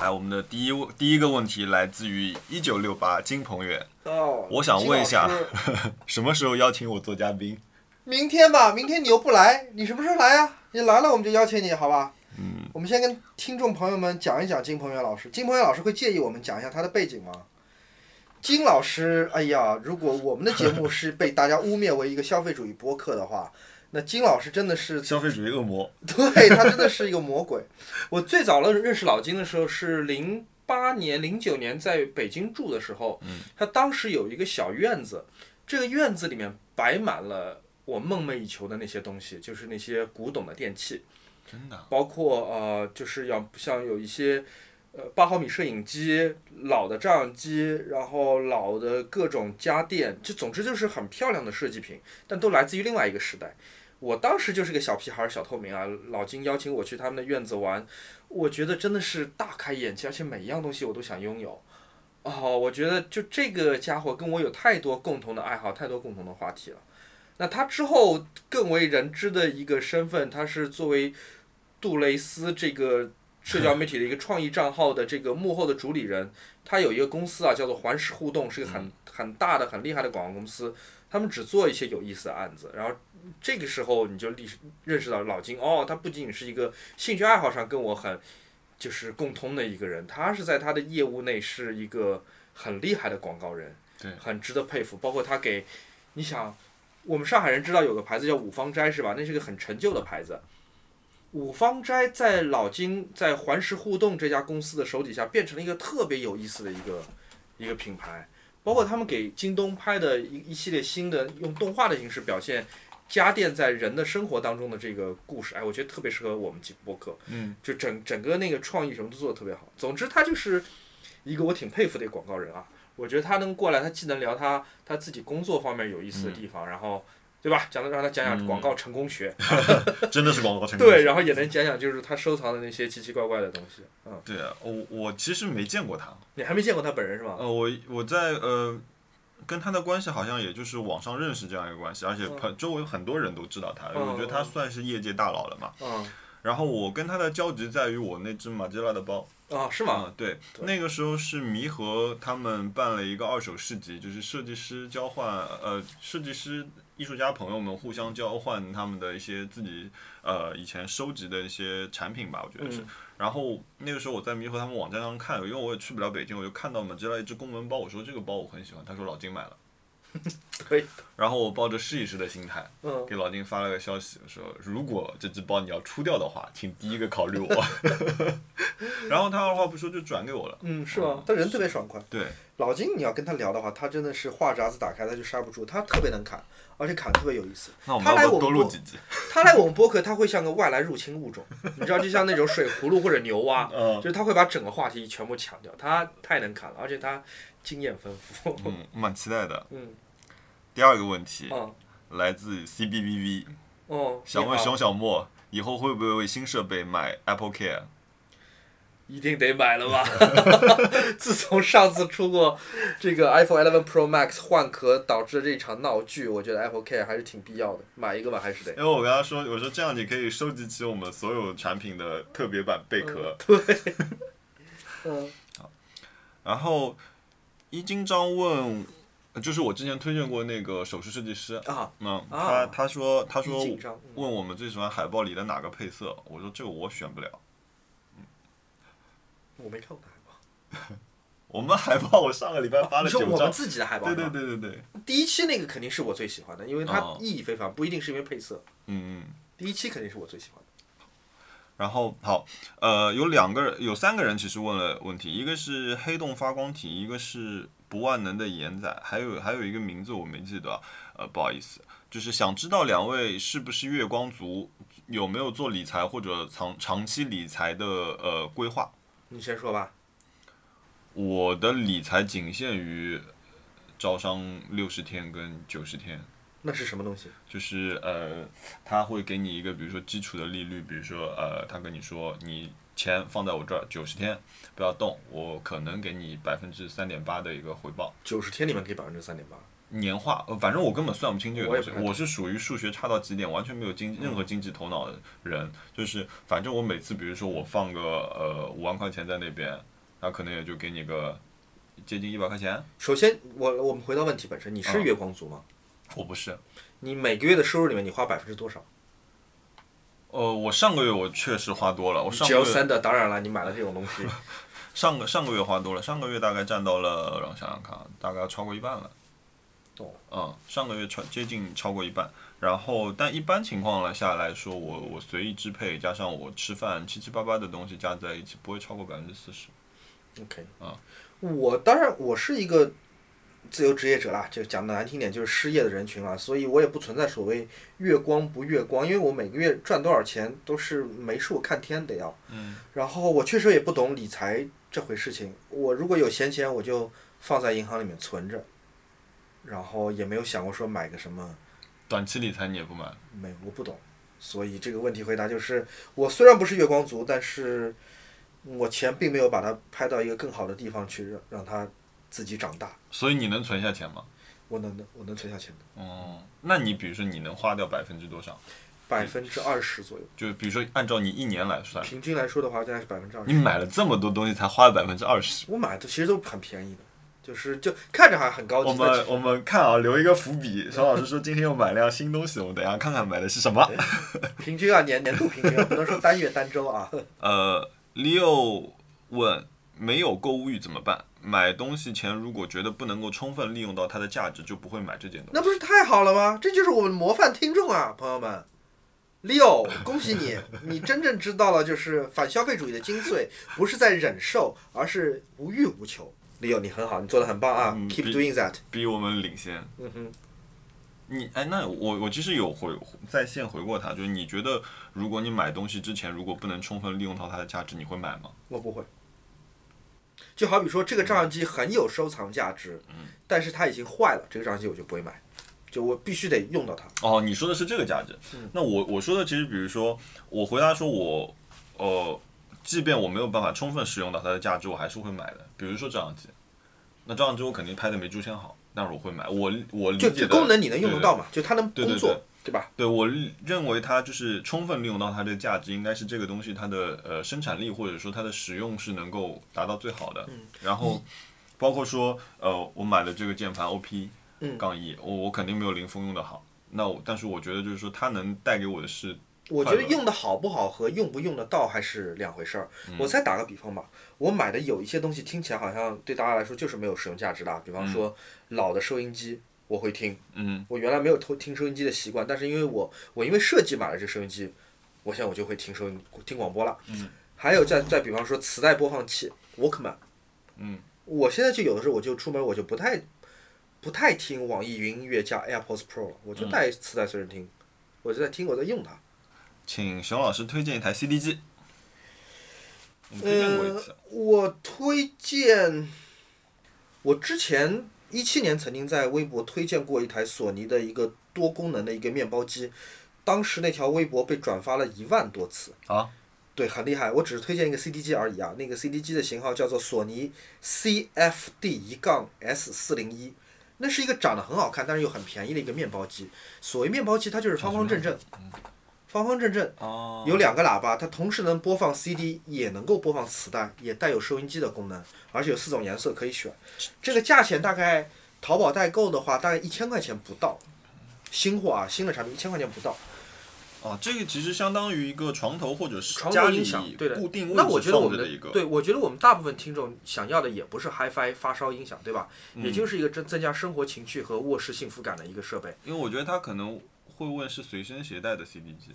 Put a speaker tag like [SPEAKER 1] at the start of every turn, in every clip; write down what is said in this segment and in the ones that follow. [SPEAKER 1] 哎，我们的第一第一个问题来自于一九六八金鹏远，
[SPEAKER 2] 哦，
[SPEAKER 1] 我想问一下
[SPEAKER 2] 金老师
[SPEAKER 1] 什么时候邀请我做嘉宾？
[SPEAKER 2] 明天吧，明天你又不来，你什么时候来啊？你来了我们就邀请你，好吧？嗯。我们先跟听众朋友们讲一讲金鹏远老师。金鹏远老师会介意我们讲一下他的背景吗？金老师，哎呀，如果我们的节目是被大家污蔑为一个消费主义播客的话，那金老师真的是
[SPEAKER 1] 消费主义恶魔，
[SPEAKER 2] 对他真的是一个魔鬼。
[SPEAKER 3] 我最早了认识老金的时候是零八年、零九年在北京住的时候，他当时有一个小院子，这个院子里面摆满了我梦寐以求的那些东西，就是那些古董的电器，
[SPEAKER 1] 真的啊
[SPEAKER 3] 包括呃，就是要像有一些。呃，八毫米摄影机、老的照相机，然后老的各种家电，就总之就是很漂亮的设计品，但都来自于另外一个时代。我当时就是个小屁孩儿、小透明啊，老金邀请我去他们的院子玩，我觉得真的是大开眼界，而且每一样东西我都想拥有。哦，我觉得就这个家伙跟我有太多共同的爱好，太多共同的话题了。那他之后更为人知的一个身份，他是作为杜蕾斯这个社交媒体的一个创意账号的这个幕后的主理人。他有一个公司啊，叫做环视互动，是个很很大的、很厉害的广告公司。他们只做一些有意思的案子，然后这个时候你就历认识到老金哦，他不仅仅是一个兴趣爱好上跟我很就是共通的一个人，他是在他的业务内是一个很厉害的广告人，
[SPEAKER 1] 对
[SPEAKER 3] 很值得佩服。包括他给，你想，我们上海人知道有个牌子叫五芳斋是吧？那是个很陈旧的牌子。五芳斋在老金在环视互动这家公司的手底下变成了一个特别有意思的一个一个品牌，包括他们给京东拍的一一系列新的用动画的形式表现家电在人的生活当中的这个故事，哎，我觉得特别适合我们这播客。
[SPEAKER 1] 嗯，
[SPEAKER 3] 就整整个那个创意什么都做得特别好。总之，他就是一个我挺佩服的一个广告人啊。我觉得他能过来，他既能聊他他自己工作方面有意思的地方，然后对吧？讲的让他讲讲广告成功学，
[SPEAKER 1] 真的是广告成功。
[SPEAKER 3] 对，然后也能讲讲就是他收藏的那些奇奇怪怪的东西。嗯，
[SPEAKER 1] 对啊，我我其实没见过他，
[SPEAKER 3] 你还没见过他本人是吧？
[SPEAKER 1] 呃，我我在呃跟他的关系好像也就是网上认识这样一个关系，而且朋周围很多人都知道他，
[SPEAKER 3] 嗯
[SPEAKER 1] 我觉得他算是业界大佬了嘛。
[SPEAKER 3] 嗯，
[SPEAKER 1] 然后我跟他的交集在于我那只马吉拉的包，
[SPEAKER 3] 啊，是吗？
[SPEAKER 1] 嗯，对，
[SPEAKER 3] 对
[SPEAKER 1] 那个时候是弥合他们办了一个二手市集，就是设计师交换，呃，设计师艺术家朋友们互相交换他们的一些自己呃以前收集的一些产品吧，我觉得是。
[SPEAKER 3] 嗯
[SPEAKER 1] 然后那个时候我在弥合他们网站上看，因为我也去不了北京，我就看到马吉拉一只公文包，我说这个包我很喜欢，他说老金买了。
[SPEAKER 3] 可以。
[SPEAKER 1] 然后我抱着试一试的心态，
[SPEAKER 3] 嗯，
[SPEAKER 1] 给老金发了个消息，说如果这只包你要出掉的话，请第一个考虑我。 然后他二话不说就转给我了。
[SPEAKER 3] 嗯，是吗？
[SPEAKER 2] 他人特别爽快。
[SPEAKER 1] 对，
[SPEAKER 2] 老金，你要跟他聊的话，他真的是话匣子打开他就刹不住，他特别能砍，而且砍得特别有意 思。
[SPEAKER 1] 那我们
[SPEAKER 2] 他来
[SPEAKER 1] 要
[SPEAKER 2] 我
[SPEAKER 1] 不
[SPEAKER 2] 们
[SPEAKER 1] 多
[SPEAKER 2] 播
[SPEAKER 1] 录几集？
[SPEAKER 3] 他来我们播客，他会像个外来入侵 物种，你知道，就像那种水葫芦或者牛蛙，
[SPEAKER 1] 嗯
[SPEAKER 3] 就是他会把整个话题全部抢掉，他太能砍了，而且他经验丰 富。
[SPEAKER 1] 嗯，蛮期待的。
[SPEAKER 3] 嗯，
[SPEAKER 1] 第二个问题
[SPEAKER 3] 嗯，
[SPEAKER 1] 来自 CBBV，
[SPEAKER 3] 哦，
[SPEAKER 1] 想问
[SPEAKER 3] 你好
[SPEAKER 1] 熊小莫，以后会不会为新设备买 Apple Care？
[SPEAKER 3] 一定得买了 吧？自从上次出过这个 iPhone 11 Pro Max 换壳导致的这场闹剧，我觉得 Apple Care 还是挺必要的，买一个吧，还是得。
[SPEAKER 1] 因为我跟他说，我说这样你可以收集起我们所有产品的特别版贝壳。
[SPEAKER 3] 嗯
[SPEAKER 1] 然后一金章问，就是我之前推荐过那个首饰设计师，
[SPEAKER 3] 啊，
[SPEAKER 1] 嗯，
[SPEAKER 3] 啊
[SPEAKER 1] 他他说他说
[SPEAKER 3] 一紧张嗯
[SPEAKER 1] 问我们最喜欢海报里的哪个配色，我说这个我选不了。
[SPEAKER 3] 我没看过海
[SPEAKER 1] 我们海报我上个礼拜发
[SPEAKER 3] 报，
[SPEAKER 1] 了
[SPEAKER 3] 你说
[SPEAKER 1] 九
[SPEAKER 3] 我
[SPEAKER 1] 张
[SPEAKER 3] 们，自己的海报
[SPEAKER 1] 对
[SPEAKER 3] 吗？
[SPEAKER 1] 对对对对，
[SPEAKER 3] 第一期那个肯定是我最喜欢的，因为它
[SPEAKER 1] 哦
[SPEAKER 3] 意义非凡，不一定是因为配色。
[SPEAKER 1] 嗯嗯。
[SPEAKER 3] 第一期肯定是我最喜欢的。
[SPEAKER 1] 然后好，呃，有两个人，有三个人其实问了问题，一个是黑洞发光体，一个是不万能的盐仔，还有还有一个名字我没记得，呃，不好意思，就是想知道两位是不是月光族，有没有做理财或者长长期理财的呃规划？
[SPEAKER 3] 你先说吧。
[SPEAKER 1] 我的理财仅限于招商六十天跟九十天。
[SPEAKER 3] 那是什么东西？
[SPEAKER 1] 就是呃，他会给你一个比如说基础的利率，比如说呃，他跟你说你钱放在我这儿九十天不要动，我可能给你百分之三点八的一个回报。
[SPEAKER 3] 九十天里面给百分之三点八，
[SPEAKER 1] 年化，呃，反正我根本算不清这个
[SPEAKER 3] 我也
[SPEAKER 1] 东西
[SPEAKER 3] 不。太懂
[SPEAKER 1] 我是属于数学差到极点，完全没有经任何经济头脑的人。就是反正我每次，比如说我放个呃五万块钱在那边，那可能也就给你个接近一百块钱。
[SPEAKER 3] 首先，我我们回到问题本身，你
[SPEAKER 1] 哦
[SPEAKER 3] 是月光族吗？
[SPEAKER 1] 我不是，
[SPEAKER 3] 你每个月的收入里面，你花百分之多少？
[SPEAKER 1] 呃，我上个月我确实花多了，我上个
[SPEAKER 3] G
[SPEAKER 1] 月
[SPEAKER 3] L 三的，当然了，你买了这种东西，
[SPEAKER 1] 上个上个月花多了，上个月大概占到了，让我想想看，啊大概超过一半了。
[SPEAKER 3] 哦。
[SPEAKER 1] 嗯，上个月超接近超过一半，然后但一般情况了下来说，我我随意支配加上我吃饭七七八八的东西加在一起，不会超过百分之四十。
[SPEAKER 3] OK，
[SPEAKER 1] 啊，
[SPEAKER 3] 我当然我是一个自由职业者啦，就讲的难听点就是失业的人群啦，所以我也不存在所谓月光不月光，因为我每个月赚多少钱都是没数看天的要。
[SPEAKER 1] 嗯。
[SPEAKER 3] 然后我确实也不懂理财这回事情，我如果有闲钱我就放在银行里面存着，然后也没有想过说买个什么。
[SPEAKER 1] 短期理财你也不买，
[SPEAKER 3] 没有，我不懂。所以这个问题回答就是，我虽然不是月光族，但是我钱并没有把它拍到一个更好的地方去，让让它自己长大。
[SPEAKER 1] 所以你能存下钱吗？
[SPEAKER 3] 我能的，我能存下钱的，
[SPEAKER 1] 哦、那你比如说你能花掉百分之多少？
[SPEAKER 3] 百分之二十左右，
[SPEAKER 1] 就比如说按照你一年来算，
[SPEAKER 3] 平均来说的话，大概是百分之二
[SPEAKER 1] 你
[SPEAKER 3] 十。
[SPEAKER 1] 买了这么多东西才花了百分之二十。
[SPEAKER 3] 我买的其实都很便宜的，就是就看着还很高级，
[SPEAKER 1] 我
[SPEAKER 3] 但
[SPEAKER 1] 们我们看啊，留一个伏笔。邵老师说今天又买辆新东西，我们等一下看看买的是什么。
[SPEAKER 3] 平均啊，年年度平均啊，不能说单月单周啊。
[SPEAKER 1] 呃，Leo 问没有购物欲怎么办？买东西前如果觉得不能够充分利用到它的价值，就不会买这件东西。
[SPEAKER 3] 那不是太好了吗？这就是我们模范听众啊，朋友们。Leo，恭喜你，你真正知道了就是反消费主义的精髓，不是在忍受，而是无欲无求。Leo，你很好，你做的很棒啊、
[SPEAKER 1] 嗯
[SPEAKER 3] k e e p
[SPEAKER 1] 比
[SPEAKER 3] doing that。
[SPEAKER 1] 比我们领先。
[SPEAKER 3] 嗯哼，
[SPEAKER 1] 你哎，那我我其实有回在线回过他，就是你觉得如果你买东西之前如果不能充分利用到它的价值，你会买吗？
[SPEAKER 3] 我不会。就好比说这个照相机很有收藏价值，
[SPEAKER 1] 嗯
[SPEAKER 3] 但是它已经坏了，这个照相机我就不会买，就我必须得用到它。
[SPEAKER 1] 哦，你说的是这个价值。那我我说的其实，比如说我回答说我呃，即便我没有办法充分使用到它的价值，我还是会买的。比如说照相机，那照相机我肯定拍的没朱仙好，但是我会买。我我理
[SPEAKER 3] 就
[SPEAKER 1] 解的
[SPEAKER 3] 功能你能用得到嘛？就它能
[SPEAKER 1] 对对
[SPEAKER 3] 工作，对吧？
[SPEAKER 1] 对我认为它就是充分利用到它的价值，应该是这个东西它的呃生产力或者说它的使用是能够达到最好的。
[SPEAKER 3] 嗯
[SPEAKER 1] 然后包括说呃我买的这个键盘 OP
[SPEAKER 3] 嗯
[SPEAKER 1] 杠一，我我肯定没有林峰用的好。那我但是我觉得就是说它能带给我的是
[SPEAKER 3] 我觉得
[SPEAKER 1] 快乐
[SPEAKER 3] 用的好不好和用不用得到还是两回事儿。
[SPEAKER 1] 嗯
[SPEAKER 3] 我再打个比方吧，我买的有一些东西听起来好像对大家来说就是没有使用价值的啊，比方说老的收音机。我会听，
[SPEAKER 1] 嗯，
[SPEAKER 3] 我原来没有偷听收音机的习惯，但是因为我我因为设计买了这收音机，我现在我就会听收音听广播了。
[SPEAKER 1] 嗯，
[SPEAKER 3] 还有再再比方说磁带播放器 Walkman，
[SPEAKER 1] 嗯，
[SPEAKER 3] 我现在就有的时候我就出门我就不太不太听网易云音乐加 AirPods Pro 了，我就
[SPEAKER 1] 嗯
[SPEAKER 3] 带磁带随身听，我就在听我在用它。
[SPEAKER 1] 请熊老师推荐一台 CD 机。我们推荐过一次，
[SPEAKER 3] 呃我推荐，我之前一七年曾经在微博推荐过一台索尼的一个多功能的一个面包机，当时那条微博被转发了一万多次。
[SPEAKER 1] 啊。
[SPEAKER 3] 对，很厉害。我只是推荐一个 CD 机而已啊，那个 CD 机的型号叫做索尼 CFD 一杠 S 四零一，那是一个长得很好看，但是又很便宜的一个面包机。所谓面包机，它就是方方正正，方方正正，
[SPEAKER 1] 哦
[SPEAKER 3] 有两个喇叭，它同时能播放 CD，也能够播放磁带，也带有收音机的功能，而且有四种颜色可以选。这个价钱大概淘宝代购的话，大概一千块钱不到，新货啊，新的产品一千块钱不到。
[SPEAKER 1] 哦，这个其实相当于一个床头或者是
[SPEAKER 3] 床
[SPEAKER 1] 家
[SPEAKER 3] 头
[SPEAKER 1] 里
[SPEAKER 3] 音响，对的。
[SPEAKER 1] 固定位置
[SPEAKER 3] 那我觉得我
[SPEAKER 1] 放着
[SPEAKER 3] 们
[SPEAKER 1] 的一个，
[SPEAKER 3] 对我觉得我们大部分听众想要的也不是 HiFi 发烧音响，对吧？
[SPEAKER 1] 嗯
[SPEAKER 3] 也就是一个增增加生活情趣和卧室幸福感的一个设备。
[SPEAKER 1] 因为我觉得他可能会问是随身携带的 CD 机。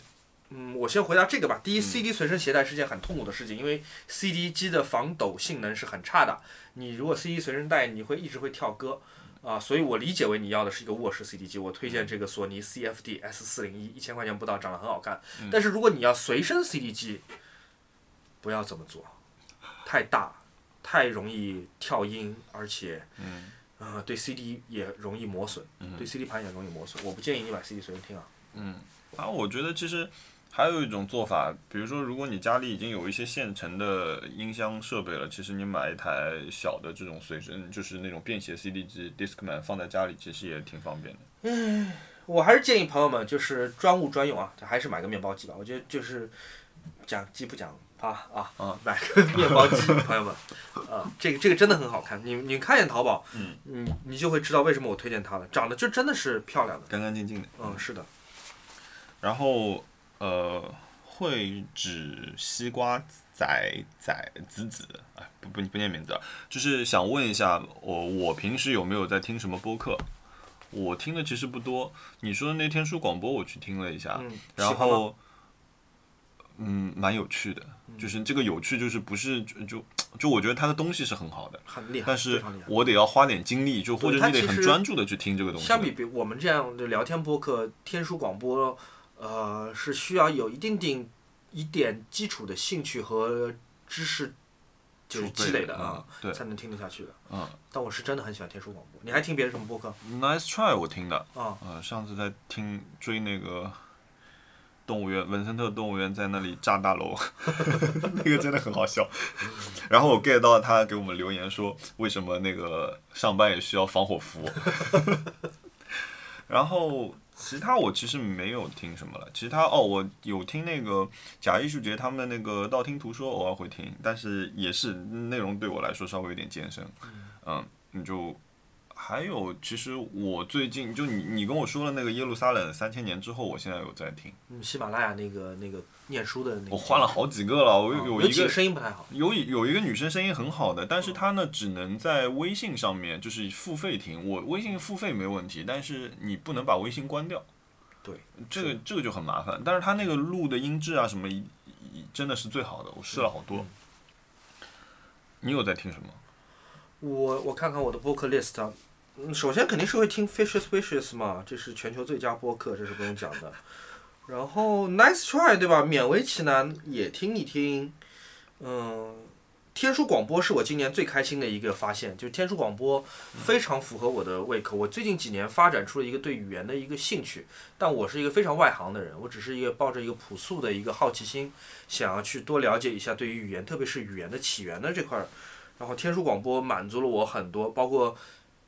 [SPEAKER 3] 嗯，我先回答这个吧。第一，CD 随身携带是件很痛苦的事情，因为 CD 机的防抖性能是很差的。你如果 CD 随身带，你会一直会跳歌啊、所以我理解为你要的是一个卧室 CD 机。我推荐这个索尼 CFD S 四零一，一千块钱不到，长得很好看。但是如果你要随身 CD 机，不要这么做，太大，太容易跳音，而且，
[SPEAKER 1] 嗯
[SPEAKER 3] 呃，对 CD 也容易磨损，对 CD 盘也容易磨损。我不建议你买 CD 随身听啊。
[SPEAKER 1] 啊，我觉得其实还有一种做法，比如说，如果你家里已经有一些现成的音箱设备了，其实你买一台小的这种随身，就是那种便携 CD 机 Discman 放在家里，其实也挺方便的。
[SPEAKER 3] 我还是建议朋友们就是专务专用啊，还是买个面包机吧。我觉得就是讲鸡不讲啊啊
[SPEAKER 1] 啊，
[SPEAKER 3] 买个面包机，朋友们啊，这个这个真的很好看。你你看见淘宝，
[SPEAKER 1] 嗯
[SPEAKER 3] 你你就会知道为什么我推荐它了，长得就真的是漂亮的。
[SPEAKER 1] 干干净净的。
[SPEAKER 3] 嗯，是的，
[SPEAKER 1] 然后呃，会指西瓜仔仔子子，哎，不不，你不念名字啊，就是想问一下，我我平时有没有在听什么播客？我听的其实不多，你说的那天书广播我去听了一下，
[SPEAKER 3] 嗯，喜
[SPEAKER 1] 啊然
[SPEAKER 3] 欢吗
[SPEAKER 1] 后嗯，蛮有趣的，
[SPEAKER 3] 嗯
[SPEAKER 1] 就是这个有趣，就是不是就就就我觉得它的东西是很好的，
[SPEAKER 3] 很厉害，
[SPEAKER 1] 但
[SPEAKER 3] 非
[SPEAKER 1] 是
[SPEAKER 3] 常厉害。
[SPEAKER 1] 我得要花点精力，就或
[SPEAKER 3] 对
[SPEAKER 1] 者
[SPEAKER 3] 它
[SPEAKER 1] 你得
[SPEAKER 3] 其
[SPEAKER 1] 很
[SPEAKER 3] 实
[SPEAKER 1] 专注的去听这个东西的。
[SPEAKER 3] 相比比我们这样的聊天播客、天书广播，呃，是需要有一定定一点基础的兴趣和知识，就是积累的啊，
[SPEAKER 1] 嗯对
[SPEAKER 3] 才能听得下去的。
[SPEAKER 1] 嗯，
[SPEAKER 3] 但我是真的很喜欢天书广播。你还听别的什么播客？
[SPEAKER 1] Nice try，我听的，
[SPEAKER 3] 啊，
[SPEAKER 1] 呃，上次在听追那个动物园，文森特动物园在那里炸大楼， 那个真的很好笑。然后我 get 到他给我们留言说，为什么那个上班也需要防火服？然后其他我其实没有听什么了，其他哦，我有听那个假艺术节他们的那个道听途说，偶尔会听，但是也是内容对我来说稍微有点艰深。嗯，你就还有，其实我最近就你你跟我说了那个耶路撒冷三千年之后，我现在有在听，
[SPEAKER 3] 嗯，喜马拉雅那个那个念书的那个，
[SPEAKER 1] 我换了好几个了，我
[SPEAKER 3] 啊，
[SPEAKER 1] 有
[SPEAKER 3] 有
[SPEAKER 1] 一
[SPEAKER 3] 几
[SPEAKER 1] 个
[SPEAKER 3] 个声音不太好。
[SPEAKER 1] 有一有一个女生声音很好的，但
[SPEAKER 3] 嗯
[SPEAKER 1] 是她呢只能在微信上面就是付费听，我微信付费没问题，但是你不能把微信关掉，
[SPEAKER 3] 对，
[SPEAKER 1] 这个这个就很麻烦，但是她那个录的音质啊什么一一真的是最好的，我试了好多。嗯你有在听什么？
[SPEAKER 3] 我我看看我的播客 list 啊，嗯，首先肯定是会听 Fishes Wishes 嘛，这是全球最佳播客，这是不用讲的。然后 Nice Try 对吧？勉为其难也听一听。嗯，天书广播是我今年最开心的一个发现，就是天书广播非常符合我的胃口。我最近几年发展出了一个对语言的一个兴趣，但我是一个非常外行的人，我只是一个抱着一个朴素的一个好奇心，想要去多了解一下对于语言，特别是语言的起源的这块儿。然后天书广播满足了我很多，包括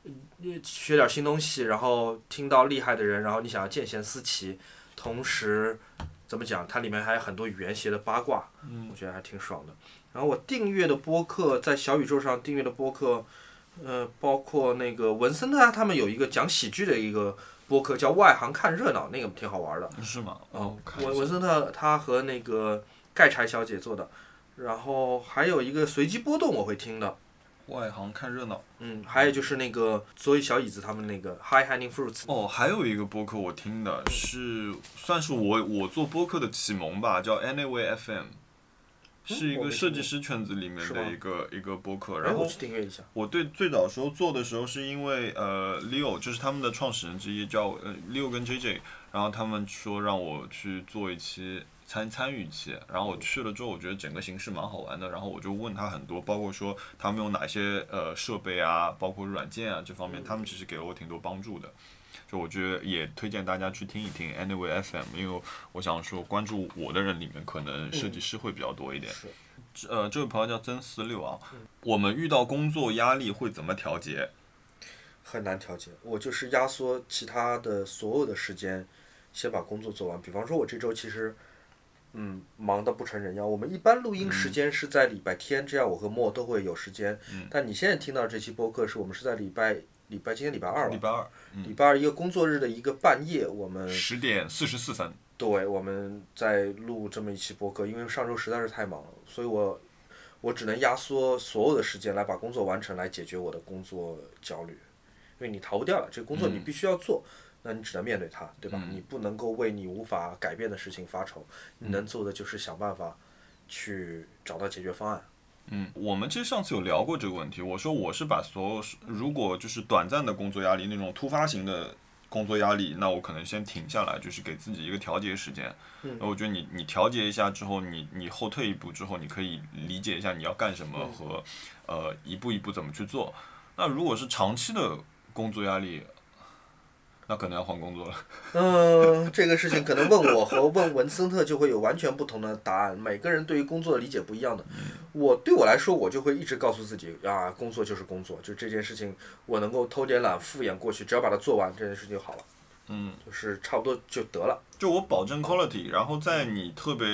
[SPEAKER 3] 嗯学点新东西，然后听到厉害的人，然后你想要见贤思齐，同时怎么讲，它里面还有很多语言学的八卦，我觉得还挺爽的。然后我订阅的播客在小宇宙上订阅的播客，呃，包括那个文森特啊他们有一个讲喜剧的一个播客叫《外行看热闹》，那个挺好玩的。
[SPEAKER 1] 是吗？
[SPEAKER 3] 哦
[SPEAKER 1] 我，看一下
[SPEAKER 3] 文文森特他和那个盖柴小姐做的，然后还有一个随机波动我会听的，
[SPEAKER 1] 外行看热闹。
[SPEAKER 3] 嗯，还有就是那个所以小椅子他们那个 High Hanging Fruits，
[SPEAKER 1] 哦，还有一个播客我听的是算是我我做播客的启蒙吧，叫 Anyway FM，是一
[SPEAKER 3] 嗯我
[SPEAKER 1] 个
[SPEAKER 3] 没听
[SPEAKER 1] 设
[SPEAKER 3] 过
[SPEAKER 1] 计师圈子里面
[SPEAKER 3] 是吗
[SPEAKER 1] 的一个一个播客。
[SPEAKER 3] 哎
[SPEAKER 1] 然
[SPEAKER 3] 我
[SPEAKER 1] 后
[SPEAKER 3] 去订阅一下。
[SPEAKER 1] 我对最早时候做的时候，是因为呃 Leo 就是他们的创始人之一叫呃 Leo 跟 JJ，然后他们说让我去做一期。参参与一期，然后我去了之后，我觉得整个形式蛮好玩的，然后我就问他很多，包括说他们有哪些呃设备啊，包括软件啊这方面，他们其实给了我挺多帮助的。就我觉得也推荐大家去听一听 Anyway FM，因为我想说关注我的人里面，可能设计师会比较多一点。
[SPEAKER 3] 是
[SPEAKER 1] 这呃，这位朋友叫曾四六啊，我们遇到工作压力会怎么调节？
[SPEAKER 3] 很难调节，我就是压缩其他的所有的时间，先把工作做完。比方说，我这周其实，嗯，忙得不成人样。我们一般录音
[SPEAKER 1] 嗯
[SPEAKER 3] 时间是在礼拜天，这样我和莫都会有时间。但你现在听到这期播客是我们是在礼拜礼拜今天礼拜二
[SPEAKER 1] 礼嗯
[SPEAKER 3] 了，
[SPEAKER 1] 拜二
[SPEAKER 3] 礼拜二一个工作日的一个半夜，我们
[SPEAKER 1] 十点四十四分，
[SPEAKER 3] 对，我们在录这么一期播客，因为上周实在是太忙了，所以我我只能压缩所有的时间来把工作完成，来解决我的工作焦虑，因为你逃不掉了，这个工作你必须要做，那你只能面对它，对吧？你不能够为你无法改变的事情发愁，你能做的就是想办法去找到解决方案。
[SPEAKER 1] 嗯，我们其实上次有聊过这个问题。我说我是把所有事如果就是短暂的工作压力那种突发型的工作压力，那我可能先停下来，就是给自己一个调节时间。嗯，我觉得你你调节一下之后，你你后退一步之后，你可以理解一下你要干什么和、呃一步一步怎么去做。那如果是长期的工作压力，那可能要换工作了。
[SPEAKER 4] 嗯，
[SPEAKER 3] 这个事情可能问我和问文森特就会有完全不同的答案，每个人对于工作的理解不一样的。我对我来说，我就会一直告诉自己啊，工作就是工作，就这件事情我能够偷点懒、敷衍过去，只要把它做完，这件事情就好了。
[SPEAKER 1] 嗯，
[SPEAKER 3] 就是差不多就得了。
[SPEAKER 1] 就我保证 quality，然后在你特别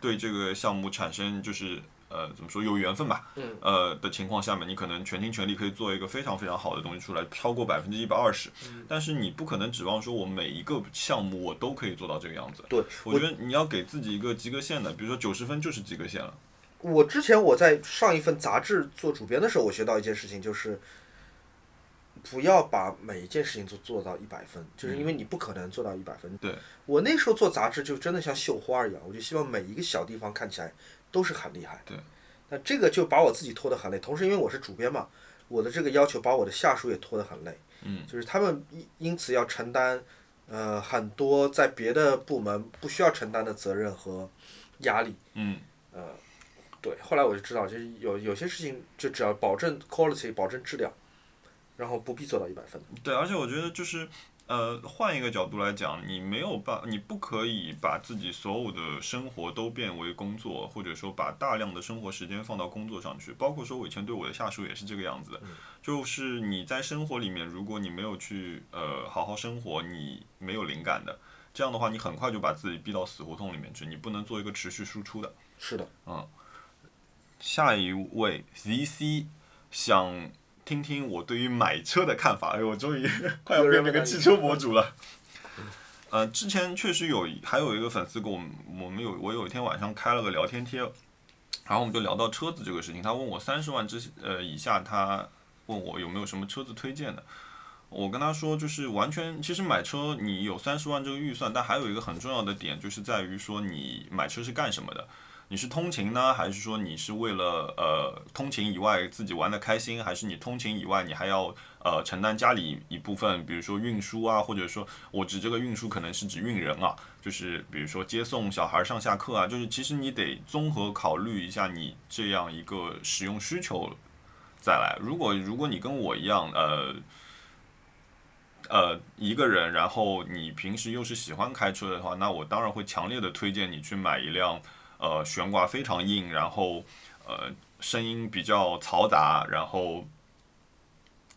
[SPEAKER 1] 对这个项目产生就是呃怎么说有缘分吧，
[SPEAKER 3] 嗯
[SPEAKER 1] 呃的情况下面，你可能全心全力可以做一个非常非常好的东西出来，超过百分之一百二十，但是你不可能指望说我每一个项目我都可以做到这个样子。
[SPEAKER 3] 对，
[SPEAKER 1] 我觉得你要给自己一个及格线的，比如说九十分就是及格线了。
[SPEAKER 3] 我之前我在上一份杂志做主编的时候，我学到一件事情，就是不要把每一件事情都做到一百分，就是因为你不可能做到一百分。
[SPEAKER 1] 嗯对
[SPEAKER 3] 我那时候做杂志就真的像绣花一样，我就希望每一个小地方看起来都是很厉害。
[SPEAKER 1] 对，
[SPEAKER 3] 那这个就把我自己拖得很累，同时因为我是主编嘛，我的这个要求把我的下属也拖得很累。
[SPEAKER 1] 嗯，
[SPEAKER 3] 就是他们因因此要承担呃很多在别的部门不需要承担的责任和压力。
[SPEAKER 1] 嗯，
[SPEAKER 3] 对，后来我就知道，就是有有些事情就只要保证 quality，保证质量，然后不必做到一百分。
[SPEAKER 1] 对，而且我觉得就是。呃，换一个角度来讲，你没有办，你不可以把自己所有的生活都变为工作，或者说把大量的生活时间放到工作上去。包括说，我以前对我的下属也是这个样子的，就是你在生活里面，如果你没有去呃好好生活，你没有灵感的，这样的话，你很快就把自己逼到死胡同里面去，你不能做一个持续输出的。
[SPEAKER 3] 是的，
[SPEAKER 1] 下一位 ZC 想听听我对于买车的看法。哎，我终于 快要变成个汽车博主了。呃，之前确实有，还有一个粉丝跟我们，我们有我有一天晚上开了个聊天贴，然后我们就聊到车子这个事情。他问我三十万之呃以下，他问我有没有什么车子推荐的。我跟他说，就是完全，其实买车你有三十万这个预算，但还有一个很重要的点，就是在于说你买车是干什么的。你是通勤呢，还是说你是为了呃通勤以外自己玩的开心，还是你通勤以外你还要呃承担家里一部分，比如说运输啊，或者说我指这个运输可能是指运人啊，就是比如说接送小孩上下课啊，就是其实你得综合考虑一下你这样一个使用需求再来。如果如果你跟我一样，呃。呃，一个人，然后你平时又是喜欢开车的话，那我当然会强烈的推荐你去买一辆呃悬挂非常硬，然后呃声音比较嘈杂，然后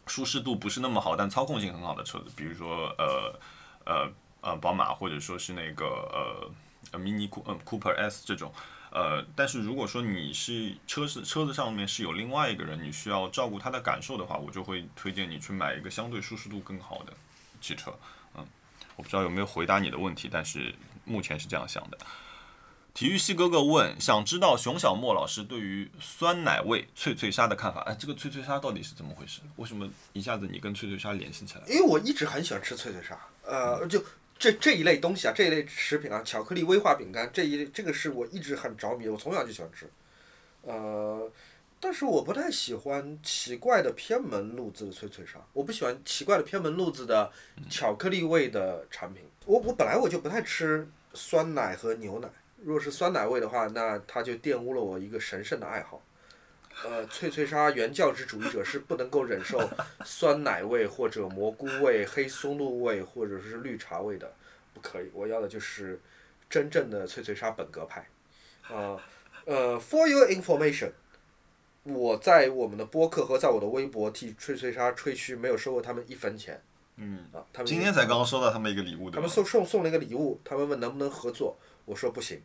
[SPEAKER 1] 舒适度不是那么好，但操控性很好的车子，比如说呃呃呃宝马或者说是那个呃呃 Mini Coo- 呃 Cooper S 这种。呃，但是如果说你是车是车子上面是有另外一个人，你需要照顾他的感受的话，我就会推荐你去买一个相对舒适度更好的汽车。嗯，我不知道有没有回答你的问题，但是目前是这样想的。体育系哥哥问，想知道熊小莫老师对于酸奶味脆脆鲨的看法。哎，这个脆脆鲨到底是怎么回事？为什么一下子你跟脆脆鲨联系起来？
[SPEAKER 3] 因为我一直很喜欢吃脆脆鲨，呃，就这这一类东西啊，这一类食品啊，巧克力、威化饼干这一类，这个是我一直很着迷的，我从小就喜欢吃。呃，但是我不太喜欢奇怪的偏门路子的脆脆鲨，我不喜欢奇怪的偏门路子的巧克力味的产品。我我本来我就不太吃酸奶和牛奶，如果是酸奶味的话，那它就玷污了我一个神圣的爱好。呃，脆脆鲨原教旨主义者是不能够忍受酸奶味或者蘑菇味、黑松露味或者是绿茶味的，不可以。我要的就是真正的脆脆鲨本格派。呃呃，For your information，我在我们的播客和在我的微博替脆脆鲨吹嘘，没有收过他们一分钱
[SPEAKER 1] 嗯，
[SPEAKER 3] 啊。他们
[SPEAKER 1] 今天才刚刚收到他们一个礼物，
[SPEAKER 3] 他
[SPEAKER 1] 对吧
[SPEAKER 3] 们？送送送了一个礼物，他们问能不能合作，我说不行。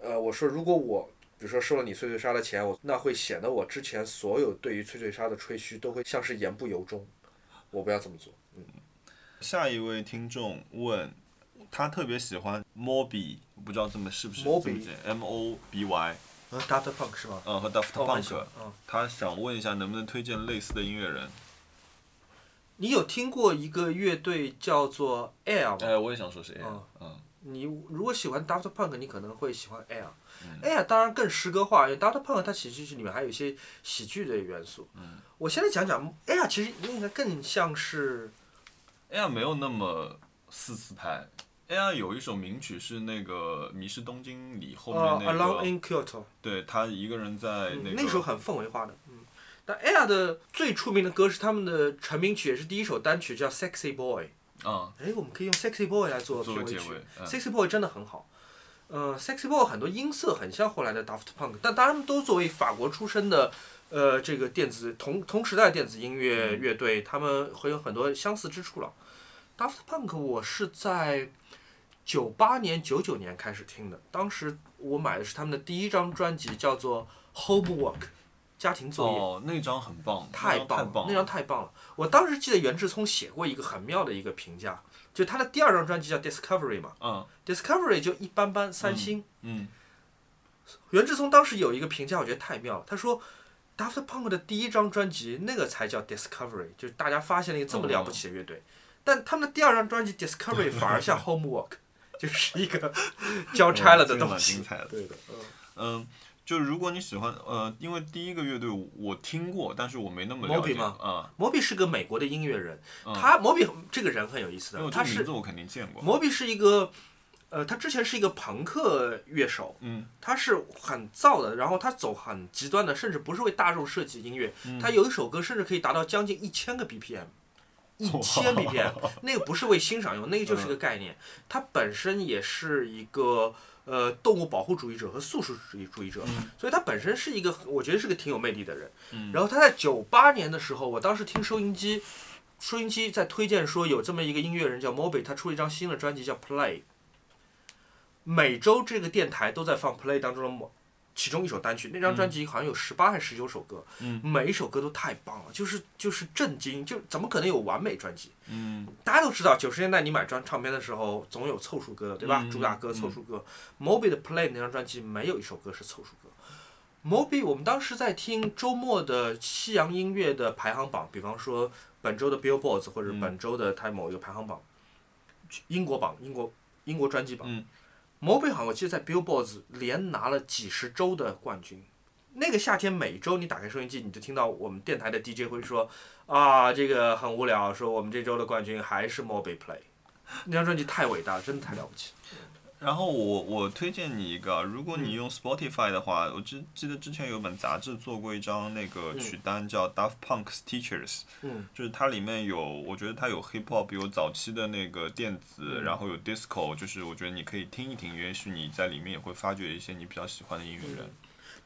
[SPEAKER 3] 呃，我说如果我比如说收了你脆脆鲨的钱，我那会显得我之前所有对于脆脆鲨的吹嘘都会像是言不由衷，我不要这么做。
[SPEAKER 1] 下一位听众问，他特别喜欢 Moby，不知道这么是不是
[SPEAKER 3] Moby
[SPEAKER 1] 这么念 M O B Y，
[SPEAKER 3] 啊，Daft Punk 是吗？
[SPEAKER 1] 嗯，和 Daft
[SPEAKER 3] 我很喜
[SPEAKER 1] Punk，、
[SPEAKER 3] 欢嗯
[SPEAKER 1] 他想问一下能不能推荐类似的音乐人？
[SPEAKER 3] 你有听过一个乐队叫做 Air 吗？
[SPEAKER 1] 哎，我也想说谁呀？
[SPEAKER 3] 嗯
[SPEAKER 1] 嗯
[SPEAKER 3] 你如果喜欢 Daft Punk，你可能会喜欢 Air。Air 当然更诗歌化，因为 Daft Punk 它其实是里面还有一些喜剧的元素。
[SPEAKER 1] 嗯
[SPEAKER 3] 我现在讲讲 Air，其实应该更像是
[SPEAKER 1] 哎呀，没有那么四四拍。哎呀，有一首名曲是那个《迷失东京》里后面
[SPEAKER 3] 呃
[SPEAKER 1] 那个，
[SPEAKER 3] Alone in Kyoto，
[SPEAKER 1] 对他一个人在
[SPEAKER 3] 嗯
[SPEAKER 1] 那个、
[SPEAKER 3] 那时候很氛围化的。嗯，但 Air 的最出名的歌是他们的成名曲，也是第一首单曲，叫《Sexy Boy》。
[SPEAKER 1] 嗯，
[SPEAKER 3] 哎，我们可以用 sexy boy 来做
[SPEAKER 1] 作
[SPEAKER 3] 片
[SPEAKER 1] 为
[SPEAKER 3] 尾
[SPEAKER 1] 结
[SPEAKER 3] 曲。
[SPEAKER 1] 尾，嗯
[SPEAKER 3] Sexy Boy 真的很好。呃，Sexy Boy 很多音色很像后来的 Daft Punk，但当然都作为法国出身的，呃，这个电子同同时代电子音
[SPEAKER 1] 嗯
[SPEAKER 3] 乐乐队，他们会有很多相似之处了。Daft Punk 我是在九八年、九九年开始听的，当时我买的是他们的第一张专辑，叫做《Homework》，家庭作业。
[SPEAKER 1] 哦，那张很棒，那
[SPEAKER 3] 太
[SPEAKER 1] 张
[SPEAKER 3] 棒
[SPEAKER 1] 太
[SPEAKER 3] 了，
[SPEAKER 1] 棒
[SPEAKER 3] 那张太棒了！我当时记得袁志聪写过一个很妙的一个评价，就他的第二张专辑叫《Discovery》嘛，
[SPEAKER 1] 嗯
[SPEAKER 3] Discovery 就一般般，三星。
[SPEAKER 1] 嗯
[SPEAKER 3] 袁志聪当时有一个评价，我觉得太妙了，他说，Daft Punk 的第一张专辑那个才叫 Discovery，就是大家发现了一个这么
[SPEAKER 1] 哦
[SPEAKER 3] 了不起的乐队，但他们的第二张专辑 Discovery 反而像 Homework，就是一个交叉了
[SPEAKER 1] 哦这
[SPEAKER 3] 的
[SPEAKER 1] 个
[SPEAKER 3] 东
[SPEAKER 1] 蛮精
[SPEAKER 3] 西。
[SPEAKER 1] 彩的。
[SPEAKER 3] 对的，嗯，
[SPEAKER 1] 嗯，就如果你喜欢，呃，因为第一个乐队我听过，但是我没那么了
[SPEAKER 3] Moby
[SPEAKER 1] 解。
[SPEAKER 3] 吗
[SPEAKER 1] 啊，
[SPEAKER 3] 摩比是个美国的音乐人，
[SPEAKER 1] 嗯
[SPEAKER 3] 他摩比这个人很有意思
[SPEAKER 1] 因为
[SPEAKER 3] 的，
[SPEAKER 1] 这
[SPEAKER 3] 他
[SPEAKER 1] 个名
[SPEAKER 3] 是
[SPEAKER 1] 字我肯定见过。
[SPEAKER 3] 摩比是一个，呃，他之前是一个朋克乐手，
[SPEAKER 1] 嗯
[SPEAKER 3] 他是很燥的，然后他走很极端的，甚至不是为大众设计的音乐。他有一首歌甚至可以达到将近一千个 BPM，一千 BPM，那个不是为欣赏用，那个就是个概念。他本身也是一个呃动物保护主义者和素食主义主义者，所以他本身是一个我觉得是个挺有魅力的人。然后他在九八年的时候，我当时听收音机，收音机在推荐说有这么一个音乐人叫 Moby，他出了一张新的专辑叫 Play。每周这个电台都在放 Play 当中的某其中一首单曲，那张专辑好像有十八还是十九首歌，
[SPEAKER 1] 嗯
[SPEAKER 3] 每一首歌都太棒了，就是就是震惊，就怎么可能有完美专辑？
[SPEAKER 1] 嗯
[SPEAKER 3] 大家都知道，九十年代你买专唱片的时候总有凑数歌的，对吧？
[SPEAKER 1] 嗯
[SPEAKER 3] 主打歌、凑数歌。Moby 的 Play 那张专辑没有一首歌是凑数歌。Moby，我们当时在听周末的西洋音乐的排行榜，比方说本周的 Billboard 或者
[SPEAKER 1] 嗯
[SPEAKER 3] 本周的它某一个排行榜，英国榜、英国英国专辑榜。
[SPEAKER 1] 嗯
[SPEAKER 3] Moby 好像我记得在 Billboard 连拿了几十周的冠军。那个夏天，每周你打开收音机，你就听到我们电台的 DJ 会说：“啊，这个很无聊，说我们这周的冠军还是 Moby Play。”那张专辑太伟大了，真的太了不起。
[SPEAKER 1] 然后我我推荐你一个，如果
[SPEAKER 3] 嗯
[SPEAKER 1] 你用 Spotify 的话，我之记得之前有本杂志做过一张那个曲单叫 Daft Punk's Teachers，
[SPEAKER 3] 嗯
[SPEAKER 1] 就是它里面有，我觉得它有 hip hop，有早期的那个电
[SPEAKER 3] 嗯
[SPEAKER 1] 子，然后有 disco，就是我觉得你可以听一听，也许你在里面也会发掘一些你比较喜欢的音乐人。
[SPEAKER 3] 嗯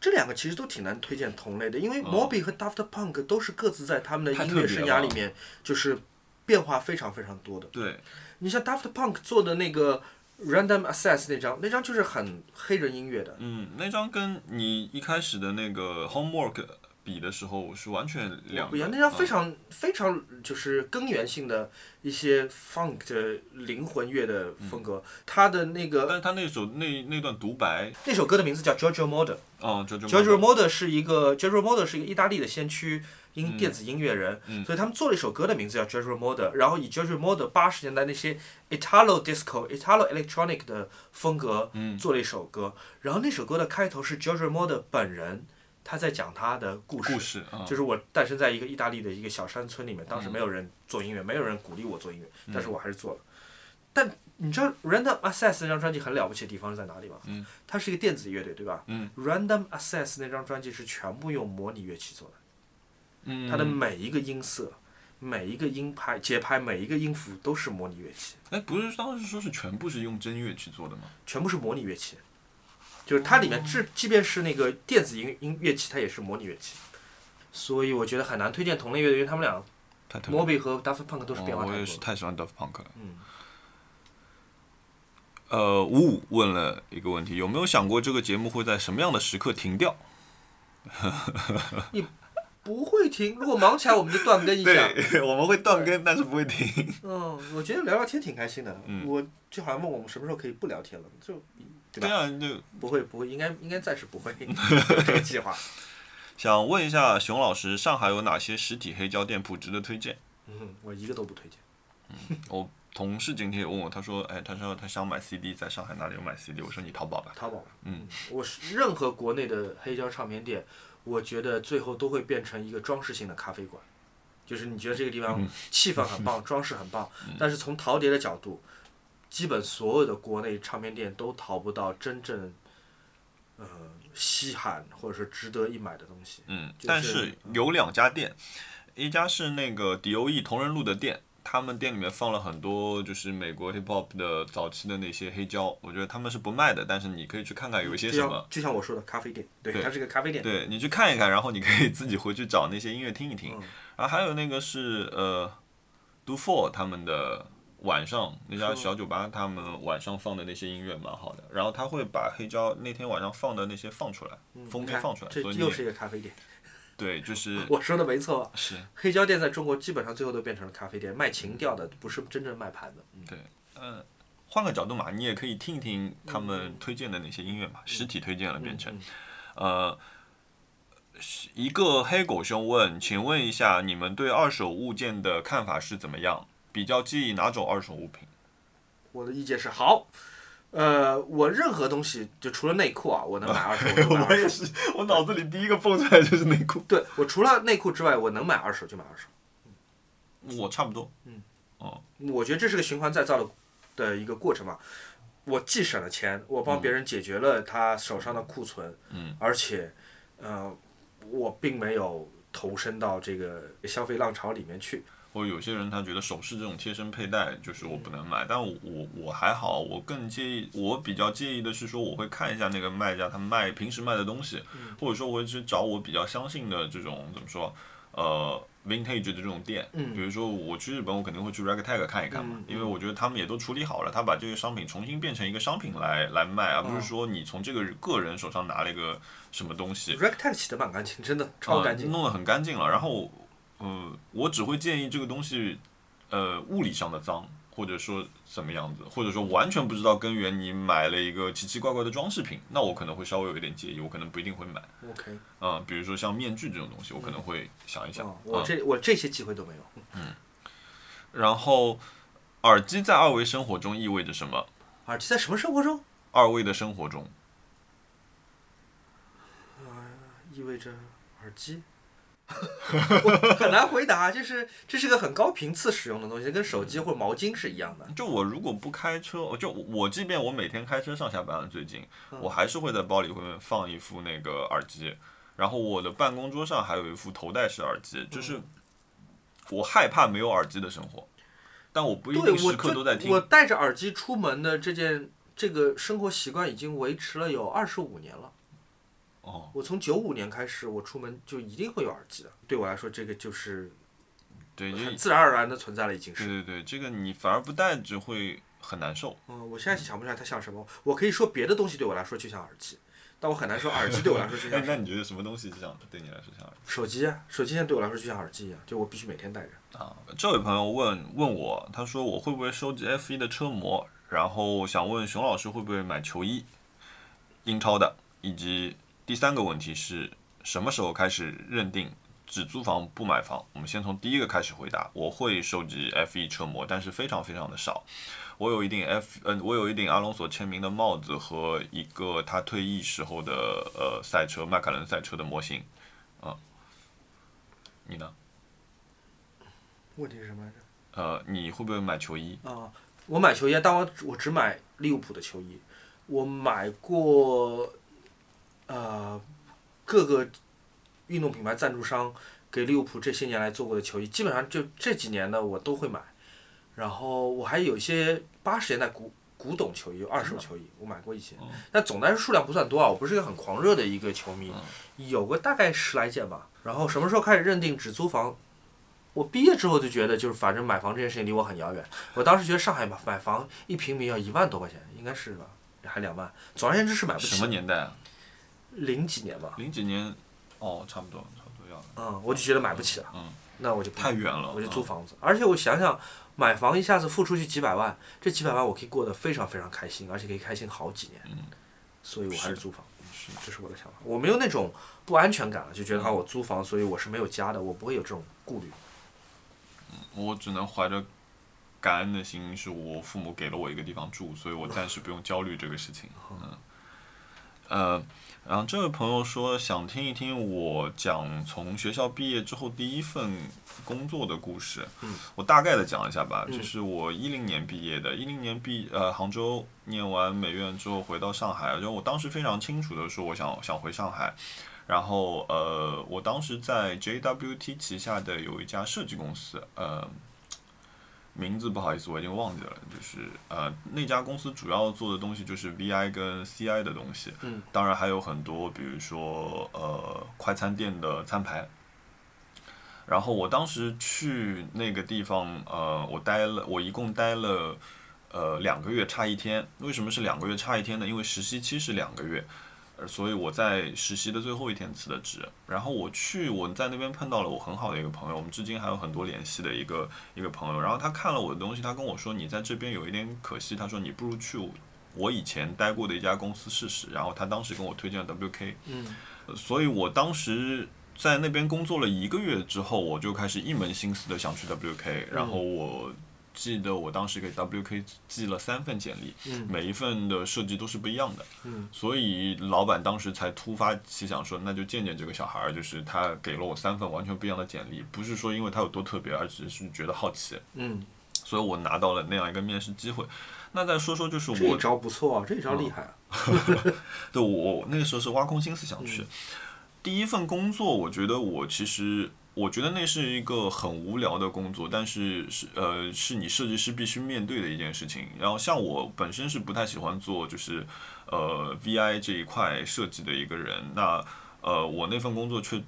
[SPEAKER 3] 这两个其实都挺难推荐同类的，因为 Moby 和 Daft Punk 都是各自在他们的
[SPEAKER 1] 太
[SPEAKER 3] 音
[SPEAKER 1] 特
[SPEAKER 3] 乐
[SPEAKER 1] 别
[SPEAKER 3] 生
[SPEAKER 1] 了
[SPEAKER 3] 涯里面就是变化非常非常多的。
[SPEAKER 1] 对，
[SPEAKER 3] 你像 Daft Punk 做的那个 Random Access 那张，那张就是很黑人音乐的，
[SPEAKER 1] 嗯，那张跟你一开始的那个 homework 比的时候是完全两个
[SPEAKER 3] 不一样，那张
[SPEAKER 1] 嗯
[SPEAKER 3] 非常、非常就是根源性的一些 funk 的灵魂乐的
[SPEAKER 1] 嗯
[SPEAKER 3] 风格。他的那
[SPEAKER 1] 但
[SPEAKER 3] 个
[SPEAKER 1] 是他那首那那段独白，
[SPEAKER 3] 那首歌的名字叫 Giorgio Moroder。
[SPEAKER 1] 哦 j o
[SPEAKER 3] g i o r g i o Moroder 是一个 g i o r g i o Moroder 是一个意大利的先驱
[SPEAKER 1] 嗯
[SPEAKER 3] 音电子音乐人，所以他们做了一首歌的名字叫 g i o r g i o Moroder，然后以 g i o r g i o Moroder 八十年代那些 Italo Disco、Italo Electronic 的风格
[SPEAKER 1] 嗯
[SPEAKER 3] 做了一首歌，然后那首歌的开头是 g i o r g i o Moroder 本人他在讲他的故事
[SPEAKER 1] 故。事啊，嗯
[SPEAKER 3] 就是我诞生在一个意大利的一个小山村里面，当时没有人做音乐，没有人鼓励我做音乐，但是我还是做了。但你知道 Random Access 那张专辑很了不起的地方是在哪里吗？
[SPEAKER 1] 嗯
[SPEAKER 3] 它是一个电子乐队，对吧？
[SPEAKER 1] 嗯
[SPEAKER 3] Random Access 那张专辑是全部用模拟乐器做的，
[SPEAKER 1] 嗯，
[SPEAKER 3] 它的每一个音色、每一个音拍、节拍、每一个音符都是模拟乐器，
[SPEAKER 1] 哎，不是当时说是全部是用真乐去做的吗？
[SPEAKER 3] 全部是模拟乐器。就是它里
[SPEAKER 1] 哦
[SPEAKER 3] 面即即便是那个电子音音乐器，它也是模拟乐器，所以我觉得很难推荐同类乐队，因为他们俩
[SPEAKER 1] 太特别了
[SPEAKER 3] Moby 和 Daft Punk 都是变化
[SPEAKER 1] 哦
[SPEAKER 3] 太
[SPEAKER 1] 我
[SPEAKER 3] 多
[SPEAKER 1] 也
[SPEAKER 3] 的
[SPEAKER 1] 是。太喜欢 Daft Punk 了。
[SPEAKER 3] 嗯
[SPEAKER 1] 呃，五五问了一个问题，有没有想过这个节目会在什么样的时刻停掉？
[SPEAKER 3] 不会停，如果忙起来我们就断 更一下。，
[SPEAKER 1] 我们会断更，但是不会停。
[SPEAKER 3] 嗯，我觉得聊聊天挺开心的。
[SPEAKER 1] 嗯
[SPEAKER 3] 我就好像问我们什么时候可以不聊天了，就对吧
[SPEAKER 1] 对啊，就
[SPEAKER 3] 不会不会，应该应该暂时不 会有这个计划。
[SPEAKER 1] 想问一下熊老师，上海有哪些实体黑胶店铺值得推荐？
[SPEAKER 3] 嗯，我一个都不推荐。
[SPEAKER 1] 我同事今天也问我，他说，哎，他说他想买 CD，在上海哪里有买 CD？我说你淘宝吧。
[SPEAKER 3] 淘宝，
[SPEAKER 1] 嗯，
[SPEAKER 3] 我是任何国内的黑胶唱片店，我觉得最后都会变成一个装饰性的咖啡馆，就是你觉得这个地
[SPEAKER 1] 嗯
[SPEAKER 3] 方气氛 很棒，装饰很棒，但是从淘碟的角度，基本所有的国内唱片店都淘不到真正，呃，稀罕或者是值得一买的东西。
[SPEAKER 1] 嗯
[SPEAKER 3] 就，是
[SPEAKER 1] 但是有两家店，一家是那个迪欧 E 同仁路的店，他们店里面放了很多就是美国 hip hop 的早期的那些黑胶，我觉得他们是不卖的，但是你可以去看看有一些
[SPEAKER 3] 就
[SPEAKER 1] 什么
[SPEAKER 3] 像，就像我说的咖啡店，嗯对，
[SPEAKER 1] 对
[SPEAKER 3] 它是个咖啡店，
[SPEAKER 1] 对你去看一看，然后你可以自己回去找那些音乐听一听。
[SPEAKER 3] 嗯
[SPEAKER 1] 然后还有那个是呃，Do Four 他们的晚上那家小酒吧，他们晚上放的那些音乐蛮好的。然后他会把黑胶那天晚上放的那些放出来，封
[SPEAKER 3] 嗯
[SPEAKER 1] 面
[SPEAKER 3] 你看
[SPEAKER 1] 放出来，
[SPEAKER 3] 这
[SPEAKER 1] 所以你
[SPEAKER 3] 又
[SPEAKER 1] 也
[SPEAKER 3] 是一个咖啡店。
[SPEAKER 1] 对，就是
[SPEAKER 3] 我说的没错吧，
[SPEAKER 1] 是
[SPEAKER 3] 黑胶店在中国基本上最后都变成了咖啡店，卖情调的，不是真正卖盘的。嗯
[SPEAKER 1] 呃，换个角度嘛，你也可以听一听他们推荐的那些音乐嘛，实体推荐了变
[SPEAKER 3] 嗯
[SPEAKER 1] 成，呃，是一个黑狗兄问，请问一下你们对二手物件的看法是怎么样？比较介意哪种二手物品？
[SPEAKER 3] 我的意见是好，呃，我任何东西就除了内裤啊，我能买二手，我能买二手。
[SPEAKER 1] 是， 我脑子里第一个蹦出来就是内裤。
[SPEAKER 3] 对我除了内裤之外，我能买二手就买二手。
[SPEAKER 1] 我差不多，
[SPEAKER 3] 我觉得这是个循环再造的的一个过程嘛。我既省了钱，我帮别人解决了他手上的库存，
[SPEAKER 1] 嗯，
[SPEAKER 3] 而且，呃，我并没有投身到这个消费浪潮里面去。
[SPEAKER 1] 或者有些人他觉得首饰这种贴身佩戴就是我不能买，但我我我还好，我更介意，我比较介意的是说我会看一下那个卖家他卖平时卖的东西，
[SPEAKER 3] 嗯
[SPEAKER 1] 或者说我会去找我比较相信的这种怎么说，呃。vintage 的这种店，
[SPEAKER 3] 嗯
[SPEAKER 1] 比如说我去日本，我肯定会去 ragtag 看一看嘛，
[SPEAKER 3] 嗯
[SPEAKER 1] 因为我觉得他们也都处理好了，他把这个商品重新变成一个商品来来卖，而不
[SPEAKER 3] 哦
[SPEAKER 1] 是说你从这个个人手上拿了一个什么东西，
[SPEAKER 3] Ragtag 洗的蛮干净，真的超哦干
[SPEAKER 1] 呃
[SPEAKER 3] 净。
[SPEAKER 1] 弄得很干净了。然后，呃，我只会建议这个东西，呃，物理上的脏，或者说怎么样子，或者说完全不知道根源，你买了一个奇奇怪怪的装饰品，那我可能会稍微有一点介意，我可能不一定会买。
[SPEAKER 3] OK，
[SPEAKER 1] 啊、比如说像面具这种东西，我可能会想一想。
[SPEAKER 3] 哦，我
[SPEAKER 1] 嗯
[SPEAKER 3] 这我这些机会都没有。
[SPEAKER 1] 然后，耳机在二维生活中意味着什么？
[SPEAKER 3] 耳机在什么生活中
[SPEAKER 1] 二维的生活中，
[SPEAKER 3] 意味着耳机？ 我很难回答，就是这是个很高频次使用的东西，跟手机或者毛巾是一样的。
[SPEAKER 1] 就我如果不开车，就我即便我每天开车上下班，最近
[SPEAKER 3] 嗯
[SPEAKER 1] 我还是会在包里会放一副那个耳机，然后我的办公桌上还有一副头戴式耳机，
[SPEAKER 3] 嗯
[SPEAKER 1] 就是我害怕没有耳机的生活，但我不一
[SPEAKER 3] 对，
[SPEAKER 1] 定
[SPEAKER 3] 我
[SPEAKER 1] 时刻
[SPEAKER 3] 就
[SPEAKER 1] 都在
[SPEAKER 3] 我
[SPEAKER 1] 听。
[SPEAKER 3] 戴着耳机出门的这件这个生活习惯已经维持了有二十五年了。
[SPEAKER 1] 哦，
[SPEAKER 3] 我从九五年开始，我出门就一定会有耳机的。对我来说，这个就是
[SPEAKER 1] 对，
[SPEAKER 3] 很
[SPEAKER 1] 这
[SPEAKER 3] 自然而然的存在了，已经
[SPEAKER 1] 对对
[SPEAKER 3] 是。
[SPEAKER 1] 对，这个你反而不戴只会很难受。
[SPEAKER 3] 嗯，我现在想不出来它像什么。我可以说别的东西对我来说就像耳机，但我很难说耳机对我来说就像
[SPEAKER 1] 哎，
[SPEAKER 3] 什
[SPEAKER 1] 那
[SPEAKER 3] 么
[SPEAKER 1] 你觉得什么东西是这样的？对你来说像耳机
[SPEAKER 3] 手机啊，手机现在对我来说就像耳机一样，就我必须每天戴着。
[SPEAKER 1] 啊？这位朋友问问我，他说我会不会收集 F 一的车模，然后想问熊老师会不会买球衣？英超的，以及第三个问题是什么时候开始认定只租房不买房？我们先从第一个开始回答。我会收集 F 1车模，但是非常非常的少。我有一顶 F，嗯、我有一顶阿隆索签名的帽子和一个他退役时候的呃赛车迈凯伦赛车的模型。啊，你呢？
[SPEAKER 3] 问题是什么来着？
[SPEAKER 1] 呃，你会不会买球衣？
[SPEAKER 3] 啊，我买球衣，但我我只买利物浦的球衣。我买过，呃，各个运动品牌赞助商给利物浦这些年来做过的球衣，基本上就这几年的我都会买。然后我还有一些八十年代古古董球
[SPEAKER 1] 嗯
[SPEAKER 3] 衣、二手球衣，我买过一些，
[SPEAKER 1] 哦
[SPEAKER 3] 但总的来说数量不算多啊。我不是一个很狂热的一个球迷，
[SPEAKER 1] 嗯
[SPEAKER 3] 有个大概十来件吧。然后什么时候开始认定只租房？我毕业之后就觉得，就是反正买房这件事情离我很遥远。我当时觉得上海买买房一平米要一万多块钱，应该是吧，还两万。总而言之是买不
[SPEAKER 1] 什
[SPEAKER 3] 起
[SPEAKER 1] 么。年代啊？
[SPEAKER 3] 零几年吧，
[SPEAKER 1] 零几年？哦，差不多，差不多要了。
[SPEAKER 3] 嗯，我就觉得买不起了。
[SPEAKER 1] 嗯，
[SPEAKER 3] 那我就不买
[SPEAKER 1] 太远了。啊
[SPEAKER 3] 我就租房子。而且我想想，买房一下子付出去几百万，这几百万我可以过得非常非常开心，而且可以开心好几年。所以我还是租房，
[SPEAKER 1] 嗯是
[SPEAKER 3] 这是我的想法。我没有那种不安全感了，就觉
[SPEAKER 1] 嗯
[SPEAKER 3] 得啊，我租房，所以我是没有家的，我不会有这种顾虑。
[SPEAKER 1] 我只能怀着感恩的心，是我父母给了我一个地方住，所以我暂时不用焦虑这个事情。嗯，呃，然后这位朋友说想听一听我讲从学校毕业之后第一份工作的故事。
[SPEAKER 3] 嗯，
[SPEAKER 1] 我大概的讲一下吧，
[SPEAKER 3] 嗯
[SPEAKER 1] 就是我一零年毕业的，一零年毕呃杭州念完美院之后回到上海，然后我当时非常清楚的说我想想回上海。然后呃，我当时在 JWT 旗下的有一家设计公司，呃，名字不好意思，我已经忘记了，就是呃那家公司主要做的东西就是 VI 跟 CI 的东西，
[SPEAKER 3] 嗯，
[SPEAKER 1] 当然还有很多，比如说呃快餐店的餐牌。然后我当时去那个地方，呃，我待了，我一共待了呃两个月差一天。为什么是两个月差一天呢？因为实习期是两个月，呃所以我在实习的最后一天辞的职。然后我去，我在那边碰到了我很好的一个朋友，我们至今还有很多联系的一个一个朋友。然后他看了我的东西，他跟我说：“你在这边有一点可惜。”他说：“你不如去我我以前待过的一家公司试试。”然后他当时跟我推荐了 WK，
[SPEAKER 3] 嗯
[SPEAKER 1] 呃所以我当时在那边工作了一个月之后，我就开始一门心思的想去 WK，然后
[SPEAKER 3] 嗯
[SPEAKER 1] 我记得我当时给 WK 寄了三份简历，
[SPEAKER 3] 嗯
[SPEAKER 1] 每一份的设计都是不一样的，
[SPEAKER 3] 嗯
[SPEAKER 1] 所以老板当时才突发奇想说，那就见见这个小孩儿，就是他给了我三份完全不一样的简历，不是说因为他有多特别，而只是觉得好奇，
[SPEAKER 3] 嗯，
[SPEAKER 1] 所以我拿到了那样一个面试机会。那再说说就是
[SPEAKER 3] 这
[SPEAKER 1] 我
[SPEAKER 3] 一招不错啊，这一招厉害啊。
[SPEAKER 1] 对我我那个时候是挖空心思想去。第一份工作，我觉得我其实我觉得那是一个很无聊的工作，但是是呃是你设计师必须面对的一件事情。然后像我本身是不太喜欢做就是呃 VI 这一块设计的一个人，那呃我那份工作却。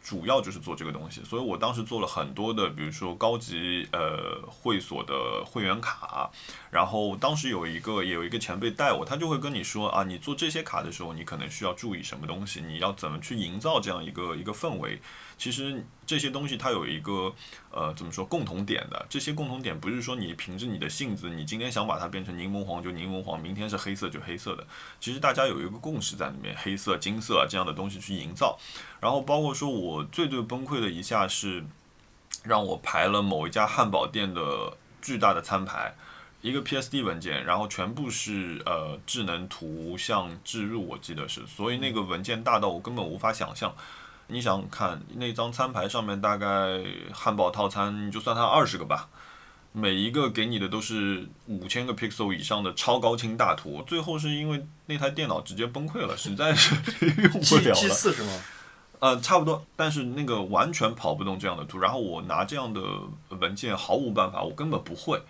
[SPEAKER 1] 主要就是做这个东西，所以我当时做了很多的，比如说高级呃会所的会员卡，然后当时有一个也有一个前辈带我，他就会跟你说啊，你做这些卡的时候，你可能需要注意什么东西，你要怎么去营造这样一个一个氛围。其实这些东西它有一个呃怎么说共同点的，这些共同点不是说你凭着你的性子，你今天想把它变成柠檬黄就柠檬黄，明天是黑色就黑色的。其实大家有一个共识在里面，黑色、金色啊这样的东西去营造。然后包括说我最最崩溃的一下是，让我排了某一家汉堡店的巨大的餐牌。一个 PSD 文件，然后全部是呃智能图像置入，我记得是，所以那个文件大到我根本无法想象。你想想看，那张餐牌上面大概汉堡套餐，你就算它二十个吧，每一个给你的都是五千个 pixel 以上的超高清大图。最后是因为那台电脑直接崩溃了，实在是 用不
[SPEAKER 3] 祭
[SPEAKER 1] 了
[SPEAKER 3] 祭
[SPEAKER 1] 了。
[SPEAKER 3] 祀是吗？
[SPEAKER 1] 呃，差不多，但是那个完全跑不动这样的图，然后我拿这样的文件毫无办法，我根本不会。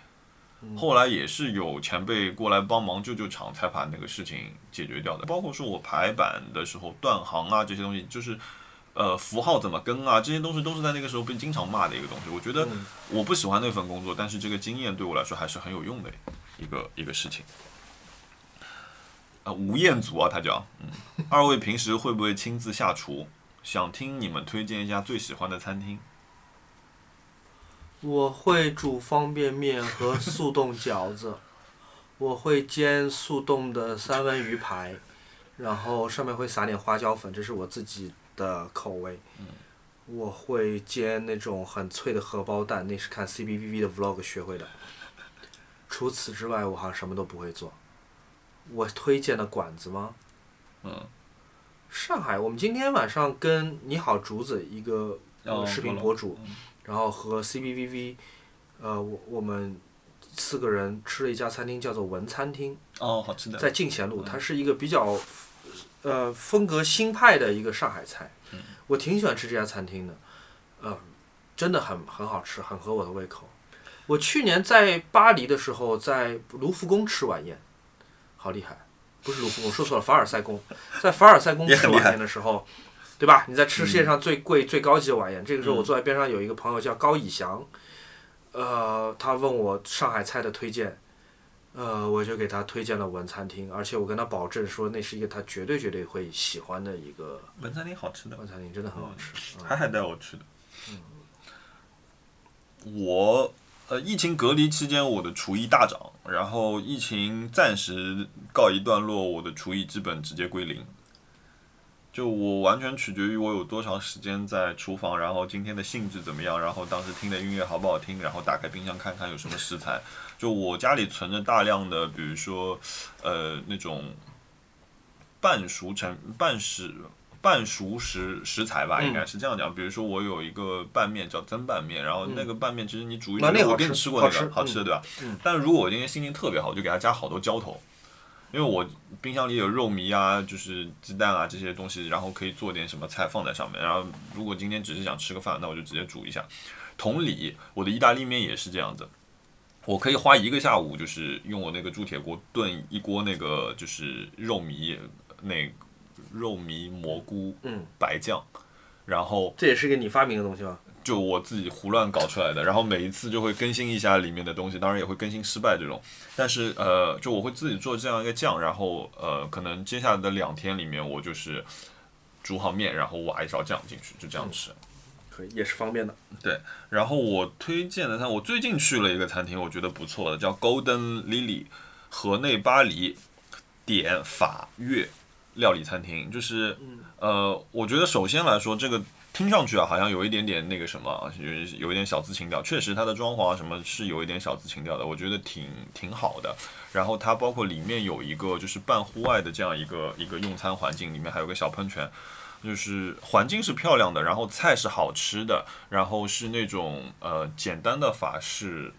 [SPEAKER 1] 后来也是有前辈过来帮忙救救场，才把那个事情解决掉的。包括说我排版的时候断行啊这些东西，就是呃符号怎么跟啊这些东西都是在那个时候被经常骂的一个东西。我觉得我不喜欢那份工作，但是这个经验对我来说还是很有用的一个一个事情。啊，吴彦祖啊，他叫，嗯， 二位平时会不会亲自下厨？想听你们推荐一下最喜欢的餐厅。
[SPEAKER 3] 我会煮方便面和速冻饺子， 我会煎速冻的三文鱼排，然后上面会撒点花椒粉，这是我自己的口味。我会煎那种很脆的荷包蛋，那是看 C B B B 的 vlog 学会的。除此之外，我好像什么都不会做。我推荐的馆子吗？
[SPEAKER 1] 嗯，
[SPEAKER 3] 上海，我们今天晚上跟你好竹子一个呃
[SPEAKER 1] 哦
[SPEAKER 3] 视频
[SPEAKER 1] 我
[SPEAKER 3] 博主，然后和 CBVV，呃，我我们四个人吃了一家餐厅，叫做文餐厅，
[SPEAKER 1] 哦，好吃的。
[SPEAKER 3] 在进贤路，它是一个比较呃风格新派的一个上海菜，
[SPEAKER 1] 嗯
[SPEAKER 3] 我挺喜欢吃这家餐厅的，呃，真的很很好吃，很合我的胃口。我去年在巴黎的时候，在卢浮宫吃晚宴，好厉害！不是卢浮宫，说错了，凡尔赛宫，在凡尔赛宫
[SPEAKER 1] 也
[SPEAKER 3] 吃
[SPEAKER 1] 很厉
[SPEAKER 3] 晚
[SPEAKER 1] 害
[SPEAKER 3] 宴的时候，对吧？你在吃世界上最贵、最高级的晚宴。这个时候，我坐在边上有一个朋友叫高以翔，呃，他问我上海菜的推荐，呃，我就给他推荐了文餐厅，而且我跟他保证说那是一个他绝对绝对会喜欢的一个
[SPEAKER 1] 文餐厅好吃的，
[SPEAKER 3] 文餐厅，真的很好吃。嗯
[SPEAKER 1] 海海带我去的。我呃，疫情隔离期间我的厨艺大涨，然后疫情暂时告一段落，我的厨艺基本直接归零。就我完全取决于我有多长时间在厨房，然后今天的兴致怎么样，然后当时听的音乐好不好听，然后打开冰箱看看有什么食材。就我家里存着大量的，比如说，呃，那种半熟成半食半熟食食材吧，应该是这样讲。比如说我有一个拌面叫焖拌面，然后那个拌面其实你煮一
[SPEAKER 3] 那
[SPEAKER 1] 煮，
[SPEAKER 3] 那个好
[SPEAKER 1] 我给你
[SPEAKER 3] 吃
[SPEAKER 1] 吃过
[SPEAKER 3] 好
[SPEAKER 1] 那个
[SPEAKER 3] 吃嗯
[SPEAKER 1] 好吃的，对吧？但如果我今天心情特别好，我就给它加好多浇头，因为我冰箱里有肉糜啊，就是鸡蛋啊这些东西，然后可以做点什么菜放在上面。然后如果今天只是想吃个饭，那我就直接煮一下。同理，我的意大利面也是这样子。我可以花一个下午，就是用我那个铸铁锅炖一锅那个就是肉糜那肉糜蘑菇
[SPEAKER 3] 嗯
[SPEAKER 1] 白酱，然后
[SPEAKER 3] 这也是个你发明的东西吗？
[SPEAKER 1] 就我自己胡乱搞出来的，然后每一次就会更新一下里面的东西，当然也会更新失败这种。但是呃，就我会自己做这样一个酱，然后呃，可能接下来的两天里面，我就是煮好面，然后挖一勺酱进去，就这样吃。
[SPEAKER 3] 可以，也是方便的。
[SPEAKER 1] 然后我推荐的餐，我最近去了一个餐厅，我觉得不错的，叫 Golden Lily，河内巴黎点法粤料理餐厅。就是呃，我觉得首先来说，这个听上去啊，好像有一点点那个什么，有有一点小资情调。确实，它的装潢啊什么是有一点小资情调的，我觉得挺挺好的。然后它包括里面有一个就是半户外的这样一个一个用餐环境，里面还有个小喷泉，就是环境是漂亮的，然后菜是好吃的，然后是那种呃简单的法式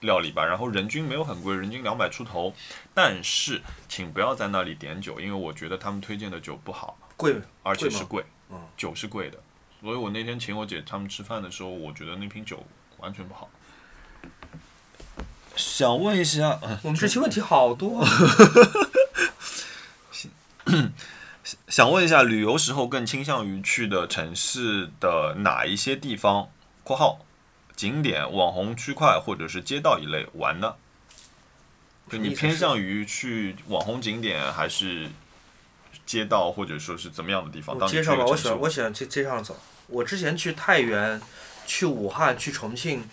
[SPEAKER 1] 料理吧，然后人均没有很贵，人均两百出头。但是请不要在那里点酒，因为我觉得他们推荐的酒不好，
[SPEAKER 3] 贵吗，
[SPEAKER 1] 而且
[SPEAKER 3] 贵吗
[SPEAKER 1] 是贵，
[SPEAKER 3] 嗯
[SPEAKER 1] 酒是贵的。所以我那天请我姐他们吃饭的时候，我觉得那瓶酒完全不好。想问一下，
[SPEAKER 3] 我们这期问题好多、啊。
[SPEAKER 1] 想问一下，旅游时候更倾向于去的城市的哪一些地方（括号景点、网红区块或者是街道一类）玩呢？就你偏向于去网红景点，还是街道，或者说是怎么样的地方？
[SPEAKER 3] 我
[SPEAKER 1] 当你
[SPEAKER 3] 街
[SPEAKER 1] 去
[SPEAKER 3] 哦上
[SPEAKER 1] 一
[SPEAKER 3] 吧，
[SPEAKER 1] 个
[SPEAKER 3] 我
[SPEAKER 1] 城
[SPEAKER 3] 喜
[SPEAKER 1] 市
[SPEAKER 3] 欢我喜欢去街上走。我之前去太原、去武汉、去重庆，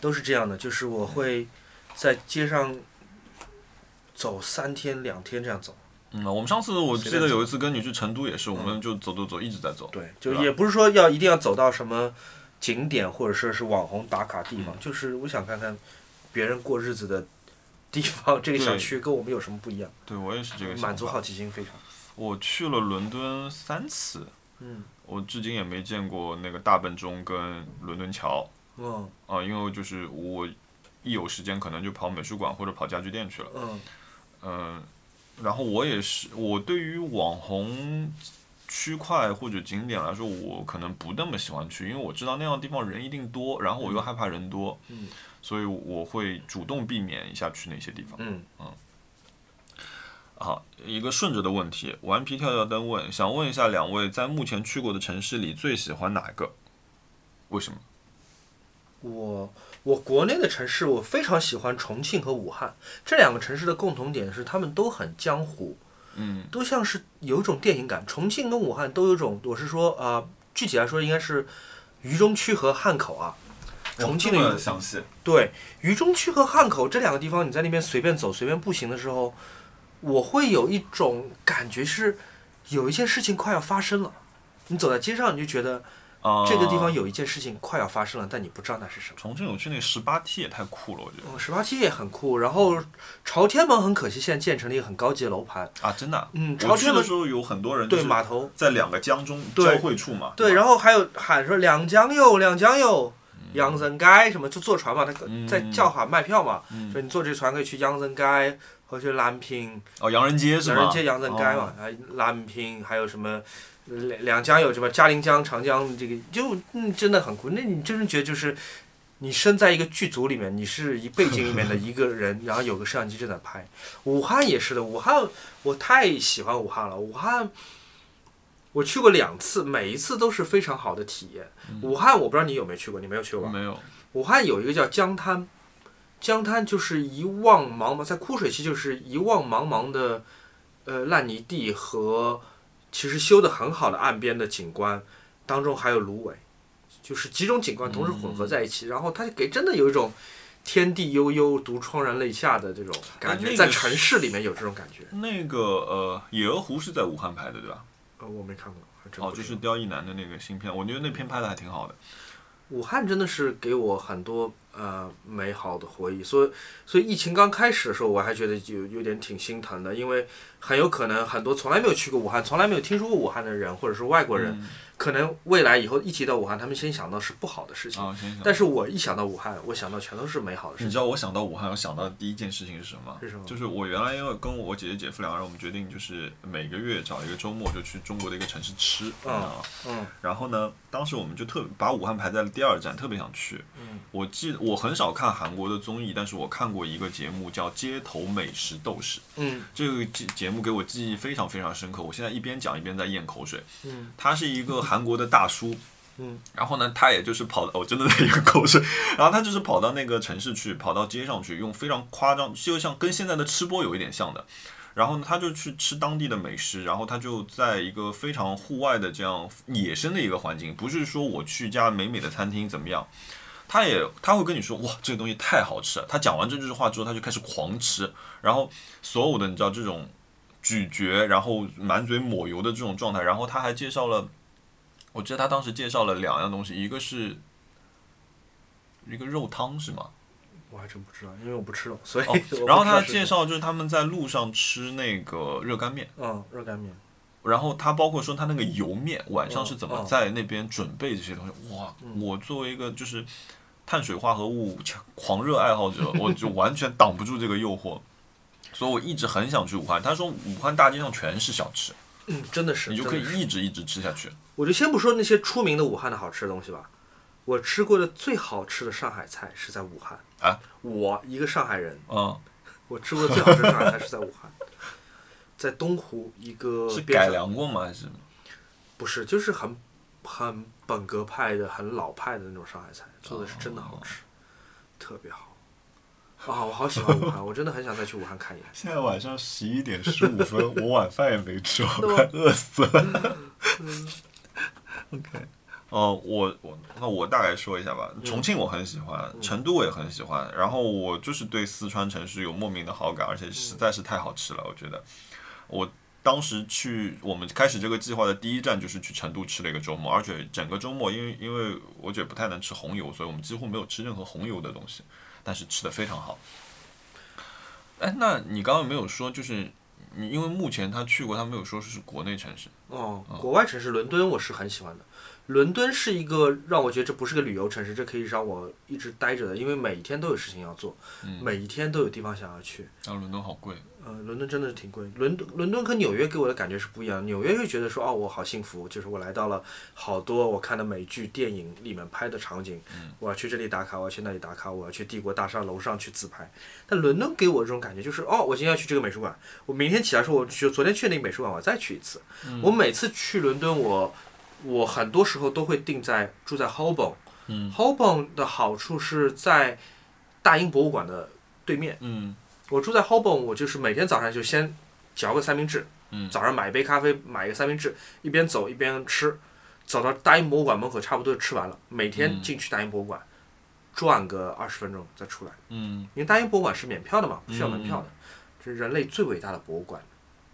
[SPEAKER 3] 都是这样的，就是我会在街上走三天两天这样走。
[SPEAKER 1] 嗯，我们上次我记
[SPEAKER 3] 随
[SPEAKER 1] 得
[SPEAKER 3] 便走
[SPEAKER 1] 有一次跟你去成都也是，我们就走走走，一直在走。
[SPEAKER 3] 嗯对，就
[SPEAKER 1] 对吧
[SPEAKER 3] 也不是说要一定要走到什么景点或者说是网红打卡地方，
[SPEAKER 1] 嗯
[SPEAKER 3] 就是我想看看别人过日子的地方，这个小
[SPEAKER 1] 对
[SPEAKER 3] 区跟我们有什么不一样，
[SPEAKER 1] 对，我也是这个想法
[SPEAKER 3] 满足好奇心非常。
[SPEAKER 1] 我去了伦敦三次，
[SPEAKER 3] 嗯，
[SPEAKER 1] 我至今也没见过那个大笨钟跟伦敦桥。
[SPEAKER 3] 嗯
[SPEAKER 1] 啊、因为就是我一有时间可能就跑美术馆或者跑家具店去了，
[SPEAKER 3] 嗯，
[SPEAKER 1] 嗯，然后我也是，我对于网红区块或者景点来说，我可能不那么喜欢去，因为我知道那样的地方人一定多，然后我又害怕人多，
[SPEAKER 3] 嗯
[SPEAKER 1] 所以我会主动避免一下去那些地方。
[SPEAKER 3] 嗯，
[SPEAKER 1] 好，一个顺着的问题，顽皮跳跳灯问，想问一下两位在目前去过的城市里最喜欢哪个？为什么？
[SPEAKER 3] 我我国内的城市，我非常喜欢重庆和武汉这两个城市的共同点是，他们都很江湖，
[SPEAKER 1] 嗯
[SPEAKER 3] 都像是有一种电影感。重庆跟武汉都有一种，我是说啊、呃具体来说应该是渝中区和汉口啊。
[SPEAKER 1] 哦
[SPEAKER 3] 重庆的渝
[SPEAKER 1] 详细，
[SPEAKER 3] 对，渝中区和汉口这两个地方，你在那边随便走、随便步行的时候，我会有一种感觉是，有一件事情快要发生了。你走在街上，你就觉得
[SPEAKER 1] 啊、
[SPEAKER 3] 这个地方有一件事情快要发生了，但你不知道那是什么。
[SPEAKER 1] 重庆有去那十八梯也太酷了，我觉得
[SPEAKER 3] 嗯，十八梯也很酷，然后朝天门很可惜，现在建成了一个很高级的楼盘。
[SPEAKER 1] 啊，真的啊、
[SPEAKER 3] 嗯，朝
[SPEAKER 1] 我去
[SPEAKER 3] 天
[SPEAKER 1] 的
[SPEAKER 3] 门
[SPEAKER 1] 时候有很多人就
[SPEAKER 3] 对
[SPEAKER 1] 是
[SPEAKER 3] 码头，
[SPEAKER 1] 在两个江中
[SPEAKER 3] 对
[SPEAKER 1] 交汇处嘛，
[SPEAKER 3] 对，
[SPEAKER 1] 吧
[SPEAKER 3] 然后还有喊说两江哟，两江哟，扬增街什么，就坐船嘛，他在叫喊卖票嘛，说你坐这船可以去扬增街和去兰坪，
[SPEAKER 1] 哦，洋人街是哦
[SPEAKER 3] 两
[SPEAKER 1] 吗？
[SPEAKER 3] 人街扬增街嘛，还兰坪，还有什么两两江有什么嘉陵江、长江，这个就嗯真的很酷。那你真是觉得就是你身在一个剧组里面，你是一背景里面的一个人，然后有个摄像机正在拍。武汉也是的，武汉我太喜欢武汉了，武汉。我去过两次，每一次都是非常好的体验。武汉我不知道你有没有去过，你没有去过吧
[SPEAKER 1] 哦，？没有，
[SPEAKER 3] 武汉有一个叫江滩，江滩就是一望茫茫，在枯水期就是一望茫茫的，呃，烂泥地和其实修得很好的岸边的景观，当中还有芦苇，就是几种景观同时混合在一
[SPEAKER 1] 嗯
[SPEAKER 3] 起，然后它给真的有一种天地悠悠独怆然泪下的这种感觉，
[SPEAKER 1] 哎那个
[SPEAKER 3] 在
[SPEAKER 1] 是
[SPEAKER 3] 城市里面有这种感觉。
[SPEAKER 1] 那个呃，野鹅湖是在武汉拍的对吧？
[SPEAKER 3] 呃，我没看过，还真
[SPEAKER 1] 哦，
[SPEAKER 3] 不
[SPEAKER 1] 就
[SPEAKER 3] 知道
[SPEAKER 1] 是刁亦男的那个新片，我觉得那片拍的还挺好的。
[SPEAKER 3] 武汉真的是给我很多呃美好的回忆，所以所以疫情刚开始的时候，我还觉得有有点挺心疼的，因为很有可能很多从来没有去过武汉、从来没有听说过武汉的人，或者是外国人，
[SPEAKER 1] 嗯
[SPEAKER 3] 可能未来以后一提到武汉，他们先想到是不好的事情。
[SPEAKER 1] 啊，先想，
[SPEAKER 3] 但是我一想到武汉，我想到全都是美好的事
[SPEAKER 1] 你
[SPEAKER 3] 情。
[SPEAKER 1] 知道我想到武汉，我想到的第一件事情是什么？
[SPEAKER 3] 是什么
[SPEAKER 1] 嗯就是我原来因为跟我姐姐姐夫两个人，我们决定就是每个月找一个周末就去中国的一个城市吃，啊你知道吗
[SPEAKER 3] 嗯，
[SPEAKER 1] 然后呢，当时我们就特把武汉排在了第二站，特别想去。
[SPEAKER 3] 嗯
[SPEAKER 1] 我记得我很少看韩国的综艺，但是我看过一个节目叫《街头美食斗士》，
[SPEAKER 3] 嗯
[SPEAKER 1] 这个节节目给我记忆非常非常深刻，我现在一边讲一边在咽口水。
[SPEAKER 3] 嗯，
[SPEAKER 1] 他是一个韩国的大叔，
[SPEAKER 3] 嗯，
[SPEAKER 1] 然后呢，他也就是跑到，我、真的在咽口水，然后他就是跑到那个城市去，跑到街上去，用非常夸张，就像跟现在的吃播有一点像的。然后呢，他就去吃当地的美食，然后他就在一个非常户外的这样野生的一个环境，不是说我去一家美美的餐厅怎么样，他也他会跟你说哇，这个东西太好吃了。他讲完这句话之后，他就开始狂吃，然后所有的你知道这种咀嚼，然后满嘴抹油的这种状态，然后他还介绍了，我记得他当时介绍了两样东西，一个是一个肉汤是吗？
[SPEAKER 3] 我还真不知道，因为我不吃肉，所以、
[SPEAKER 1] 哦
[SPEAKER 3] 哎我不知道是什么
[SPEAKER 1] 然后他介，绍就是他们在路上吃那个热干面。
[SPEAKER 3] 嗯，热干面，
[SPEAKER 1] 然后他包括说他那个油面晚上是怎么
[SPEAKER 3] 嗯嗯嗯
[SPEAKER 1] 在那边准备这些东西，哇！我作为一个就是碳水化合物强狂热爱好者，我就完全挡不住这个诱惑，所以我一直很想去武汉。他说武汉大街上全是小吃，
[SPEAKER 3] 嗯，真的是，
[SPEAKER 1] 你就
[SPEAKER 3] 真
[SPEAKER 1] 可
[SPEAKER 3] 的
[SPEAKER 1] 以一直一直吃下去。
[SPEAKER 3] 我就先不说那些出名的武汉的好吃的东西吧，我吃过的最好吃的上海菜是在武汉
[SPEAKER 1] 啊。
[SPEAKER 3] 我一个上海人，
[SPEAKER 1] 嗯，
[SPEAKER 3] 我吃过的最好吃的上海菜是在武汉， 在东湖一个
[SPEAKER 1] 嗯是
[SPEAKER 3] 边
[SPEAKER 1] 改
[SPEAKER 3] 上，
[SPEAKER 1] 良过吗？还是
[SPEAKER 3] 不是，就是很很本格派的、很老派的那种上海菜，做的是真的好
[SPEAKER 1] 哦
[SPEAKER 3] 吃，特别好。啊，我好喜欢武汉，我真的很想再去武汉看一眼。
[SPEAKER 1] 现在晚上十一点十五分，我晚饭也没吃，我
[SPEAKER 3] 快
[SPEAKER 1] 饿死了。OK，呃，我我那我大概说一下吧。重庆我很喜欢，成都我也很喜欢，然后我就是对四川城市有莫名的好感，而且实在是太好吃了，我觉得。我当时去我们开始这个计划的第一站就是去成都吃了一个周末，而且整个周末因为因为我姐不太能吃红油，所以我们几乎没有吃任何红油的东西，但是吃的非常好。哎，那你刚刚没有说，就是你因为目前他去过，他没有说是国内城市。
[SPEAKER 3] 哦，国外城市伦敦我是很喜欢的。伦敦是一个让我觉得这不是个旅游城市，这可以让我一直待着的，因为每一天都有事情要做，每一天都有地方想要去。
[SPEAKER 1] 然后伦敦好贵，
[SPEAKER 3] 呃，伦敦真的是挺贵。伦敦伦敦跟纽约给我的感觉是不一样的。纽约会觉得说，哦，我好幸福，就是我来到了好多我看的美剧、电影里面拍的场景，我要去这里打卡，我要去那里打卡，我要去帝国大厦楼上去自拍。但伦敦给我这种感觉就是，哦，我今天要去这个美术馆，我明天起来说，我就昨天去那个美术馆，我再去一次。我每次去伦敦，我我很多时候都会定在住在 Holborn。
[SPEAKER 1] 嗯
[SPEAKER 3] Holborn 的好处是在大英博物馆的对面。
[SPEAKER 1] 嗯
[SPEAKER 3] 我住在 Holborn，我就是每天早上就先嚼个三明治，
[SPEAKER 1] 嗯
[SPEAKER 3] 早上买一杯咖啡，买一个三明治，一边走一边吃，走到大英博物馆门口，差不多就吃完了。每天
[SPEAKER 1] 嗯
[SPEAKER 3] 进去大英博物馆，转个二十分钟再出来，
[SPEAKER 1] 嗯，
[SPEAKER 3] 因为大英博物馆是免票的嘛，不需要门票的
[SPEAKER 1] 嗯，
[SPEAKER 3] 这是人类最伟大的博物馆，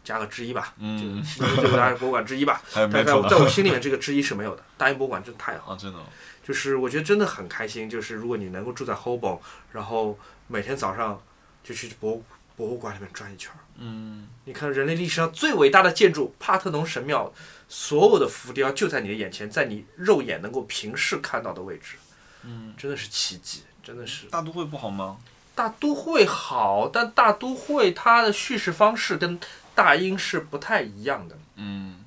[SPEAKER 3] 加个之一吧，
[SPEAKER 1] 嗯。
[SPEAKER 3] 就是人类最伟大的博物馆之一吧
[SPEAKER 1] 还有
[SPEAKER 3] 但
[SPEAKER 1] 没
[SPEAKER 3] 在我
[SPEAKER 1] 错
[SPEAKER 3] 在
[SPEAKER 1] 的
[SPEAKER 3] 我心里面，这个之一是没有的。大英博物馆真的太好了。
[SPEAKER 1] 啊，真的哦，
[SPEAKER 3] 就是我觉得真的很开心，就是如果你能够住在 Hobo，然后每天早上就去博物博物馆里面转一圈儿。
[SPEAKER 1] 嗯
[SPEAKER 3] 你看人类历史上最伟大的建筑帕特农神庙，所有的浮雕就在你的眼前，在你肉眼能够平视看到的位置，
[SPEAKER 1] 嗯，
[SPEAKER 3] 真的是奇迹，真的是。
[SPEAKER 1] 大都会不好吗？
[SPEAKER 3] 大都会好，但大都会它的叙事方式跟大英是不太一样的。
[SPEAKER 1] 嗯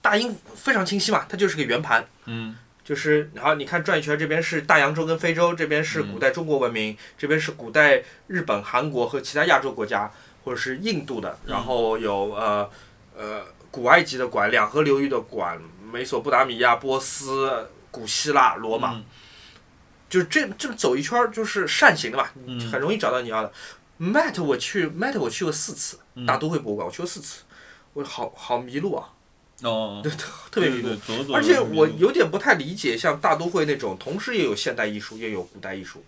[SPEAKER 3] 大英非常清晰嘛，它就是个圆盘，
[SPEAKER 1] 嗯
[SPEAKER 3] 就是好，你看转一圈，这边是大洋洲跟非洲，这边
[SPEAKER 1] 嗯
[SPEAKER 3] 是古代中国文明，这边是古代日本、韩国和其他亚洲国家，或者是印度的，然后有呃呃古埃及的馆、两河流域的馆、美索不达米亚、波斯、古希腊、罗马，
[SPEAKER 1] 嗯
[SPEAKER 3] 就是这这么走一圈儿就是扇形的嘛，
[SPEAKER 1] 嗯
[SPEAKER 3] 很容易找到你要的。Met 我去 Met 我去过四次，
[SPEAKER 1] 嗯
[SPEAKER 3] 大都会博物馆我去过四次，我好好迷路啊，
[SPEAKER 1] 哦，
[SPEAKER 3] 特别迷
[SPEAKER 1] 对
[SPEAKER 3] 路。
[SPEAKER 1] 对，走着走着
[SPEAKER 3] 而且
[SPEAKER 1] 就迷
[SPEAKER 3] 我
[SPEAKER 1] 路
[SPEAKER 3] 有点不太理解，像大都会那种，同时也有现代艺术，也有古代艺术，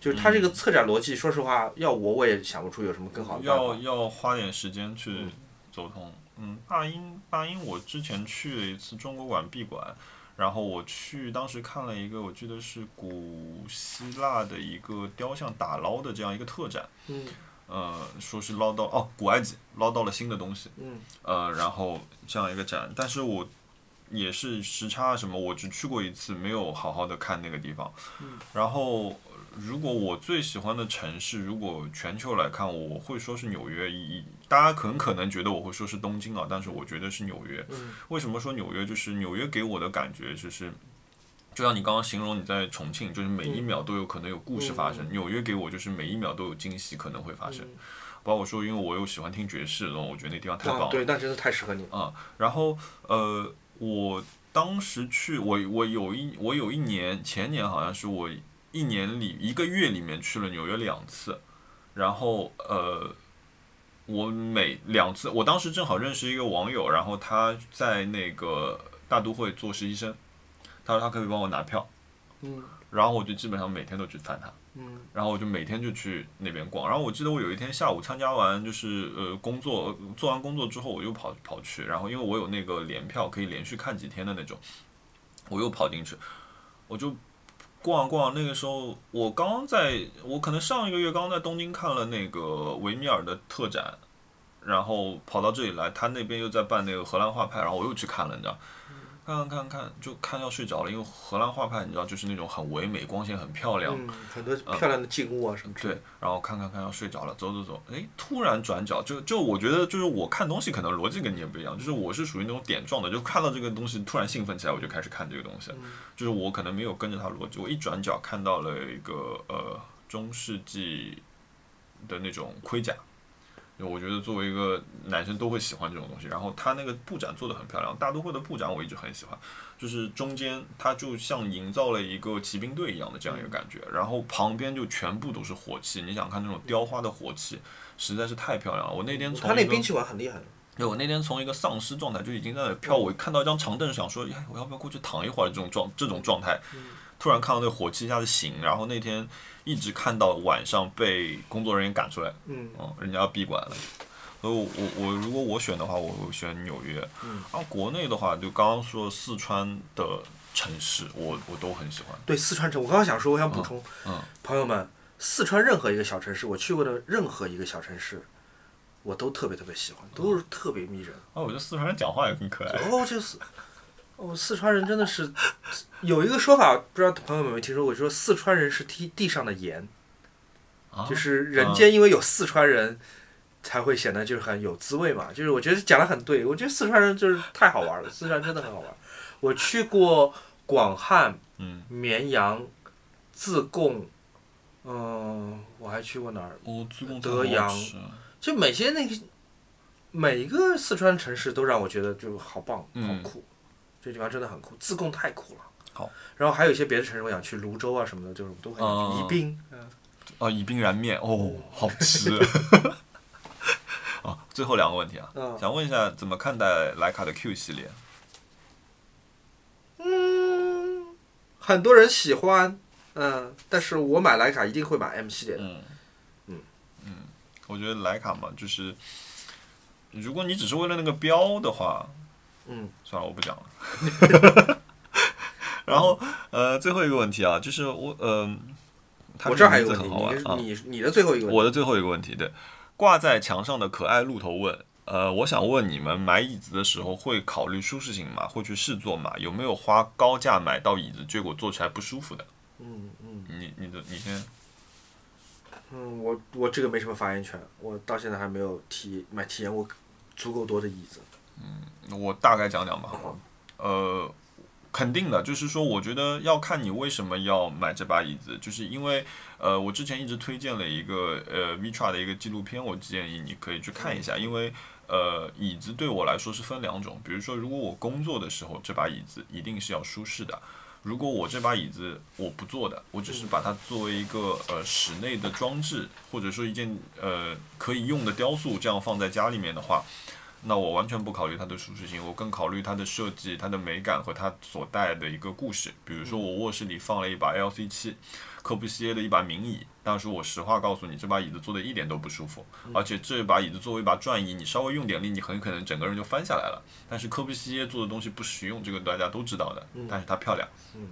[SPEAKER 3] 就是它
[SPEAKER 1] 嗯
[SPEAKER 3] 这个策展逻辑，说实话，要我我也想不出有什么更好的办
[SPEAKER 1] 要
[SPEAKER 3] 法。
[SPEAKER 1] 要花点时间去走通。嗯，大英大英，我之前去了一次中国馆闭馆，然后我去当时看了一个，我记得是古希腊的一个雕像打捞的这样一个特展，
[SPEAKER 3] 嗯
[SPEAKER 1] 呃，说是捞到哦，古埃及捞到了新的东西，
[SPEAKER 3] 嗯
[SPEAKER 1] 呃，然后这样一个展，但是我也是时差什么，我只去过一次，没有好好的看那个地方。然后，如果我最喜欢的城市，如果全球来看，我会说是纽约。一大家很可能觉得我会说是东京啊，但是我觉得是纽约。
[SPEAKER 3] 嗯
[SPEAKER 1] 为什么说纽约？就是纽约给我的感觉就是。就像你刚刚形容你在重庆，就是每一秒都有可能有故事发生。纽约给我就是每一秒都有惊喜可能会发生。包括说，因为我又喜欢听爵士，然后我觉得那地方太棒
[SPEAKER 3] 啊
[SPEAKER 1] 了，。
[SPEAKER 3] 对，那真的太适合你了。
[SPEAKER 1] 啊、然后呃，我当时去，我我有一我有一年前年好像是我一年里一个月里面去了纽约两次，然后呃，我每两次，我当时正好认识一个网友，然后他在那个大都会做实习生，他说他可以帮我拿票，
[SPEAKER 2] 嗯
[SPEAKER 1] 然后我就基本上每天都去翻他。
[SPEAKER 2] 嗯
[SPEAKER 1] 然后我就每天就去那边逛。然后我记得我有一天下午参加完就是呃工作呃做完工作之后，我又跑跑去，然后因为我有那个联票可以连续看几天的那种，我又跑进去，我就逛啊逛。那个时候我刚在，我可能上一个月刚在东京看了那个维米尔的特展。然后跑到这里来，他那边又在办那个荷兰画派，然后我又去看了，你知道，看看看看，就看要睡着了，因为荷兰画派你知道就是那种很唯美，光线很漂亮，
[SPEAKER 3] 嗯，很多漂亮的静物啊什么之类
[SPEAKER 1] 对
[SPEAKER 3] 的。，
[SPEAKER 1] 然后看看看要睡着了，走走走，哎，突然转角，就就我觉得就是我看东西可能逻辑跟你也不一样，就是我是属于那种点状的，就看到这个东西突然兴奋起来，我就开始看这个东西，就是我可能没有跟着它逻辑，我一转角看到了一个呃中世纪的那种盔甲。我觉得作为一个男生都会喜欢这种东西，然后它那个布展做的很漂亮，大都会的布展我一直很喜欢，就是中间它就像营造了一个骑兵队一样的这
[SPEAKER 3] 嗯
[SPEAKER 1] 样一个感觉，然后旁边就全部都是火器，你想看那种雕花的火器，实在是太漂亮了。我那天从
[SPEAKER 3] 嗯他
[SPEAKER 1] 一
[SPEAKER 3] 那
[SPEAKER 1] 个
[SPEAKER 3] 兵器玩很厉害的，
[SPEAKER 1] 对，我那天从一个丧尸状态就已经在那飘，我看到一张长凳，想说，哎，我要不要过去躺一会儿？这种状这种状态，
[SPEAKER 3] 嗯
[SPEAKER 1] 突然看到那火气一下子醒，然后那天一直看到晚上被工作人员赶出来，
[SPEAKER 3] 嗯，
[SPEAKER 1] 嗯，人家要闭馆了。所以我，我我如果我选的话，我会选纽约。
[SPEAKER 3] 嗯，
[SPEAKER 1] 然后国内的话，就刚刚说四川的城市，我我都很喜欢。
[SPEAKER 3] 对四川城，我刚刚想说，我想补充，
[SPEAKER 1] 嗯
[SPEAKER 3] 朋友们，四川任何一个小城市，我去过的任何一个小城市，我都特别特别喜欢，都是特别迷人。
[SPEAKER 1] 啊，我觉得四川人讲话也很可爱。
[SPEAKER 3] 哦，就是，哦，四川人真的是有一个说法，不知道朋友们有没有听说过，说四川人是地地上的盐，
[SPEAKER 1] 啊，
[SPEAKER 3] 就是人间因为有四川人，才会显得就是很有滋味嘛。就是我觉得讲的很对，我觉得四川人就是太好玩了，四川真的很好玩。我去过广汉、
[SPEAKER 1] 嗯，
[SPEAKER 3] 绵阳、自贡，嗯、我还去过哪儿？
[SPEAKER 1] 我自贡
[SPEAKER 3] 德阳
[SPEAKER 1] 啊
[SPEAKER 3] 就每些那个每一个四川城市都让我觉得就好棒、
[SPEAKER 1] 嗯
[SPEAKER 3] 好酷，这地方真的很酷，自贡太酷了。
[SPEAKER 1] 好，
[SPEAKER 3] 然后还有一些别的城市，我想去泸州啊什么的，就是都很有趣
[SPEAKER 1] 嗯
[SPEAKER 3] 宜宾，
[SPEAKER 1] 啊，以冰燃面，哦，好 吃。啊，最后两个问题啊，
[SPEAKER 3] 嗯
[SPEAKER 1] 想问一下怎么看待徕卡的 Q 系列？
[SPEAKER 3] 嗯，很多人喜欢，嗯，但是我买徕卡一定会买 M 系列的，
[SPEAKER 1] 嗯
[SPEAKER 3] 嗯
[SPEAKER 1] 嗯，我觉得徕卡嘛，就是如果你只是为了那个标的话，
[SPEAKER 3] 嗯，
[SPEAKER 1] 算了，我不讲了。 然后呃，最后一个问题啊，就是我嗯、它
[SPEAKER 3] 我这儿还有
[SPEAKER 1] 个
[SPEAKER 3] 个
[SPEAKER 1] 名字很好玩
[SPEAKER 3] 问题，
[SPEAKER 1] 啊，
[SPEAKER 3] 你你你的最后一个问题，
[SPEAKER 1] 我的最后一个问题，对，挂在墙上的可爱鹿头问，呃，我想问你们买椅子的时候会考虑舒适性吗？会去试坐吗？有没有花高价买到椅子，结果坐起来不舒服的？
[SPEAKER 3] 嗯嗯
[SPEAKER 1] 你、你的、你先，
[SPEAKER 3] 嗯，我我这个没什么发言权，我到现在还没有体买体验过足够多的椅子，
[SPEAKER 1] 我大概讲讲吧。呃，肯定的，就是说，我觉得要看你为什么要买这把椅子，就是因为呃，我之前一直推荐了一个呃 Vitra 的一个纪录片，我建议你可以去看一下，因为呃，椅子对我来说是分两种，比如说，如果我工作的时候，这把椅子一定是要舒适的。如果我这把椅子我不坐的，我只是把它作为一个呃室内的装置，或者说一件呃可以用的雕塑，这样放在家里面的话，那我完全不考虑它的舒适性，我更考虑它的设计、它的美感和它所带的一个故事。比如说，我卧室里放了一把 LC 七，柯布西耶的一把名椅，但是我实话告诉你，这把椅子坐的一点都不舒服，而且这把椅子作为一把转椅，你稍微用点力，你很可能整个人就翻下来了。但是柯布西耶做的东西不实用，这个大家都知道的，但是它漂亮。
[SPEAKER 3] 嗯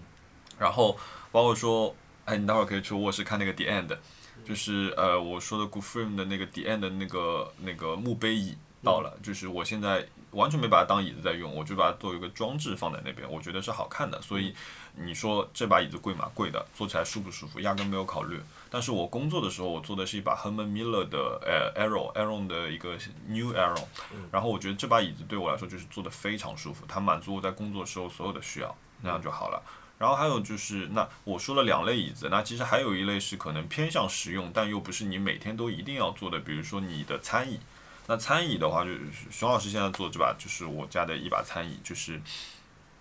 [SPEAKER 1] 然后包括说，哎，你待会儿可以去卧室看那个 The End，就是呃我说的 Good Frame 的那个 The End 的那个那个墓碑椅到了，就是我现在完全没把它当椅子在用，我就把它作为一个装置放在那边，我觉得是好看的。所以你说这把椅子贵吗？贵的，坐起来舒不舒服，压根没有考虑。但是我工作的时候，我坐的是一把 Herman Miller 的呃 Arrow Arrow 的一个 New Arrow，然后我觉得这把椅子对我来说就是坐的非常舒服，它满足我在工作时候所有的需要，那样就好了。然后还有就是，那我说了两类椅子，那其实还有一类是可能偏向实用，但又不是你每天都一定要坐的，比如说你的餐椅。那餐椅的话，就是熊老师现在坐这把，就是我家的一把餐椅，就是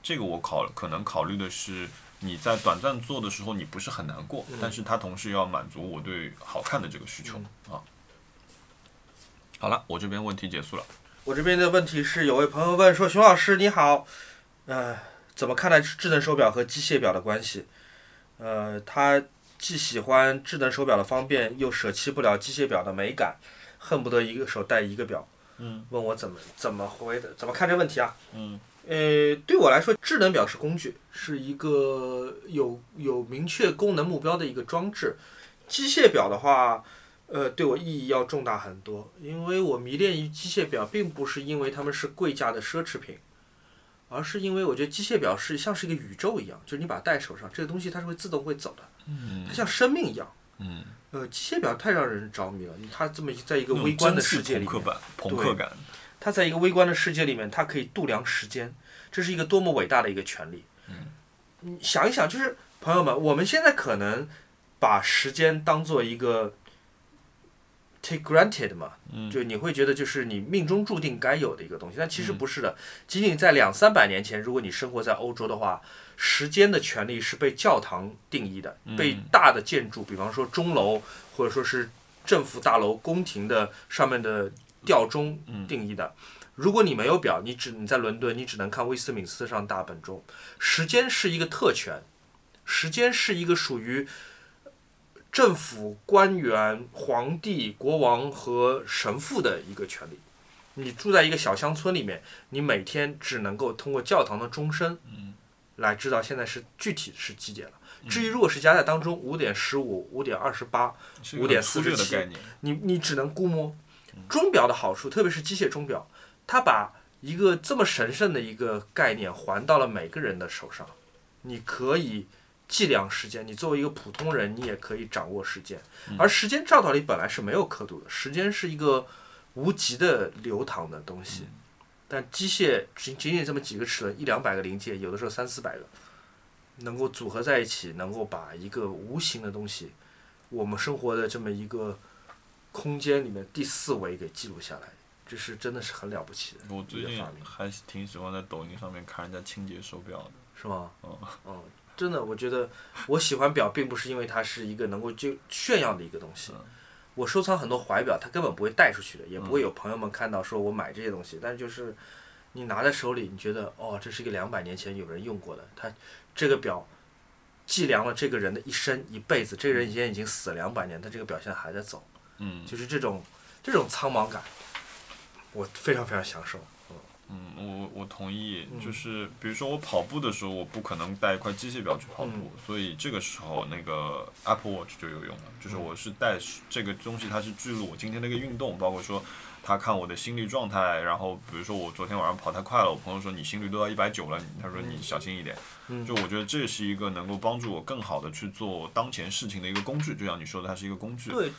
[SPEAKER 1] 这个我考可能考虑的是，你在短暂坐的时候你不是很难过，
[SPEAKER 3] 嗯
[SPEAKER 1] 但是它同时要满足我对好看的这个需求、
[SPEAKER 3] 嗯
[SPEAKER 1] 啊。好了，我这边问题结束了。
[SPEAKER 3] 我这边的问题是，有位朋友问说：“熊老师你好，呃，怎么看待智能手表和机械表的关系？呃，他既喜欢智能手表的方便，又舍弃不了机械表的美感，恨不得一个手戴一个表。”
[SPEAKER 1] 嗯，
[SPEAKER 3] 问我怎么怎么回的，怎么看这问题啊？
[SPEAKER 1] 嗯，
[SPEAKER 3] 呃，对我来说，智能表是工具，是一个有有明确功能目标的一个装置。机械表的话，呃，对我意义要重大很多，因为我迷恋于机械表，并不是因为它们是贵价的奢侈品，而是因为我觉得机械表是像是一个宇宙一样，就是你把它戴手上，这个东西它是会自动会走的，它像生命一样。
[SPEAKER 1] 嗯，
[SPEAKER 3] 呃，机械表太让人着迷了，它这么一在一
[SPEAKER 1] 一
[SPEAKER 3] 个微观的世界里
[SPEAKER 1] 朋克
[SPEAKER 3] 面，
[SPEAKER 1] 版，朋克感。
[SPEAKER 3] 它在一个微观的世界里面，它可以度量时间，这是一个多么伟大的一个权利。嗯，你想一想，就是朋友们，我们现在可能把时间当做一个 take granted 嘛，
[SPEAKER 1] 嗯
[SPEAKER 3] 就你会觉得就是你命中注定该有的一个东西，但其实不是的。仅仅在两三百年前，如果你生活在欧洲的话，时间的权利是被教堂定义的，被大的建筑，比方说钟楼或者说是政府大楼、宫廷的上面的吊钟定义的。如果你没有表，你只你在伦敦，你只能看威斯敏斯特上大本钟。时间是一个特权，时间是一个属于呃政府官员、皇帝、国王和神父的一个权利。你住在一个小乡村里面，你每天只能够通过教堂的钟声，来知道现在是具体是几点了。至于如果是加在当中，五点十五、五点二十八，
[SPEAKER 1] 是一个
[SPEAKER 3] 5.47
[SPEAKER 1] 粗略的概念，
[SPEAKER 3] 你你只能估摸。钟表的好处，特别是机械钟表，它把一个这么神圣的一个概念还到了每个人的手上。你可以计量时间，你作为一个普通人，你也可以掌握时间。而时间照道理本来是没有刻度的，时间是一个无极的流淌的东西。但机械仅仅仅这么几个齿轮，一两百个零件，有的时候三四百个，能够组合在一起，能够把一个无形的东西，我们生活的这么一个空间里面第四维给记录下来，这是真的是很了不起的
[SPEAKER 1] 我
[SPEAKER 3] 一
[SPEAKER 1] 最
[SPEAKER 3] 个
[SPEAKER 1] 近
[SPEAKER 3] 发明，
[SPEAKER 1] 还是挺喜欢在抖音上面看人家清洁手表的。
[SPEAKER 3] 是吗？
[SPEAKER 1] 嗯
[SPEAKER 3] 嗯，真的，我觉得我喜欢表，并不是因为它是一个能够就炫耀的一个东西
[SPEAKER 1] 嗯。
[SPEAKER 3] 我收藏很多怀表，它根本不会带出去的，也不会有朋友们看到说我买这些东西。但是就是你拿在手里，你觉得哦，这是一个两百年前有人用过的，它这个表计量了这个人的一生一辈子，这个人现在已经死了两百年，但这个表现在还在走，
[SPEAKER 1] 嗯
[SPEAKER 3] 就是这种这种苍茫感，我非常非常享受。
[SPEAKER 1] 嗯，我我同意，
[SPEAKER 3] 嗯
[SPEAKER 1] 就是比如说我跑步的时候，我不可能带一块机械表去跑步，
[SPEAKER 3] 嗯
[SPEAKER 1] 所以这个时候那个 Apple Watch 就有用了。
[SPEAKER 3] 嗯
[SPEAKER 1] 就是我是带这个东西，它是记录我今天的一个运动，包括说他看我的心率状态，然后比如说我昨天晚上跑太快了，我朋友说你心率都到一百九了，你他说你小心一点。
[SPEAKER 3] 嗯
[SPEAKER 1] 就我觉得这是一个能够帮助我更好的去做当前事情的一个工具，就像你说的，它是一个工具。
[SPEAKER 3] 对，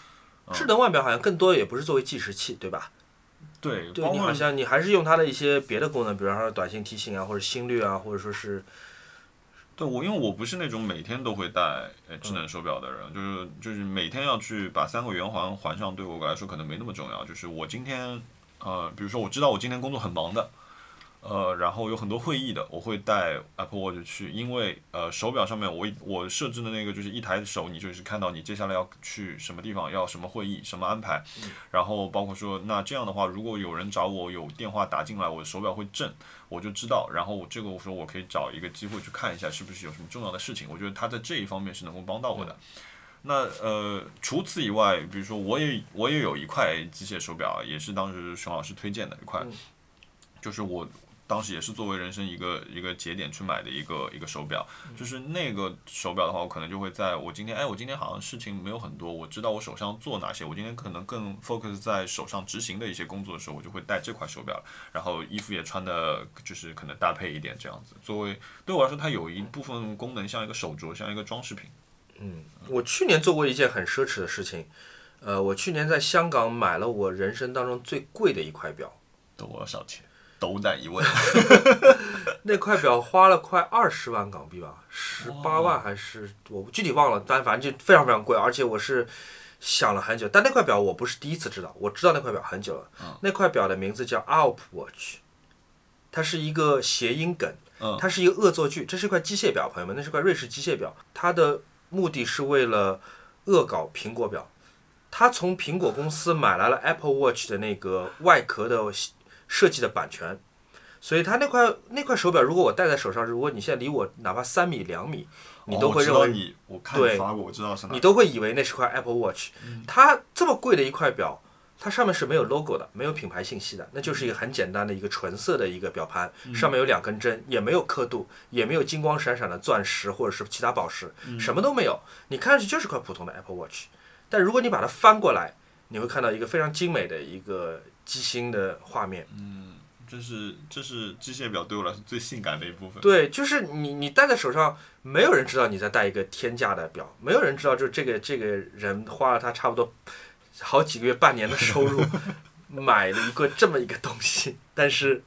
[SPEAKER 1] 嗯
[SPEAKER 3] 智能腕表好像更多也不是作为计时器，对吧？
[SPEAKER 1] 对，
[SPEAKER 3] 对
[SPEAKER 1] 包
[SPEAKER 3] 你
[SPEAKER 1] 括
[SPEAKER 3] 好像你还是用它的一些别的功能，比方说短信提醒啊，或者心率啊，或者说是
[SPEAKER 1] 对我，因为我不是那种每天都会戴呃智能手表的人，就是就是每天要去把三个圆环环上，对我来说可能没那么重要。就是我今天呃，比如说我知道我今天工作很忙的，呃，然后有很多会议的，我会带 Apple Watch 去，因为呃手表上面我我设置的那个就是一抬手，你就是看到你接下来要去什么地方，要什么会议，什么安排，然后包括说那这样的话，如果有人找我有电话打进来，我的手表会震，我就知道。然后我这个我说我可以找一个机会去看一下是不是有什么重要的事情，我觉得它在这一方面是能够帮到我的。那呃，除此以外，比如说我也我也有一块机械手表，也是当时熊老师推荐的一块，就是我当时也是作为人生一个一个节点去买的一个一个手表。就是那个手表的话，我可能就会在我今天，哎，我今天好像事情没有很多，我知道我手上做哪些，我今天可能更 focus 在手上执行的一些工作的时候，我就会戴这块手表，然后衣服也穿的就是可能搭配一点这样子。作为对我来说，它有一部分功能像一个手镯，像一个装饰品。
[SPEAKER 3] 我去年做过一件很奢侈的事情，呃，我去年在香港买了我人生当中最贵的一块表，
[SPEAKER 1] 对我要少钱，斗胆 一问，
[SPEAKER 3] 那块表花了快二十万港币吧，十八万还是我具体忘了，但反正就非常非常贵，而且我是想了很久。但那块表我不是第一次知道，我知道那块表很久了。
[SPEAKER 1] 嗯
[SPEAKER 3] 那块表的名字叫 Alp Watch，它是一个谐音梗，
[SPEAKER 1] 嗯
[SPEAKER 3] 它是一个恶作剧。这是一块机械表，朋友们，那是块瑞士机械表，它的目的是为了恶搞苹果表。他从苹果公司买来了 Apple Watch 的那个外壳的设计的版权，所以它那块那块手表，如果我戴在手上，如果你现在离我哪怕三米两米，你都
[SPEAKER 1] 哦
[SPEAKER 3] 会
[SPEAKER 1] 我知
[SPEAKER 3] 认
[SPEAKER 1] 道
[SPEAKER 3] 为、
[SPEAKER 1] 你，我看
[SPEAKER 3] 对
[SPEAKER 1] 你发过，我知道是哪
[SPEAKER 3] 你。都会以为那是块 Apple Watch。它这么贵的一块表，它上面是没有 logo 的，没有品牌信息的，那就是一个很简单的一个纯色的一个表盘，上面有两根针，也没有刻度，也没有金光闪闪的钻石或者是其他宝石，什么都没有，你看上去就是块普通的 Apple Watch。但如果你把它翻过来，你会看到一个非常精美的一个机芯的画面。
[SPEAKER 1] 这是这是机械表对我来说最性感的一部分。
[SPEAKER 3] 对，就是你你戴在手上，没有人知道你在戴一个天价的表，没有人知道就这个这个人花了他差不多好几个月、半年的收入买了一个这么一个东西，但是。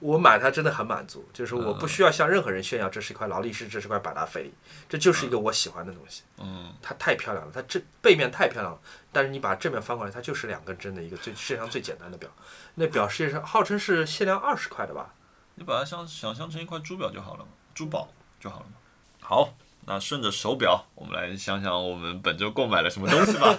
[SPEAKER 3] 我买它真的很满足，就是我
[SPEAKER 1] 嗯
[SPEAKER 3] 不需要向任何人炫耀这是一块劳力士，这是块百达翡丽，这就是一个我喜欢的东西。
[SPEAKER 1] 嗯，
[SPEAKER 3] 它太漂亮了，它这背面太漂亮了，但是你把正面翻过来，它就是两根针的一个最世界上最简单的表。那表世界上号称是限量二十块的吧？
[SPEAKER 1] 你把它想想象成一块珠表就好了嘛，珠宝就好了嘛。好，那顺着手表，我们来想想我们本周购买了什么东 西吧。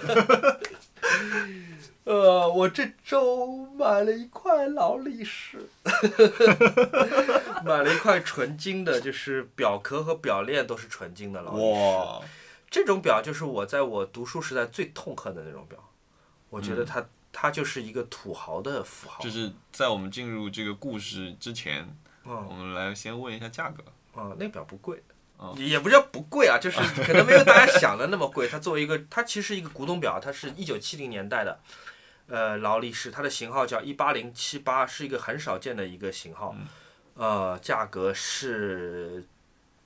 [SPEAKER 3] 呃，我这周买了一块劳力士， 买了一块纯金的，就是表壳和表链都是纯金的劳力士。
[SPEAKER 1] 哇，
[SPEAKER 3] 这种表就是我在我读书时代最痛恨的那种表，我觉得它、它就是一个土豪的符号。
[SPEAKER 1] 就是在我们进入这个故事之前，
[SPEAKER 3] 嗯
[SPEAKER 1] 我们来先问一下价格。
[SPEAKER 3] 啊、那表不贵
[SPEAKER 1] 哦，
[SPEAKER 3] 也也不叫不贵 啊，就是可能没有大家想的那么贵。它作为一个，它其实是一个古董表，它是一九七零年代的，呃，劳力士，它的型号叫一八零七八，是一个很少见的一个型
[SPEAKER 1] 嗯
[SPEAKER 3] 号，呃，价格是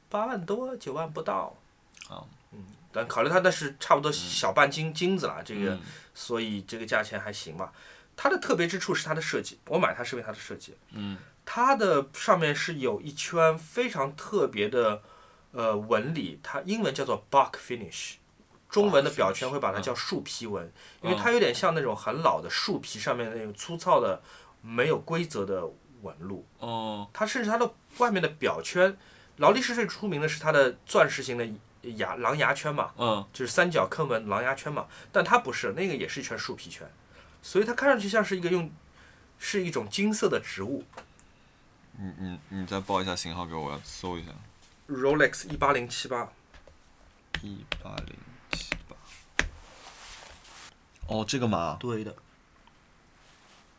[SPEAKER 3] 八万多，九万不到。
[SPEAKER 1] 哦
[SPEAKER 3] 嗯，但考虑它那是差不多小半斤金子了，这个
[SPEAKER 1] 嗯
[SPEAKER 3] 所以这个价钱还行吧。它的特别之处是它的设计，我买它是因为它的设计。
[SPEAKER 1] 嗯，
[SPEAKER 3] 它的上面是有一圈非常特别的呃纹理，它英文叫做 bark finish，中文的表圈会把它叫树皮纹，因为它有点像那种很老的树皮上面那种粗糙的、没有规则的纹路。
[SPEAKER 1] 哦，
[SPEAKER 3] 它甚至它的外面的表圈，劳力士最出名的是它的钻石型的牙狼牙圈嘛，
[SPEAKER 1] 嗯，
[SPEAKER 3] 就是三角坑纹狼牙圈嘛，但它不是，那个也是一圈树皮圈，所以它看上去像是一个用，是一种金色的植物。
[SPEAKER 1] 你你你再报一下型号给我，我要搜一下。
[SPEAKER 3] Rolex 一八零七八，
[SPEAKER 1] 一八零七八。哦，这个码。
[SPEAKER 3] 对的，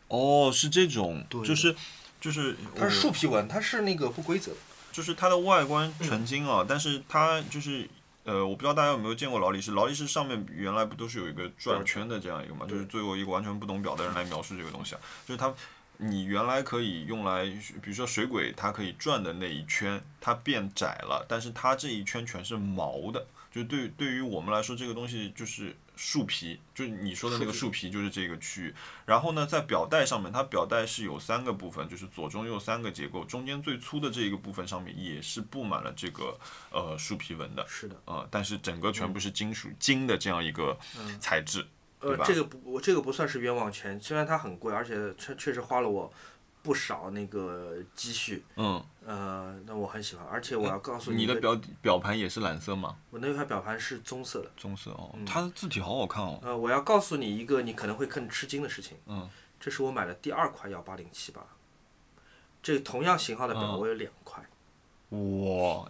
[SPEAKER 1] 哦，是这种，
[SPEAKER 3] 对
[SPEAKER 1] 就是就是
[SPEAKER 3] 它
[SPEAKER 1] 我
[SPEAKER 3] 是树皮纹，它是那个不规则的。
[SPEAKER 1] 就是它的外观纯金啊，但是它就是呃，我不知道大家有没有见过劳力士，劳力士上面原来不都是有一个转圈的这样一个嘛？就是最后一个完全不懂表的人来描述这个东西啊，就是它。你原来可以用来，比如说水鬼，它可以转的那一圈，它变窄了，但是它这一圈全是毛的，就对对于我们来说，这个东西就是树皮，就是你说的那个树皮，就是这个区域。然后呢，在表带上面，它表带是有三个部分，就是左中右三个结构，中间最粗的这一个部分上面也是布满了这个呃树皮纹的，
[SPEAKER 3] 是的，
[SPEAKER 1] 呃，但是整个全部是金属金的这样一个材质，
[SPEAKER 3] 呃
[SPEAKER 1] 对，吧
[SPEAKER 3] 这个不，我这个不算是冤枉钱，虽然它很贵，而且确确实花了我不少那个积蓄。
[SPEAKER 1] 嗯，
[SPEAKER 3] 呃，那我很喜欢，而且我要告诉
[SPEAKER 1] 你
[SPEAKER 3] 一个
[SPEAKER 1] 的表表盘也是蓝色吗？
[SPEAKER 3] 我那块表盘是棕色的。
[SPEAKER 1] 棕色哦，
[SPEAKER 3] 嗯
[SPEAKER 1] 它的字体好好看哦，
[SPEAKER 3] 呃，我要告诉你一个你可能会更吃惊的事情。
[SPEAKER 1] 嗯，
[SPEAKER 3] 这是我买的第二块幺八零七八，这同样型号的表
[SPEAKER 1] 嗯
[SPEAKER 3] 我有两块，
[SPEAKER 1] 哇，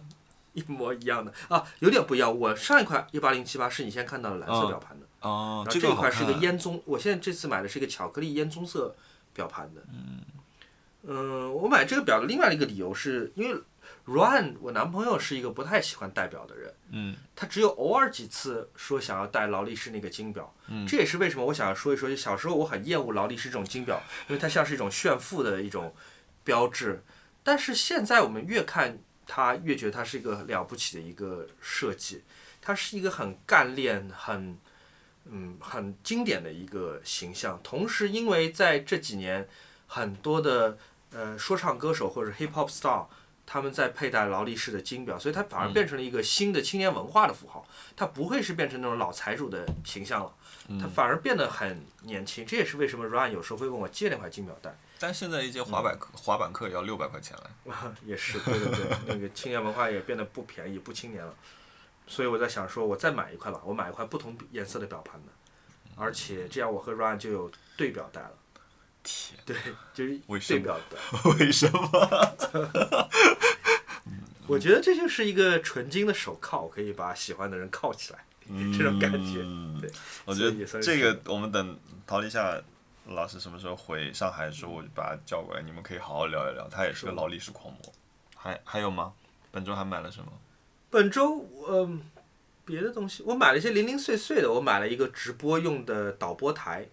[SPEAKER 3] 一模一样的啊，有点不一样。我上一块一八零七八是你先看到的蓝色
[SPEAKER 1] 嗯
[SPEAKER 3] 表盘的，
[SPEAKER 1] 啊
[SPEAKER 3] 然，后
[SPEAKER 1] 这
[SPEAKER 3] 这
[SPEAKER 1] 个
[SPEAKER 3] 一
[SPEAKER 1] 好
[SPEAKER 3] 块是
[SPEAKER 1] 看
[SPEAKER 3] 一
[SPEAKER 1] 啊，
[SPEAKER 3] 个烟棕，我现在这次买的是一个巧克力烟棕色表盘的。嗯，我买这个表的另外一个理由是因为 Ryan 我男朋友是一个不太喜欢戴表的人。
[SPEAKER 1] 嗯，
[SPEAKER 3] 他只有偶尔几次说想要戴劳力士那个金表，
[SPEAKER 1] 嗯
[SPEAKER 3] 这也是为什么我想要说一说，就小时候我很厌恶劳力士这种金表，因为它像是一种炫富的一种标志。但是现在我们越看它，越觉得它是一个了不起的一个设计，它是一个很干练、很嗯很经典的一个形象。同时，因为在这几年很多的呃说唱歌手或者 hip hop star，他们在佩戴劳力士的金表，所以它反而变成了一个新的青年文化的符号，它不会是变成那种老财主的形象了，它反而变得很年轻。这也是为什么 Ryan 有时候会问我借两块金表戴。
[SPEAKER 1] 但现在一节滑板课、
[SPEAKER 3] 嗯
[SPEAKER 1] 滑板课也要六百块钱了。
[SPEAKER 3] 也是，对对对，那个青年文化也变得不便宜、不青年了，所以我在想说，我再买一块吧，我买一块不同颜色的表盘的，而且这样我和 Ryan 就有对表戴了，
[SPEAKER 1] 天，
[SPEAKER 3] 对，就是
[SPEAKER 1] 为什
[SPEAKER 3] 对
[SPEAKER 1] 么？
[SPEAKER 3] 表戴。
[SPEAKER 1] 为什么？
[SPEAKER 3] 我觉得这就是一个纯金的手铐，可以把喜欢的人铐起来， 这种感觉。
[SPEAKER 1] 嗯
[SPEAKER 3] 对，
[SPEAKER 1] 我觉
[SPEAKER 3] 所以也
[SPEAKER 1] 得
[SPEAKER 3] 算
[SPEAKER 1] 这
[SPEAKER 3] 是
[SPEAKER 1] 个我们等陶立夏老师什么时候回上海的时候，我就把他叫过来，你们可以好好聊一聊。他也是个
[SPEAKER 3] 是
[SPEAKER 1] 劳力士狂魔。还还有吗？本周还买了什么？
[SPEAKER 3] 本周嗯、别的东西我买了一些零零碎碎的，我买了一个直播用的导播台，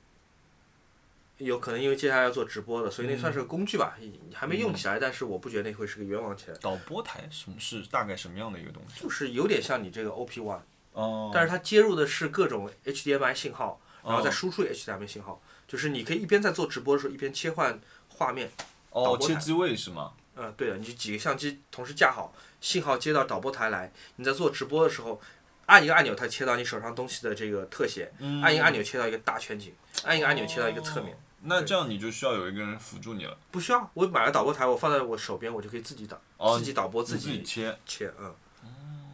[SPEAKER 3] 有可能因为接下来要做直播的，所以那算是个工具
[SPEAKER 1] 嗯
[SPEAKER 3] 吧，还没用起来，但是我不觉得那会是个冤枉钱。
[SPEAKER 1] 导播台什么是大概什么样的一个东西？
[SPEAKER 3] 就是有点像你这个 OP One，
[SPEAKER 1] 哦
[SPEAKER 3] 但是它接入的是各种 HDMI 信号，然后再
[SPEAKER 1] 哦
[SPEAKER 3] 输出 HDMI 信号，就是你可以一边在做直播的时候一边切换画面。导
[SPEAKER 1] 哦，
[SPEAKER 3] 播
[SPEAKER 1] 切
[SPEAKER 3] 台
[SPEAKER 1] 机位是吗？
[SPEAKER 3] 嗯，对的，你就几个相机同时架好，信号接到导播台来，你在做直播的时候，按一个按钮，它切到你手上东西的这个特写，
[SPEAKER 1] 嗯哦
[SPEAKER 3] 按一个按钮切到一个大全景，按一个按钮切到一个侧面。
[SPEAKER 1] 那这样你就需要有一个人辅助你了，
[SPEAKER 3] 不需要，我买了导播台，我放在我手边，我就可以自己导，
[SPEAKER 1] 哦
[SPEAKER 3] 自己导播，
[SPEAKER 1] 自己哦
[SPEAKER 3] 己
[SPEAKER 1] 切，
[SPEAKER 3] 切，嗯，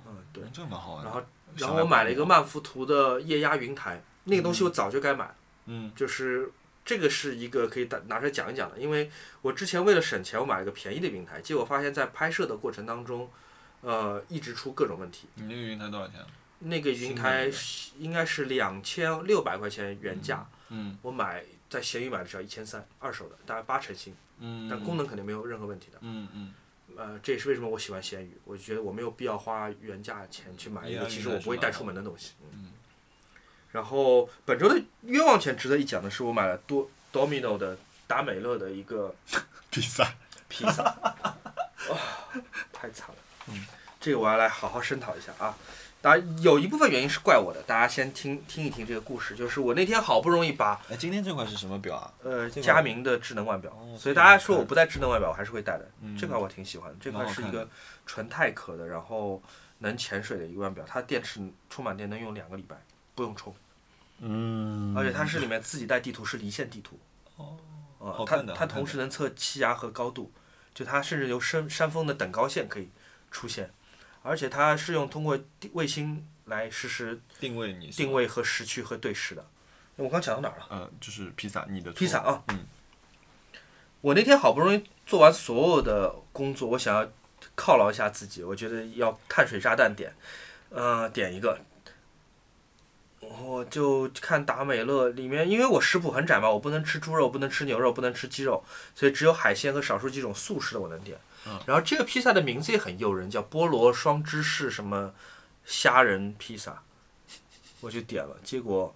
[SPEAKER 3] 嗯，对。
[SPEAKER 1] 嗯这蛮好玩的。
[SPEAKER 3] 然后，
[SPEAKER 1] 想
[SPEAKER 3] 然后我买了一个曼福图的液压云台，那个东西我早就该买了。
[SPEAKER 1] 嗯
[SPEAKER 3] 就是这个是一个可以拿拿出来讲一讲的，因为我之前为了省钱，我买了个便宜的云台，结果发现在拍摄的过程当中，呃，一直出各种问题。
[SPEAKER 1] 你那个云台多少钱？
[SPEAKER 3] 那个云台是应该是两千六百块钱原价，
[SPEAKER 1] 嗯
[SPEAKER 3] 我买在闲鱼买的只要一千三，二手的，大概八成新，
[SPEAKER 1] 嗯，
[SPEAKER 3] 但功能肯定没有任何问题的。
[SPEAKER 1] 嗯嗯，
[SPEAKER 3] 呃，这也是为什么我喜欢闲鱼，我觉得我没有必要花原价钱去买一
[SPEAKER 1] 原
[SPEAKER 3] 个
[SPEAKER 1] 来
[SPEAKER 3] 其
[SPEAKER 1] 云
[SPEAKER 3] 实
[SPEAKER 1] 南
[SPEAKER 3] 我
[SPEAKER 1] 是
[SPEAKER 3] 不会
[SPEAKER 1] 蛮
[SPEAKER 3] 带
[SPEAKER 1] 好
[SPEAKER 3] 出
[SPEAKER 1] 的
[SPEAKER 3] 门的东西。
[SPEAKER 1] 嗯。
[SPEAKER 3] 然后本周的冤枉钱值得一讲的是，我买了多 Domino 的达美乐的一个
[SPEAKER 1] 比赛
[SPEAKER 3] 披萨，哇、太惨了。
[SPEAKER 1] 嗯
[SPEAKER 3] 这个我要来好好声讨一下啊。当然有一部分原因是怪我的，大家先听听一听这个故事，就是我那天好不容易把
[SPEAKER 1] 哎，今天这块是什么表啊？
[SPEAKER 3] 呃
[SPEAKER 1] 这个
[SPEAKER 3] 佳明的智能腕表
[SPEAKER 1] 哦，
[SPEAKER 3] 所
[SPEAKER 1] 这
[SPEAKER 3] 以
[SPEAKER 1] 个
[SPEAKER 3] 大家
[SPEAKER 1] 好
[SPEAKER 3] 说
[SPEAKER 1] 看
[SPEAKER 3] 我不戴智能腕表，我还是会戴的。
[SPEAKER 1] 嗯
[SPEAKER 3] 这块我挺喜欢的，这
[SPEAKER 1] 蛮
[SPEAKER 3] 块
[SPEAKER 1] 好
[SPEAKER 3] 是一
[SPEAKER 1] 看
[SPEAKER 3] 个纯钛壳的，然后能潜水的一个腕表，它电池充满电能用两个礼拜，不用充。
[SPEAKER 1] 嗯
[SPEAKER 3] 而且它是里面自己带地图，是离线地图。哦，
[SPEAKER 1] 好
[SPEAKER 3] 它
[SPEAKER 1] 看的好
[SPEAKER 3] 它
[SPEAKER 1] 看
[SPEAKER 3] 同
[SPEAKER 1] 的
[SPEAKER 3] 时能测气压和高度，就它甚至由山山峰的等高线可以出现，而且它是用通过地卫星来实时
[SPEAKER 1] 定位你是
[SPEAKER 3] 定位和时区和对时的。哎我刚讲到哪儿了？
[SPEAKER 1] 呃，就是披萨，你的错
[SPEAKER 3] 披萨啊，
[SPEAKER 1] 嗯，
[SPEAKER 3] 我那天好不容易做完所有的工作，我想要犒劳一下自己，我觉得要碳水炸弹点，呃，点一个。我就看达美乐里面，因为我食谱很窄嘛，我不能吃猪肉，不能吃牛肉，不能吃鸡肉，所以只有海鲜和少数几种素食的我能点。
[SPEAKER 1] 嗯
[SPEAKER 3] 然后这个披萨的名字也很诱人，叫菠萝双芝士什么虾仁披萨，我就点了。结果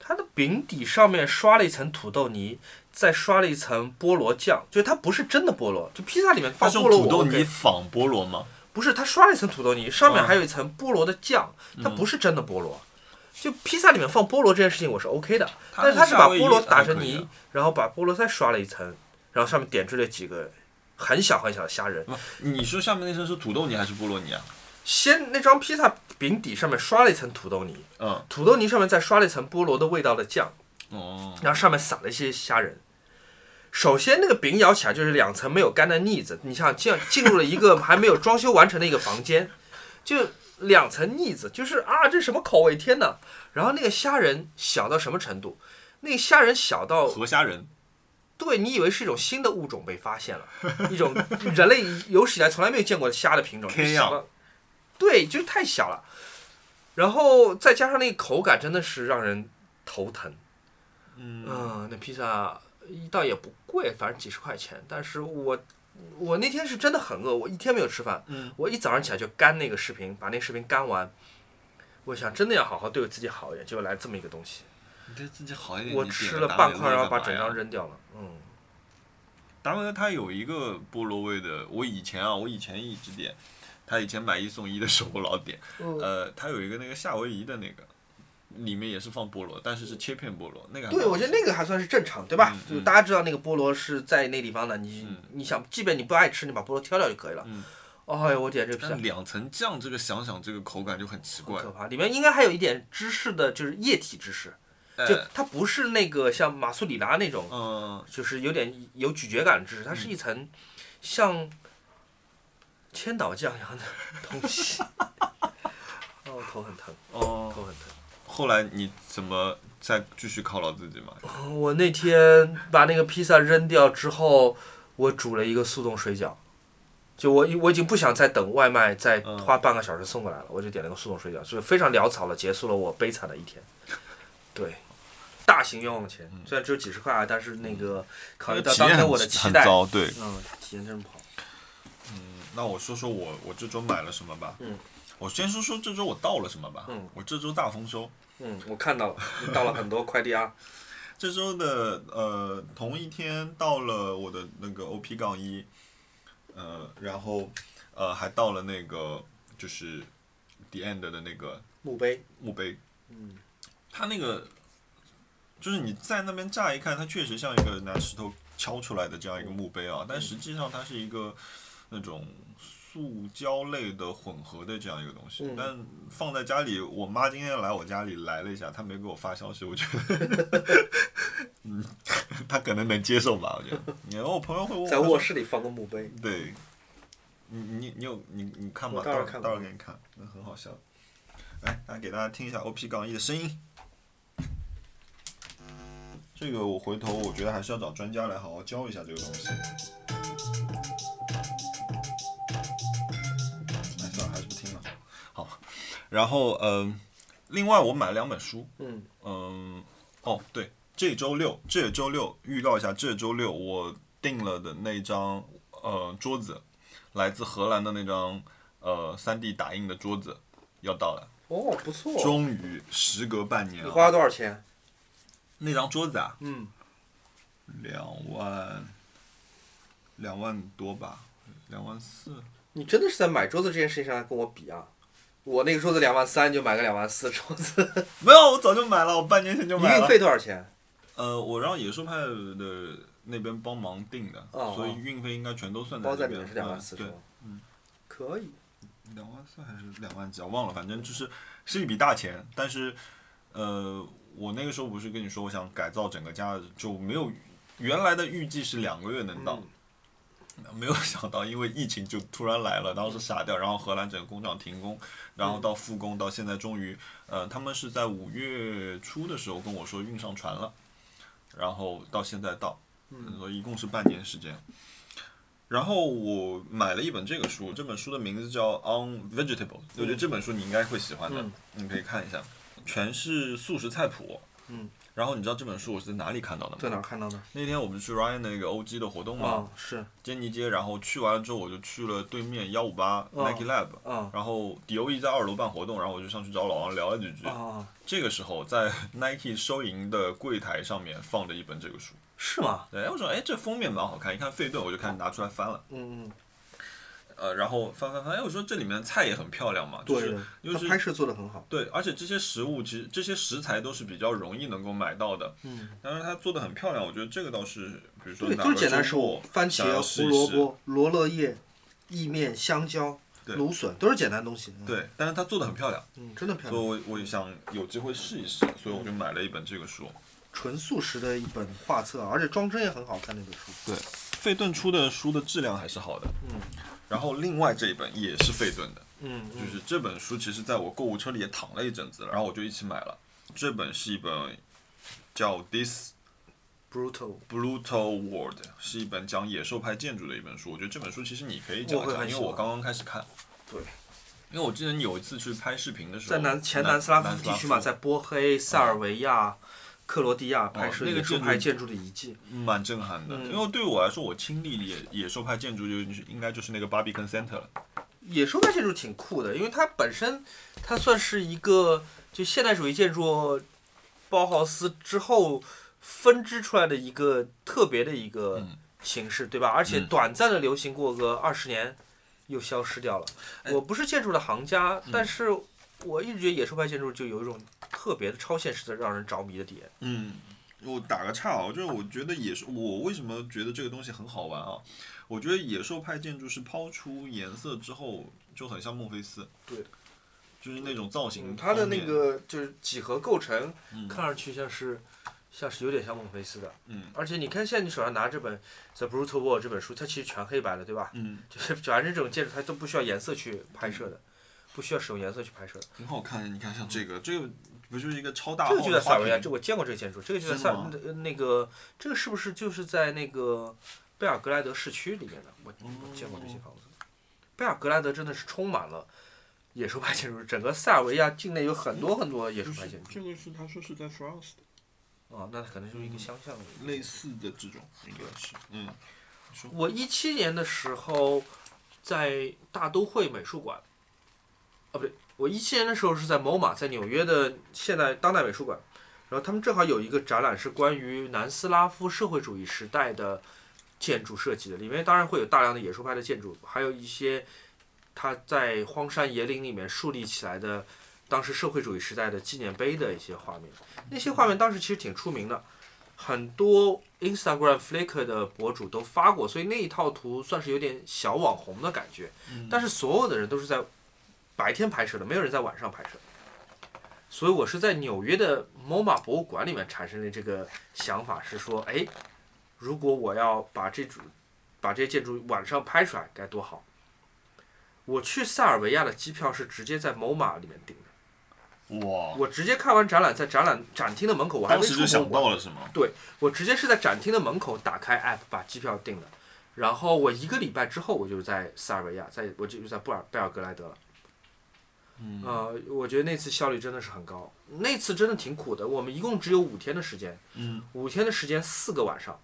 [SPEAKER 3] 它的饼底上面刷了一层土豆泥，再刷了一层菠萝酱，就是它不是真的菠萝，就披萨里面
[SPEAKER 1] 它
[SPEAKER 3] 放
[SPEAKER 1] 是
[SPEAKER 3] 菠
[SPEAKER 1] 用
[SPEAKER 3] 萝
[SPEAKER 1] 土
[SPEAKER 3] 我
[SPEAKER 1] 豆
[SPEAKER 3] OK
[SPEAKER 1] 泥仿菠萝吗？
[SPEAKER 3] 不是，它刷了一层土豆泥，上面
[SPEAKER 1] 嗯
[SPEAKER 3] 还有一层菠萝的酱，它不是真的菠萝。就披萨里面放菠萝这件事情我是 OK 的，
[SPEAKER 1] 它
[SPEAKER 3] 但是它
[SPEAKER 1] 是
[SPEAKER 3] 是把
[SPEAKER 1] 夏威夷
[SPEAKER 3] 菠萝打
[SPEAKER 1] 还
[SPEAKER 3] 成
[SPEAKER 1] 啊可以
[SPEAKER 3] 泥
[SPEAKER 1] 的，
[SPEAKER 3] 然后把菠萝再刷了一层，然后上面点缀了几个很小很小的虾仁。
[SPEAKER 1] 不，你说下面那层是土豆泥还是菠萝泥啊？
[SPEAKER 3] 先那张披萨饼底上面刷了一层土豆泥，
[SPEAKER 1] 嗯，
[SPEAKER 3] 土豆泥上面再刷了一层菠萝的味道的酱，
[SPEAKER 1] 哦，
[SPEAKER 3] 然后上面撒了一些虾仁。首先，那个饼咬起来就是两层没有干的腻子。你想进进入了一个 还没有装修完成的一个房间，就两层腻子，就是啊，这什么口味？天哪！然后那个虾仁小到什么程度？那个虾仁小到
[SPEAKER 1] 河虾仁，
[SPEAKER 3] 对你以为是一种新的物种被发现了，一种人类有史以来从来没有见过的虾的品种，
[SPEAKER 1] 天
[SPEAKER 3] 就
[SPEAKER 1] 呀
[SPEAKER 3] 小到对，就是太小了。然后再加上那个口感，真的是让人头疼。
[SPEAKER 1] 嗯，
[SPEAKER 3] 嗯，那披萨倒也不贵，反正几十块钱。但是我我那天是真的很饿，我一天没有吃饭。
[SPEAKER 1] 嗯，
[SPEAKER 3] 我一早上起来就干那个视频，把那视频干完。我想真的要好好对我自己好一点，结果来这么一个东西，
[SPEAKER 1] 你对自己好一点。
[SPEAKER 3] 我
[SPEAKER 1] 你点
[SPEAKER 3] 吃
[SPEAKER 1] 个
[SPEAKER 3] 了
[SPEAKER 1] 达
[SPEAKER 3] 半
[SPEAKER 1] 美乐
[SPEAKER 3] 块，然后
[SPEAKER 1] 干嘛
[SPEAKER 3] 把整
[SPEAKER 1] 呀
[SPEAKER 3] 张扔掉了。嗯，
[SPEAKER 1] 达美乐它有一个菠萝味的，我以前啊，我以前一直点， 它以前买一送一的时候我老点，
[SPEAKER 3] 嗯
[SPEAKER 1] 呃，它有一个那个夏威夷的那个，里面也是放菠萝，但是是切片菠萝，那个还
[SPEAKER 2] 对，
[SPEAKER 1] 蛮
[SPEAKER 2] 我觉得那个还算是正常，对吧？
[SPEAKER 1] 嗯
[SPEAKER 2] 就是大家知道那个菠萝是在那地方的，你、
[SPEAKER 3] 嗯
[SPEAKER 2] 你想，即便你不爱吃，你把菠萝挑掉就可以了。
[SPEAKER 1] 嗯
[SPEAKER 2] 哎呦，我点这
[SPEAKER 1] 但
[SPEAKER 2] 皮
[SPEAKER 1] 两层酱这个想想这个口感就很奇怪，
[SPEAKER 2] 可怕，里面应该还有一点芝士的，就是液体芝士，
[SPEAKER 1] 哎
[SPEAKER 2] 就它不是那个像马苏里拉那种，
[SPEAKER 1] 嗯，
[SPEAKER 2] 就是有点有咀嚼感的芝士，它是一层像千岛酱一样的东西。哦，头很疼，
[SPEAKER 1] 哦，
[SPEAKER 2] 头很疼。
[SPEAKER 1] 后来你怎么再继续犒劳自己嘛？
[SPEAKER 2] 我那天把那个披萨扔掉之后，我煮了一个速冻水饺，就我我已经不想再等外卖再
[SPEAKER 1] 嗯
[SPEAKER 2] 花半个小时送过来了，我就点了个速冻水饺，所以非常潦草的结束了我悲惨的一天。对，大型冤枉
[SPEAKER 1] 嗯
[SPEAKER 2] 钱，虽然只有几十块啊，但是那个考虑到
[SPEAKER 1] 体
[SPEAKER 2] 当
[SPEAKER 1] 验
[SPEAKER 2] 天
[SPEAKER 1] 很
[SPEAKER 2] 我的期
[SPEAKER 1] 很
[SPEAKER 2] 待，
[SPEAKER 1] 糟，对。
[SPEAKER 2] 嗯，体验真不好。
[SPEAKER 1] 那我说说我我这周买了什么吧。
[SPEAKER 2] 嗯。
[SPEAKER 1] 我先说说这周我到了什么吧。
[SPEAKER 2] 嗯。
[SPEAKER 1] 我这周大丰收，
[SPEAKER 3] 嗯，我 看到了，你到了很多快递啊。
[SPEAKER 1] 这周的呃同一天到了我的那个 OP 杠一，呃，然后呃还到了那个就是 The End 的那个
[SPEAKER 3] 墓碑，
[SPEAKER 1] 墓碑。嗯。它那个就是你在那边乍一看，它确实像一个拿石头敲出来的这样一个墓碑啊，
[SPEAKER 3] 嗯
[SPEAKER 1] 但实际上它是一个那种塑胶类的混合的这样一个东西。
[SPEAKER 3] 嗯
[SPEAKER 1] 但放在家里，我妈今天来我家里来了一下，她没给我发消息，我觉得，嗯，她可能能接受吧，我觉得。然后我朋友会问我
[SPEAKER 3] 在
[SPEAKER 1] 她说
[SPEAKER 3] 卧室里放个墓碑，
[SPEAKER 1] 对，你你你有你你看吧，
[SPEAKER 3] 我
[SPEAKER 1] 到
[SPEAKER 3] 待会
[SPEAKER 1] 时
[SPEAKER 3] 儿
[SPEAKER 1] 候
[SPEAKER 3] 看
[SPEAKER 1] 到时候
[SPEAKER 3] 吧
[SPEAKER 1] 给你看，那很好笑。来，大家给大家听一下 OP 杠一的声音。这个我回头我觉得还是要找专家来好好教一下这个东西。哎，算了，还是不听了。好，然后嗯、另外我买了两本书，
[SPEAKER 3] 嗯
[SPEAKER 1] 嗯，哦对，这周六这周六预告一下，这周六我订了的那张呃桌子，来自荷兰的那张呃三 D 打印的桌子要到了，
[SPEAKER 3] 哦，不错。
[SPEAKER 1] 终于时隔半年
[SPEAKER 3] 你
[SPEAKER 1] 啊，
[SPEAKER 3] 花了多少钱？
[SPEAKER 1] 那张桌子啊，
[SPEAKER 3] 嗯，
[SPEAKER 1] 两万两万多吧，两万四，
[SPEAKER 3] 你真的是在买桌子这件事情上来跟我比啊？我那个桌子两万三，就买个两万四桌子，
[SPEAKER 1] 没有，我早就买了，我半年前就
[SPEAKER 3] 你
[SPEAKER 1] 买
[SPEAKER 3] 运
[SPEAKER 1] 了。
[SPEAKER 3] 费多少钱？
[SPEAKER 1] 呃，我让野兽派的那边帮忙订的，
[SPEAKER 3] 哦
[SPEAKER 1] 所以运费应该全都算
[SPEAKER 3] 包
[SPEAKER 1] 这
[SPEAKER 3] 在里
[SPEAKER 1] 边。
[SPEAKER 3] 面是两万四
[SPEAKER 1] 嗯
[SPEAKER 3] 是
[SPEAKER 1] 对
[SPEAKER 3] 吗？，可以。
[SPEAKER 1] 两万四还是两万几啊？忘了，反正就是是一笔大钱。但是，呃，我那个时候不是跟你说我想改造整个家，就没有原来的预计是两个月能
[SPEAKER 3] 嗯
[SPEAKER 1] 到，没有想到因为疫情就突然来了，当时傻掉。然后荷兰整个工厂停工，然
[SPEAKER 3] 嗯
[SPEAKER 1] 后到复工，到现在终于，呃，他们是在五月初的时候跟我说运上船了，然后到现在到，
[SPEAKER 3] 嗯
[SPEAKER 1] 所以一共是半年时间。然后我买了一本这个书，这本书的名字叫《On Vegetables》，我觉
[SPEAKER 3] 嗯
[SPEAKER 1] 得这本书你应该会喜欢的，你可以看一下，全是素食菜谱。
[SPEAKER 3] 嗯。
[SPEAKER 1] 然后你知道这本书我是在哪里看到的
[SPEAKER 3] 在
[SPEAKER 1] 吗？
[SPEAKER 3] 哪儿看到的？
[SPEAKER 1] 那天我们去 Ryan 的那个 OG 的活动嘛，
[SPEAKER 3] 啊，是
[SPEAKER 1] 坚尼街，然后去完了之后我就去了对面幺五八
[SPEAKER 3] 哦
[SPEAKER 1] Nike Lab，
[SPEAKER 3] 啊
[SPEAKER 1] 然后 DOE 在二楼办活动，然后我就上去找老王聊了几句。
[SPEAKER 2] 哦
[SPEAKER 3] 啊，
[SPEAKER 1] 这个时候在 Nike 收银的柜台上面放着一本这个书，
[SPEAKER 3] 是吗？
[SPEAKER 1] 对，哎我说哎这封面蛮好看，一看费顿我就开始拿出来翻了。
[SPEAKER 3] 嗯嗯，
[SPEAKER 1] 呃，然后翻翻翻，哎，我说这里面的菜也很漂亮嘛，就
[SPEAKER 3] 对
[SPEAKER 1] 是
[SPEAKER 3] 的，
[SPEAKER 1] 就
[SPEAKER 3] 他
[SPEAKER 1] 是
[SPEAKER 3] 拍摄做的很好。
[SPEAKER 1] 对，而且这些食物其实这些食材都是比较容易能够买到的，
[SPEAKER 3] 嗯，
[SPEAKER 1] 但是它做的很漂亮，我觉得这个倒是，比如说
[SPEAKER 2] 对，
[SPEAKER 1] 哪
[SPEAKER 2] 就是
[SPEAKER 1] 个
[SPEAKER 2] 简单
[SPEAKER 1] 周
[SPEAKER 2] 食物
[SPEAKER 1] 末，
[SPEAKER 2] 番
[SPEAKER 1] 想要
[SPEAKER 2] 茄、
[SPEAKER 1] 试
[SPEAKER 2] 胡
[SPEAKER 1] 一
[SPEAKER 2] 萝
[SPEAKER 1] 试
[SPEAKER 2] 卜、罗勒叶、意面、香蕉、
[SPEAKER 1] 对
[SPEAKER 2] 芦笋，都是简单东西。嗯，
[SPEAKER 1] 对，但是它做的很漂亮，
[SPEAKER 2] 嗯，真的漂
[SPEAKER 1] 所以
[SPEAKER 2] 亮，
[SPEAKER 1] 我我也想有机会试一试，所以我就买了一本这个书。
[SPEAKER 2] 纯素食的一本画册，而且装帧也很好看那本书。
[SPEAKER 1] 费顿出的书的质量还是好的，
[SPEAKER 3] 嗯，
[SPEAKER 1] 然后另外这一本也是费顿的，
[SPEAKER 3] 嗯
[SPEAKER 1] 就
[SPEAKER 3] 嗯
[SPEAKER 1] 是这本书其实在我购物车里也躺了一阵子了，然后我就一起买了。这本是一本叫《This
[SPEAKER 3] ，brutal。
[SPEAKER 1] Brutal World》，是一本讲野兽派建筑的一本书。我觉得这本书其实你可以讲
[SPEAKER 3] 我
[SPEAKER 1] 一
[SPEAKER 3] 会
[SPEAKER 1] 讲，
[SPEAKER 3] 很
[SPEAKER 1] 因为
[SPEAKER 3] 喜
[SPEAKER 1] 我
[SPEAKER 3] 欢
[SPEAKER 1] 刚刚开始看。
[SPEAKER 3] 对。
[SPEAKER 1] 因为我记得你有一次去拍视频的时候，
[SPEAKER 3] 在南前
[SPEAKER 1] 南
[SPEAKER 3] 南斯拉
[SPEAKER 1] 南
[SPEAKER 3] 夫地区嘛，
[SPEAKER 1] 夫
[SPEAKER 3] 在波黑、塞尔维亚、克罗地亚拍摄
[SPEAKER 1] 哦那个
[SPEAKER 3] 野兽
[SPEAKER 1] 建筑
[SPEAKER 3] 派建筑的遗迹。
[SPEAKER 1] 蛮震撼的。
[SPEAKER 3] 嗯
[SPEAKER 1] 因为对我来说，我亲历野野兽派建筑就是应该就是那个 Barbican Center 了。
[SPEAKER 3] 野兽派建筑挺酷的，因为它本身它算是一个就现代主义建筑包豪斯之后分支出来的一个特别的一个
[SPEAKER 1] 嗯
[SPEAKER 3] 形式，对吧？而且
[SPEAKER 1] 嗯
[SPEAKER 3] 短暂的流行过个二十年，又消
[SPEAKER 1] 哎嗯
[SPEAKER 3] 失掉了。我不是建筑的行家，但是我一直觉得野兽派建筑就有一种特别的超现实的让人着迷的点。
[SPEAKER 1] 嗯，我打个岔啊，就是我觉得野兽，我为什么觉得这个东西很好玩啊？我觉得野兽派建筑是抛出颜色之后就很像墨菲斯，
[SPEAKER 3] 对，
[SPEAKER 1] 就是那种造型
[SPEAKER 3] 嗯，
[SPEAKER 1] 方
[SPEAKER 3] 它
[SPEAKER 1] 面，
[SPEAKER 3] 的那个就是几何构成，
[SPEAKER 1] 嗯
[SPEAKER 3] 看上去像是像是有点像孟菲斯的。
[SPEAKER 1] 嗯
[SPEAKER 3] 而且你看，现在你手上拿这本《The Brutal World》这本书，它其实全黑白的，对吧？
[SPEAKER 1] 嗯，
[SPEAKER 3] 就是反正这种建筑它都不需要颜色去拍摄的，不需要使用颜色去拍摄的。
[SPEAKER 1] 很好看。你看像这个，这个不就是一个超大
[SPEAKER 3] 这个
[SPEAKER 1] 号
[SPEAKER 3] 就在
[SPEAKER 1] 的
[SPEAKER 3] 塞
[SPEAKER 1] 花
[SPEAKER 3] 尔维亚，
[SPEAKER 1] 瓶？
[SPEAKER 3] 这我见过这个建筑，这个就在
[SPEAKER 1] 真
[SPEAKER 3] 塞
[SPEAKER 1] 的吗
[SPEAKER 3] 呃那个这个是不是就是在那个贝尔格莱德市区里面的？我
[SPEAKER 1] 哦
[SPEAKER 3] 我见过这些房子。贝尔格莱德真的是充满了野兽派建筑，整个塞尔维亚境内有很多很多野兽派建筑。
[SPEAKER 1] 这个是他说是在 France
[SPEAKER 3] 啊，那可能就是一个相像的一个
[SPEAKER 1] 类似的这种，应该是嗯
[SPEAKER 3] 我一七年的时候在大都会美术馆，啊不对，我一七年的时候是在某马，在纽约的现代当代美术馆，然后他们正好有一个展览是关于南斯拉夫社会主义时代的建筑设计的，里面当然会有大量的野兽派的建筑，还有一些他在荒山野岭里面树立起来的当时社会主义时代的纪念碑的一些画面，那些画面当时其实挺出名的。很多 Instagram、Flickr 的博主都发过，所以那一套图算是有点小网红的感觉。
[SPEAKER 1] 嗯
[SPEAKER 3] 但是所有的人都是在白天拍摄的，没有人在晚上拍摄。所以我是在纽约的 MoMA 博物馆里面产生了这个想法，是说，哎，如果我要把这组把这些建筑晚上拍出来，该多好！我去塞尔维亚的机票是直接在 MoMA 里面订的，
[SPEAKER 1] 哇，
[SPEAKER 3] 我直接看完展览，在展览展厅的门口，我还
[SPEAKER 1] 当
[SPEAKER 3] 没
[SPEAKER 1] 时
[SPEAKER 3] 出
[SPEAKER 1] 就
[SPEAKER 3] 门，
[SPEAKER 1] 想
[SPEAKER 3] 我
[SPEAKER 1] 到了是吗？
[SPEAKER 3] 我直接是在展厅的门口打开 app 把机票订的，然后我一个礼拜之后我就在塞尔维亚，在我就在布尔贝尔格莱德了。
[SPEAKER 1] 嗯
[SPEAKER 3] 呃，我觉得那次效率真的是很高，那次真的挺苦的。我们一共只有五天的时间，
[SPEAKER 1] 嗯
[SPEAKER 3] 五天的时间四个晚上，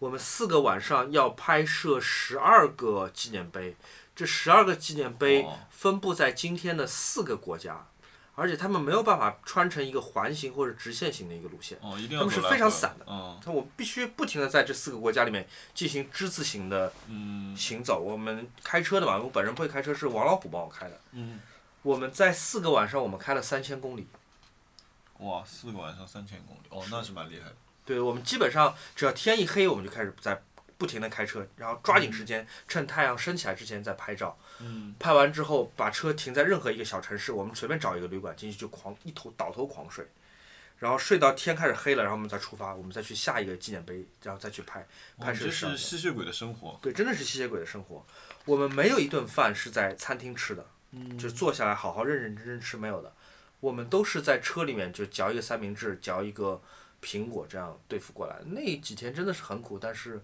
[SPEAKER 3] 我们四个晚上要拍摄十二个纪念碑，这十二个纪念碑
[SPEAKER 1] 哇
[SPEAKER 3] 分布在今天的四个国家，而且他们没有办法穿成一个环形或者直线型的一个路线。
[SPEAKER 1] 哦，一定
[SPEAKER 3] 他
[SPEAKER 1] 要
[SPEAKER 3] 们是
[SPEAKER 1] 走来
[SPEAKER 3] 非常
[SPEAKER 1] 回
[SPEAKER 3] 散的
[SPEAKER 1] 嗯
[SPEAKER 3] 那我必须不停的在这四个国家里面进行之字形的
[SPEAKER 1] 嗯
[SPEAKER 3] 行走。我们开车的嘛，我本人不会开车，是王老虎帮我开的。
[SPEAKER 1] 嗯，
[SPEAKER 3] 我们在四个晚上，我们开了三千公里。
[SPEAKER 1] 嗯哇，四个晚上三千公里，哦，那是蛮厉害的。
[SPEAKER 3] 对，我们基本上只要天一黑，我们就开始在不停的开车，然后抓紧时间，趁太阳升起来之前再拍照。
[SPEAKER 1] 嗯
[SPEAKER 3] 拍完之后，把车停在任何一个小城市，我们随便找一个旅馆进去就狂一头倒头狂睡，然后睡到天开始黑了，然后我们再出发，我们再去下一个纪念碑，然后再去拍
[SPEAKER 1] 哇
[SPEAKER 3] 拍摄
[SPEAKER 1] 这
[SPEAKER 3] 摄
[SPEAKER 1] 是
[SPEAKER 3] 影。
[SPEAKER 1] 吸血鬼的生活。
[SPEAKER 3] 对，真的是吸血鬼的生活。我们没有一顿饭是在餐厅吃的，
[SPEAKER 1] 嗯
[SPEAKER 3] 就是坐下来好好认认真真吃没有的。我们都是在车里面就嚼一个三明治，嚼一个苹果，这样对付过来。那几天真的是很苦，但是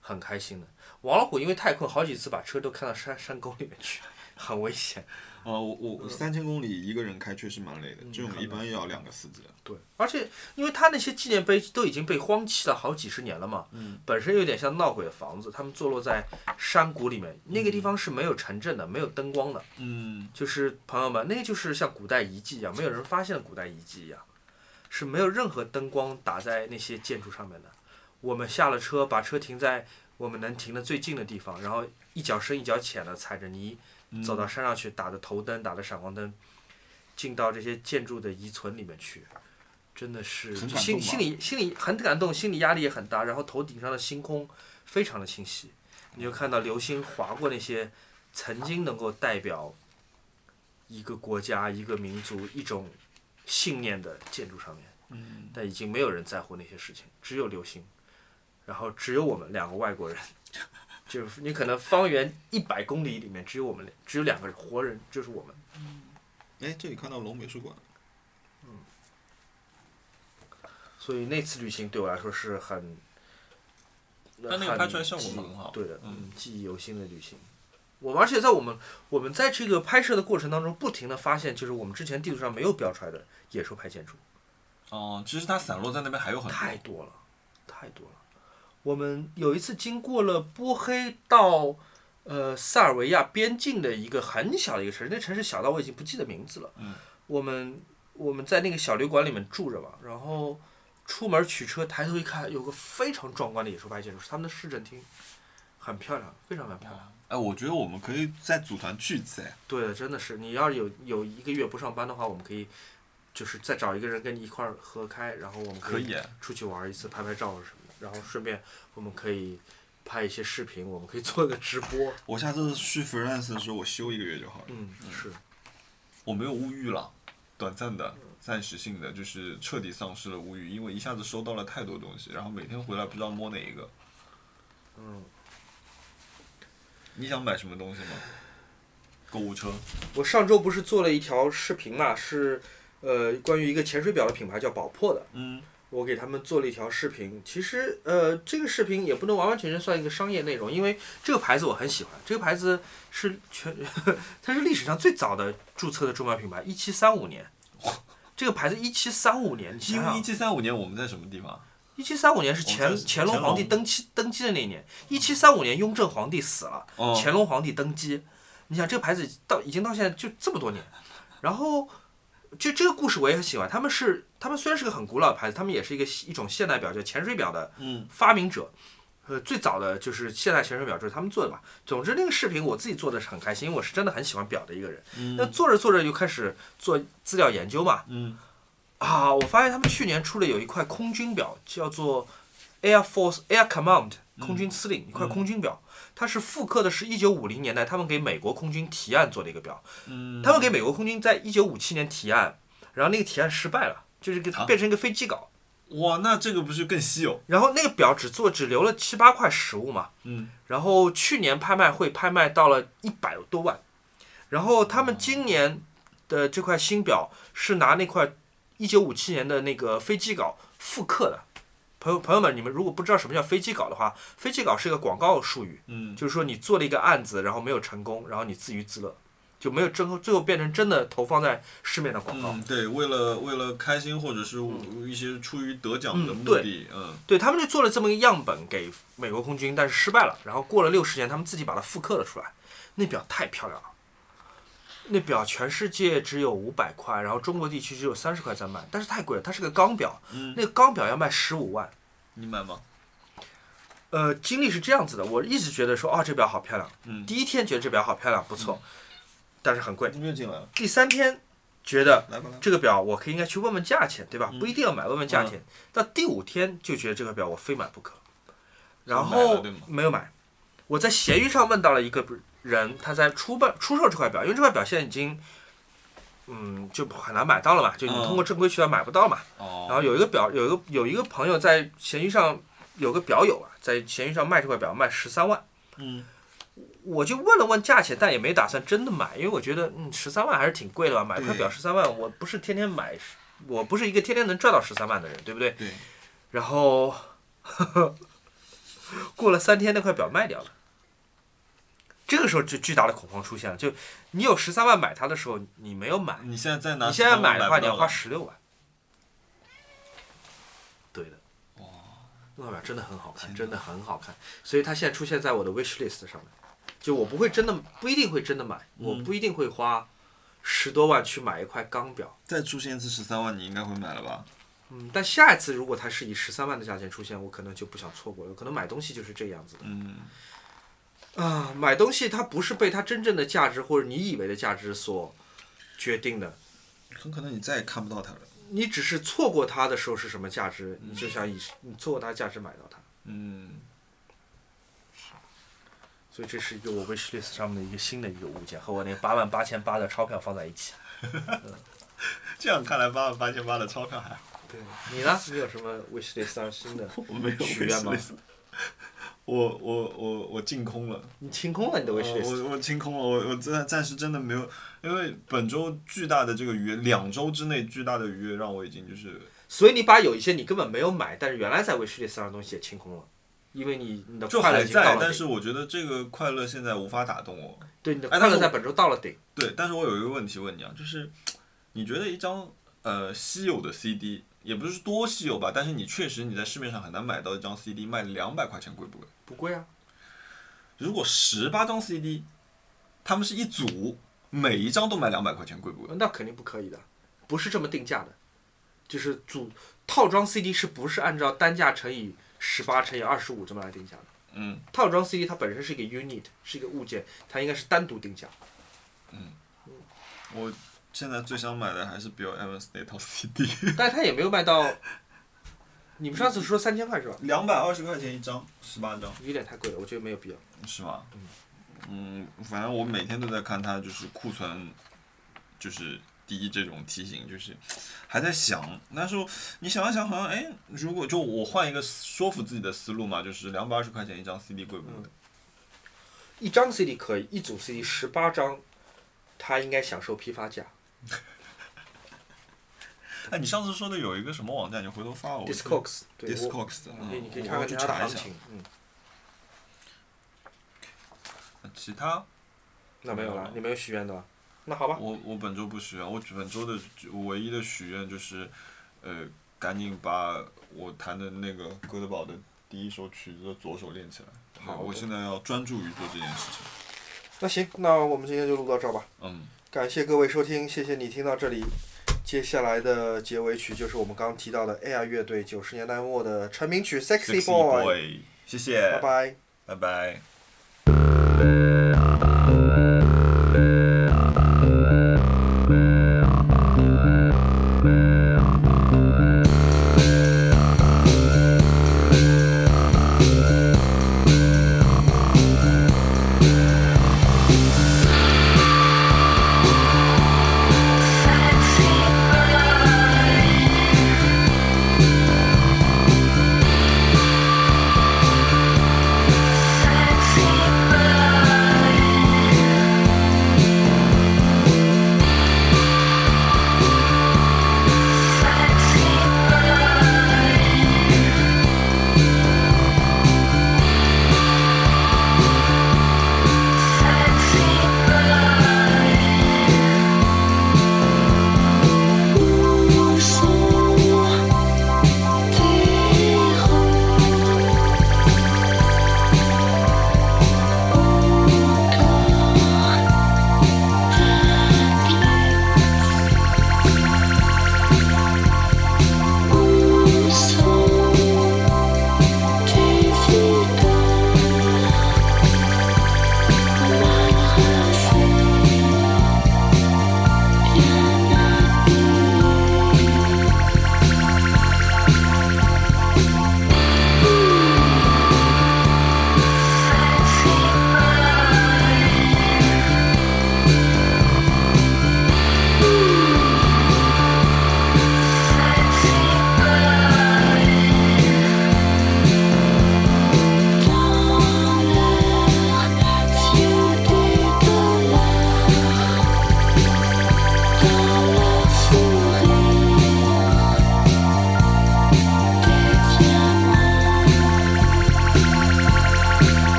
[SPEAKER 3] 很开心的。王老虎因为太困，好几次把车都开到山山沟里面去，很危险。
[SPEAKER 1] 啊，我我三千公里一个人开确实嗯蛮累的，这种一般要两个司机。啊
[SPEAKER 3] 对，而且因为他那些纪念碑都已经被荒弃了好几十年了嘛，
[SPEAKER 1] 嗯
[SPEAKER 3] 本身有点像闹鬼的房子，他们坐落在山谷里面，那个地方是没有城镇的，没有灯光的。
[SPEAKER 1] 嗯
[SPEAKER 3] 就是朋友们，那就是像古代遗迹一样，没有人发现的古代遗迹一样，是没有任何灯光打在那些建筑上面的。我们下了车，把车停在我们能停的最近的地方，然后一脚深一脚浅的踩着泥
[SPEAKER 1] 嗯
[SPEAKER 3] 走到山上去，打着头灯，打着闪光灯，进到这些建筑的遗存里面去，真的是
[SPEAKER 1] 很感动
[SPEAKER 3] 心
[SPEAKER 1] 吧
[SPEAKER 3] 心里心里很感动，心理压力也很大，然后头顶上的星空非常的清晰，你就看到流星划过那些曾经能够代表一个国家、一个民族、一种信念的建筑上面，
[SPEAKER 1] 嗯，
[SPEAKER 3] 但已经没有人在乎那些事情，只有流星，然后只有我们两个外国人， 就是你可能方圆一百公里里面只有我们俩，只有两个人活人，就是我们。
[SPEAKER 1] 哎，这里看到龙美术馆。
[SPEAKER 3] 所以那次旅行对我来说是很，
[SPEAKER 1] 但那个
[SPEAKER 3] 很
[SPEAKER 1] 拍出来效
[SPEAKER 3] 记
[SPEAKER 1] 果
[SPEAKER 3] 忆
[SPEAKER 1] 很好
[SPEAKER 3] 对的，
[SPEAKER 1] 嗯，
[SPEAKER 3] 记忆犹新的旅行。我而且在我们我们在这个拍摄的过程当中，不停的发现，就是我们之前地图上没有标出来的野兽派建筑
[SPEAKER 1] 哦，其实它散落在那边还有很
[SPEAKER 3] 太
[SPEAKER 1] 多。
[SPEAKER 3] 多了，太多了。我们有一次经过了波黑到呃塞尔维亚边境的一个很小的一个城市，那城市小到我已经不记得名字了。
[SPEAKER 1] 嗯
[SPEAKER 3] 我们我们在那个小旅馆里面住着嘛，然后出门取车，抬头一看，有个非常壮观的野兽派建筑，是他们的市政厅，很漂亮，非常非常漂亮。
[SPEAKER 1] 哎，我觉得我们可以再组团聚一次。哎
[SPEAKER 3] 对的，真的是，你要是有有一个月不上班的话，我们可以就是再找一个人跟你一块儿合开，然后我们
[SPEAKER 1] 可以
[SPEAKER 3] 出去玩一次，拍拍照什么的，然后顺便我们可以拍一些视频，我们可以做个直 播。
[SPEAKER 1] 我下次去 freelance 的时候，我休一个月就好了。
[SPEAKER 3] 嗯，是，
[SPEAKER 1] 我没有物欲了，短暂的、暂时性的，就是彻底丧失了物欲，因为一下子收到了太多东西，然后每天回来不知道摸哪一个。
[SPEAKER 3] 嗯，
[SPEAKER 1] 你想买什么东西吗？购物车。
[SPEAKER 3] 我上周不是做了一条视频嘛，是呃关于一个潜水表的品牌叫宝珀的，
[SPEAKER 1] 嗯
[SPEAKER 3] 我给他们做了一条视频。其实呃这个视频也不能完完全全算一个商业内容，因为这个牌子我很喜欢，这个牌子是全 它是历史上最早的注册的中标品牌，一七三五年。这个牌子一七三五年，你想
[SPEAKER 1] 因
[SPEAKER 3] 想
[SPEAKER 1] 为一七三五年我们在什么地方？
[SPEAKER 3] 一七三五年是
[SPEAKER 1] 我
[SPEAKER 3] 乾
[SPEAKER 1] 在
[SPEAKER 3] 乾
[SPEAKER 1] 乾
[SPEAKER 3] 隆
[SPEAKER 1] 隆
[SPEAKER 3] 皇帝登基登基的那一年，一七三五年雍正皇帝死了，
[SPEAKER 1] 哦
[SPEAKER 3] 乾隆皇帝登基。你想这个牌子到已经到现在就这么多年，然后就这个故事我也很喜欢。他们是他们虽然是个很古老的牌子，他们也是一个一种现代表，叫潜水表的
[SPEAKER 1] 嗯
[SPEAKER 3] 发明者。呃，最早的就是现代潜水表就是他们做的嘛。总之那个视频我自己做的是很开心，因为我是真的很喜欢表的一个人。那
[SPEAKER 1] 嗯
[SPEAKER 3] 做着做着就开始做资料研究嘛，
[SPEAKER 1] 嗯
[SPEAKER 3] 啊，我发现他们去年出了有一块空军表，叫做 Air Force Air Command
[SPEAKER 1] 嗯
[SPEAKER 3] 空军司令、一块空军表，它是复刻的是一九五零年代他们给美国空军提案做的一个表，
[SPEAKER 1] 嗯，
[SPEAKER 3] 他们给美国空军在一九五七年提案，然后那个提案失败了，就是给
[SPEAKER 1] 啊
[SPEAKER 3] 变成一个飞机稿，
[SPEAKER 1] 哇，那这个不是更稀有？
[SPEAKER 3] 然后那个表只做只留了七八块实物嘛，
[SPEAKER 1] 嗯
[SPEAKER 3] 然后去年拍卖会拍卖到了一百多万，然后他们今年的这块新表是拿那块一九五七年的那个飞机稿复刻的。朋友朋友们，你们如果不知道什么叫飞机稿的话，飞机稿是一个广告术语，
[SPEAKER 1] 嗯，
[SPEAKER 3] 就是说你做了一个案子，然后没有成功，然后你自娱自乐，就没有真最后变成真的投放在市面的广告。
[SPEAKER 1] 嗯，对，为了为了开心或者是一些出于得奖的
[SPEAKER 3] 嗯
[SPEAKER 1] 目
[SPEAKER 3] 对
[SPEAKER 1] 的，嗯
[SPEAKER 3] 对他们就做了这么一个样本给美国空军，但是失败了。然后过了六十年，他们自己把它复刻了出来。那表太漂亮了，那表全世界只有五百块，然后中国地区只有三十块在卖，但是太贵了。它是个钢表，
[SPEAKER 1] 嗯，
[SPEAKER 3] 那个钢表要卖十五万。
[SPEAKER 1] 你买吗？
[SPEAKER 3] 呃，经历是这样子的，我一直觉得说啊、这表好漂亮。
[SPEAKER 1] 嗯
[SPEAKER 3] 第一天觉得这表好漂亮，不错，但是很贵。
[SPEAKER 1] 音乐进来了，
[SPEAKER 3] 第三天觉得
[SPEAKER 1] 来吧来吧，
[SPEAKER 3] 这个表我可以应该去问问价钱，对吧？
[SPEAKER 1] 嗯
[SPEAKER 3] 不一定要买，问问价钱。到第五天就觉得这个表我非买不可，然
[SPEAKER 1] 买了
[SPEAKER 3] 后
[SPEAKER 1] 对吗
[SPEAKER 3] 没有买。我在闲鱼上问到了一个人，他在出办出售这块表，因为这块表现在已经，嗯，就很难买到了嘛，就你
[SPEAKER 1] 嗯
[SPEAKER 3] 通过正规渠道买不到嘛。
[SPEAKER 1] 哦，
[SPEAKER 3] 然后有一个表，有一个有一个朋友在闲鱼上有个表友啊，在闲鱼上卖这块表卖十三万，
[SPEAKER 1] 嗯
[SPEAKER 3] 我就问了问价钱，但也没打算真的买，因为我觉得嗯十三万还是挺贵的吧，买块表十三万，我不是天天买，我不是一个天天能赚到十三万的人，对不对？
[SPEAKER 1] 对，
[SPEAKER 3] 然后 过了三天，那块表卖掉了。这个时候就巨大的恐慌出现了，就你有十三万买它的时候，你没有买，
[SPEAKER 1] 你现在再拿，
[SPEAKER 3] 你现在买的
[SPEAKER 1] 不
[SPEAKER 3] 话，你
[SPEAKER 1] 到
[SPEAKER 3] 要花
[SPEAKER 1] 了
[SPEAKER 3] 十六万。对的。哇，那块表真的很好看，真的很好看，所以它现在出现在我的 wish list 上面。就我不会真的，不一定会真的买，我不一定会花十多万去买一块钢表。
[SPEAKER 1] 再出现一次十三万，你应该会买了吧？
[SPEAKER 3] 嗯，但下一次如果它是以十三万的价钱出现，我可能就不想错过了。可能买东西就是这样子的
[SPEAKER 1] 嗯，
[SPEAKER 3] 啊、买东西它不是被它真正的价值或者你以为的价值所决定的，
[SPEAKER 1] 很可能你再也看不到它了。
[SPEAKER 3] 你只是错过它的时候是什么价值，你就想以你错过它的价值买到它，
[SPEAKER 1] 嗯，
[SPEAKER 3] 所以这是一个我 wish list 上面的一个新的一个物件，和我 那八万八千八的钞票放在一起。
[SPEAKER 1] 这样看来八万八千八的钞票还好，
[SPEAKER 3] 对你呢？你有什么 wish list 上新的？
[SPEAKER 1] 我没有
[SPEAKER 3] 许愿吗
[SPEAKER 1] wish list？我我我我净空了，
[SPEAKER 3] 你清空了你的
[SPEAKER 1] 我
[SPEAKER 3] wish list，
[SPEAKER 1] 我我清空了，我我暂暂时真的没有，因为本周巨大的这个愉悦，两周之内巨大的愉悦让我已经就是
[SPEAKER 3] 所以你把有一些你根本没有买，但是原来在 wish list 上的东西也清空了，因为你你的
[SPEAKER 1] 就
[SPEAKER 3] 快乐
[SPEAKER 1] 还
[SPEAKER 3] 已经到
[SPEAKER 1] 在，
[SPEAKER 3] 了
[SPEAKER 1] 但
[SPEAKER 3] 顶
[SPEAKER 1] 是我觉得这个快乐现在无法打动我。
[SPEAKER 3] 对你的
[SPEAKER 1] 哎
[SPEAKER 3] 快
[SPEAKER 1] 但是
[SPEAKER 3] 乐在
[SPEAKER 1] 我
[SPEAKER 3] 本周到了顶。
[SPEAKER 1] 对，但是我有一个问题问你啊，就是你觉得一张呃稀有的 CD，也不是多稀有吧，但是你确实你在市面上很难买到一张 CD 卖两百块钱，贵不贵？
[SPEAKER 3] 不贵啊，
[SPEAKER 1] 如果十八张 CD，他们是一组，每一张都卖两百块钱，贵不贵？
[SPEAKER 3] 那肯定不可以的，不是这么定价的，就是组套装 CD 是不是按照单价乘以十八乘以二十五这么来定价的？
[SPEAKER 1] 嗯，
[SPEAKER 3] 套装 CD 它本身是一个 unit，是一个物件，它应该是单独定价。
[SPEAKER 1] 我现在最想买的还是 Bill Evans 那套 CD，
[SPEAKER 3] 但是它也没有卖到。你们上次说三千块是吧？
[SPEAKER 1] 两百二十块钱一张，十八张，
[SPEAKER 3] 有点太贵了，我觉得没有必要。
[SPEAKER 1] 是吧？嗯，反正我每天都在看它，就是库存，就是第一这种提醒，就是还在想。那时候你想一想，好像哎，如果就我换一个说服自己的思路嘛，就是两百二十块钱一张 CD 贵不
[SPEAKER 3] 嗯
[SPEAKER 1] 贵？
[SPEAKER 3] 一张 CD 可以，一组 CD 十八张，它应该享受批发价。
[SPEAKER 1] 哎，你上次说的有一个什么网站，你回头发我。
[SPEAKER 3] Discogs，
[SPEAKER 1] 哦
[SPEAKER 3] 对我哎
[SPEAKER 1] Discogs，嗯
[SPEAKER 3] 对，你可以
[SPEAKER 1] 我
[SPEAKER 3] 看
[SPEAKER 1] 我
[SPEAKER 3] 看
[SPEAKER 1] 去
[SPEAKER 3] 它的
[SPEAKER 1] 查一
[SPEAKER 3] 行
[SPEAKER 1] 下。
[SPEAKER 3] 情。嗯，
[SPEAKER 1] 其他
[SPEAKER 3] 那没有
[SPEAKER 1] 嗯
[SPEAKER 3] 了，你没有许愿的吧？那好吧，
[SPEAKER 1] 我我本周不许愿，我本周的唯一的许愿就是，呃，赶紧把我弹的那个哥德堡的第一首曲子的左手练起来。
[SPEAKER 3] 好
[SPEAKER 1] 对我
[SPEAKER 3] 的
[SPEAKER 1] 现在要专注于做这件事情。
[SPEAKER 2] 那行，那我们今天就录到这儿吧。
[SPEAKER 1] 嗯，
[SPEAKER 2] 感谢各位收听，谢谢你听到这里。接下来的结尾曲就是我们刚提到的 AR 乐队九十年代末的成名曲《Sexy
[SPEAKER 1] Sexy
[SPEAKER 2] Boy》，
[SPEAKER 1] Boy，谢谢，
[SPEAKER 2] 拜拜。
[SPEAKER 1] 拜拜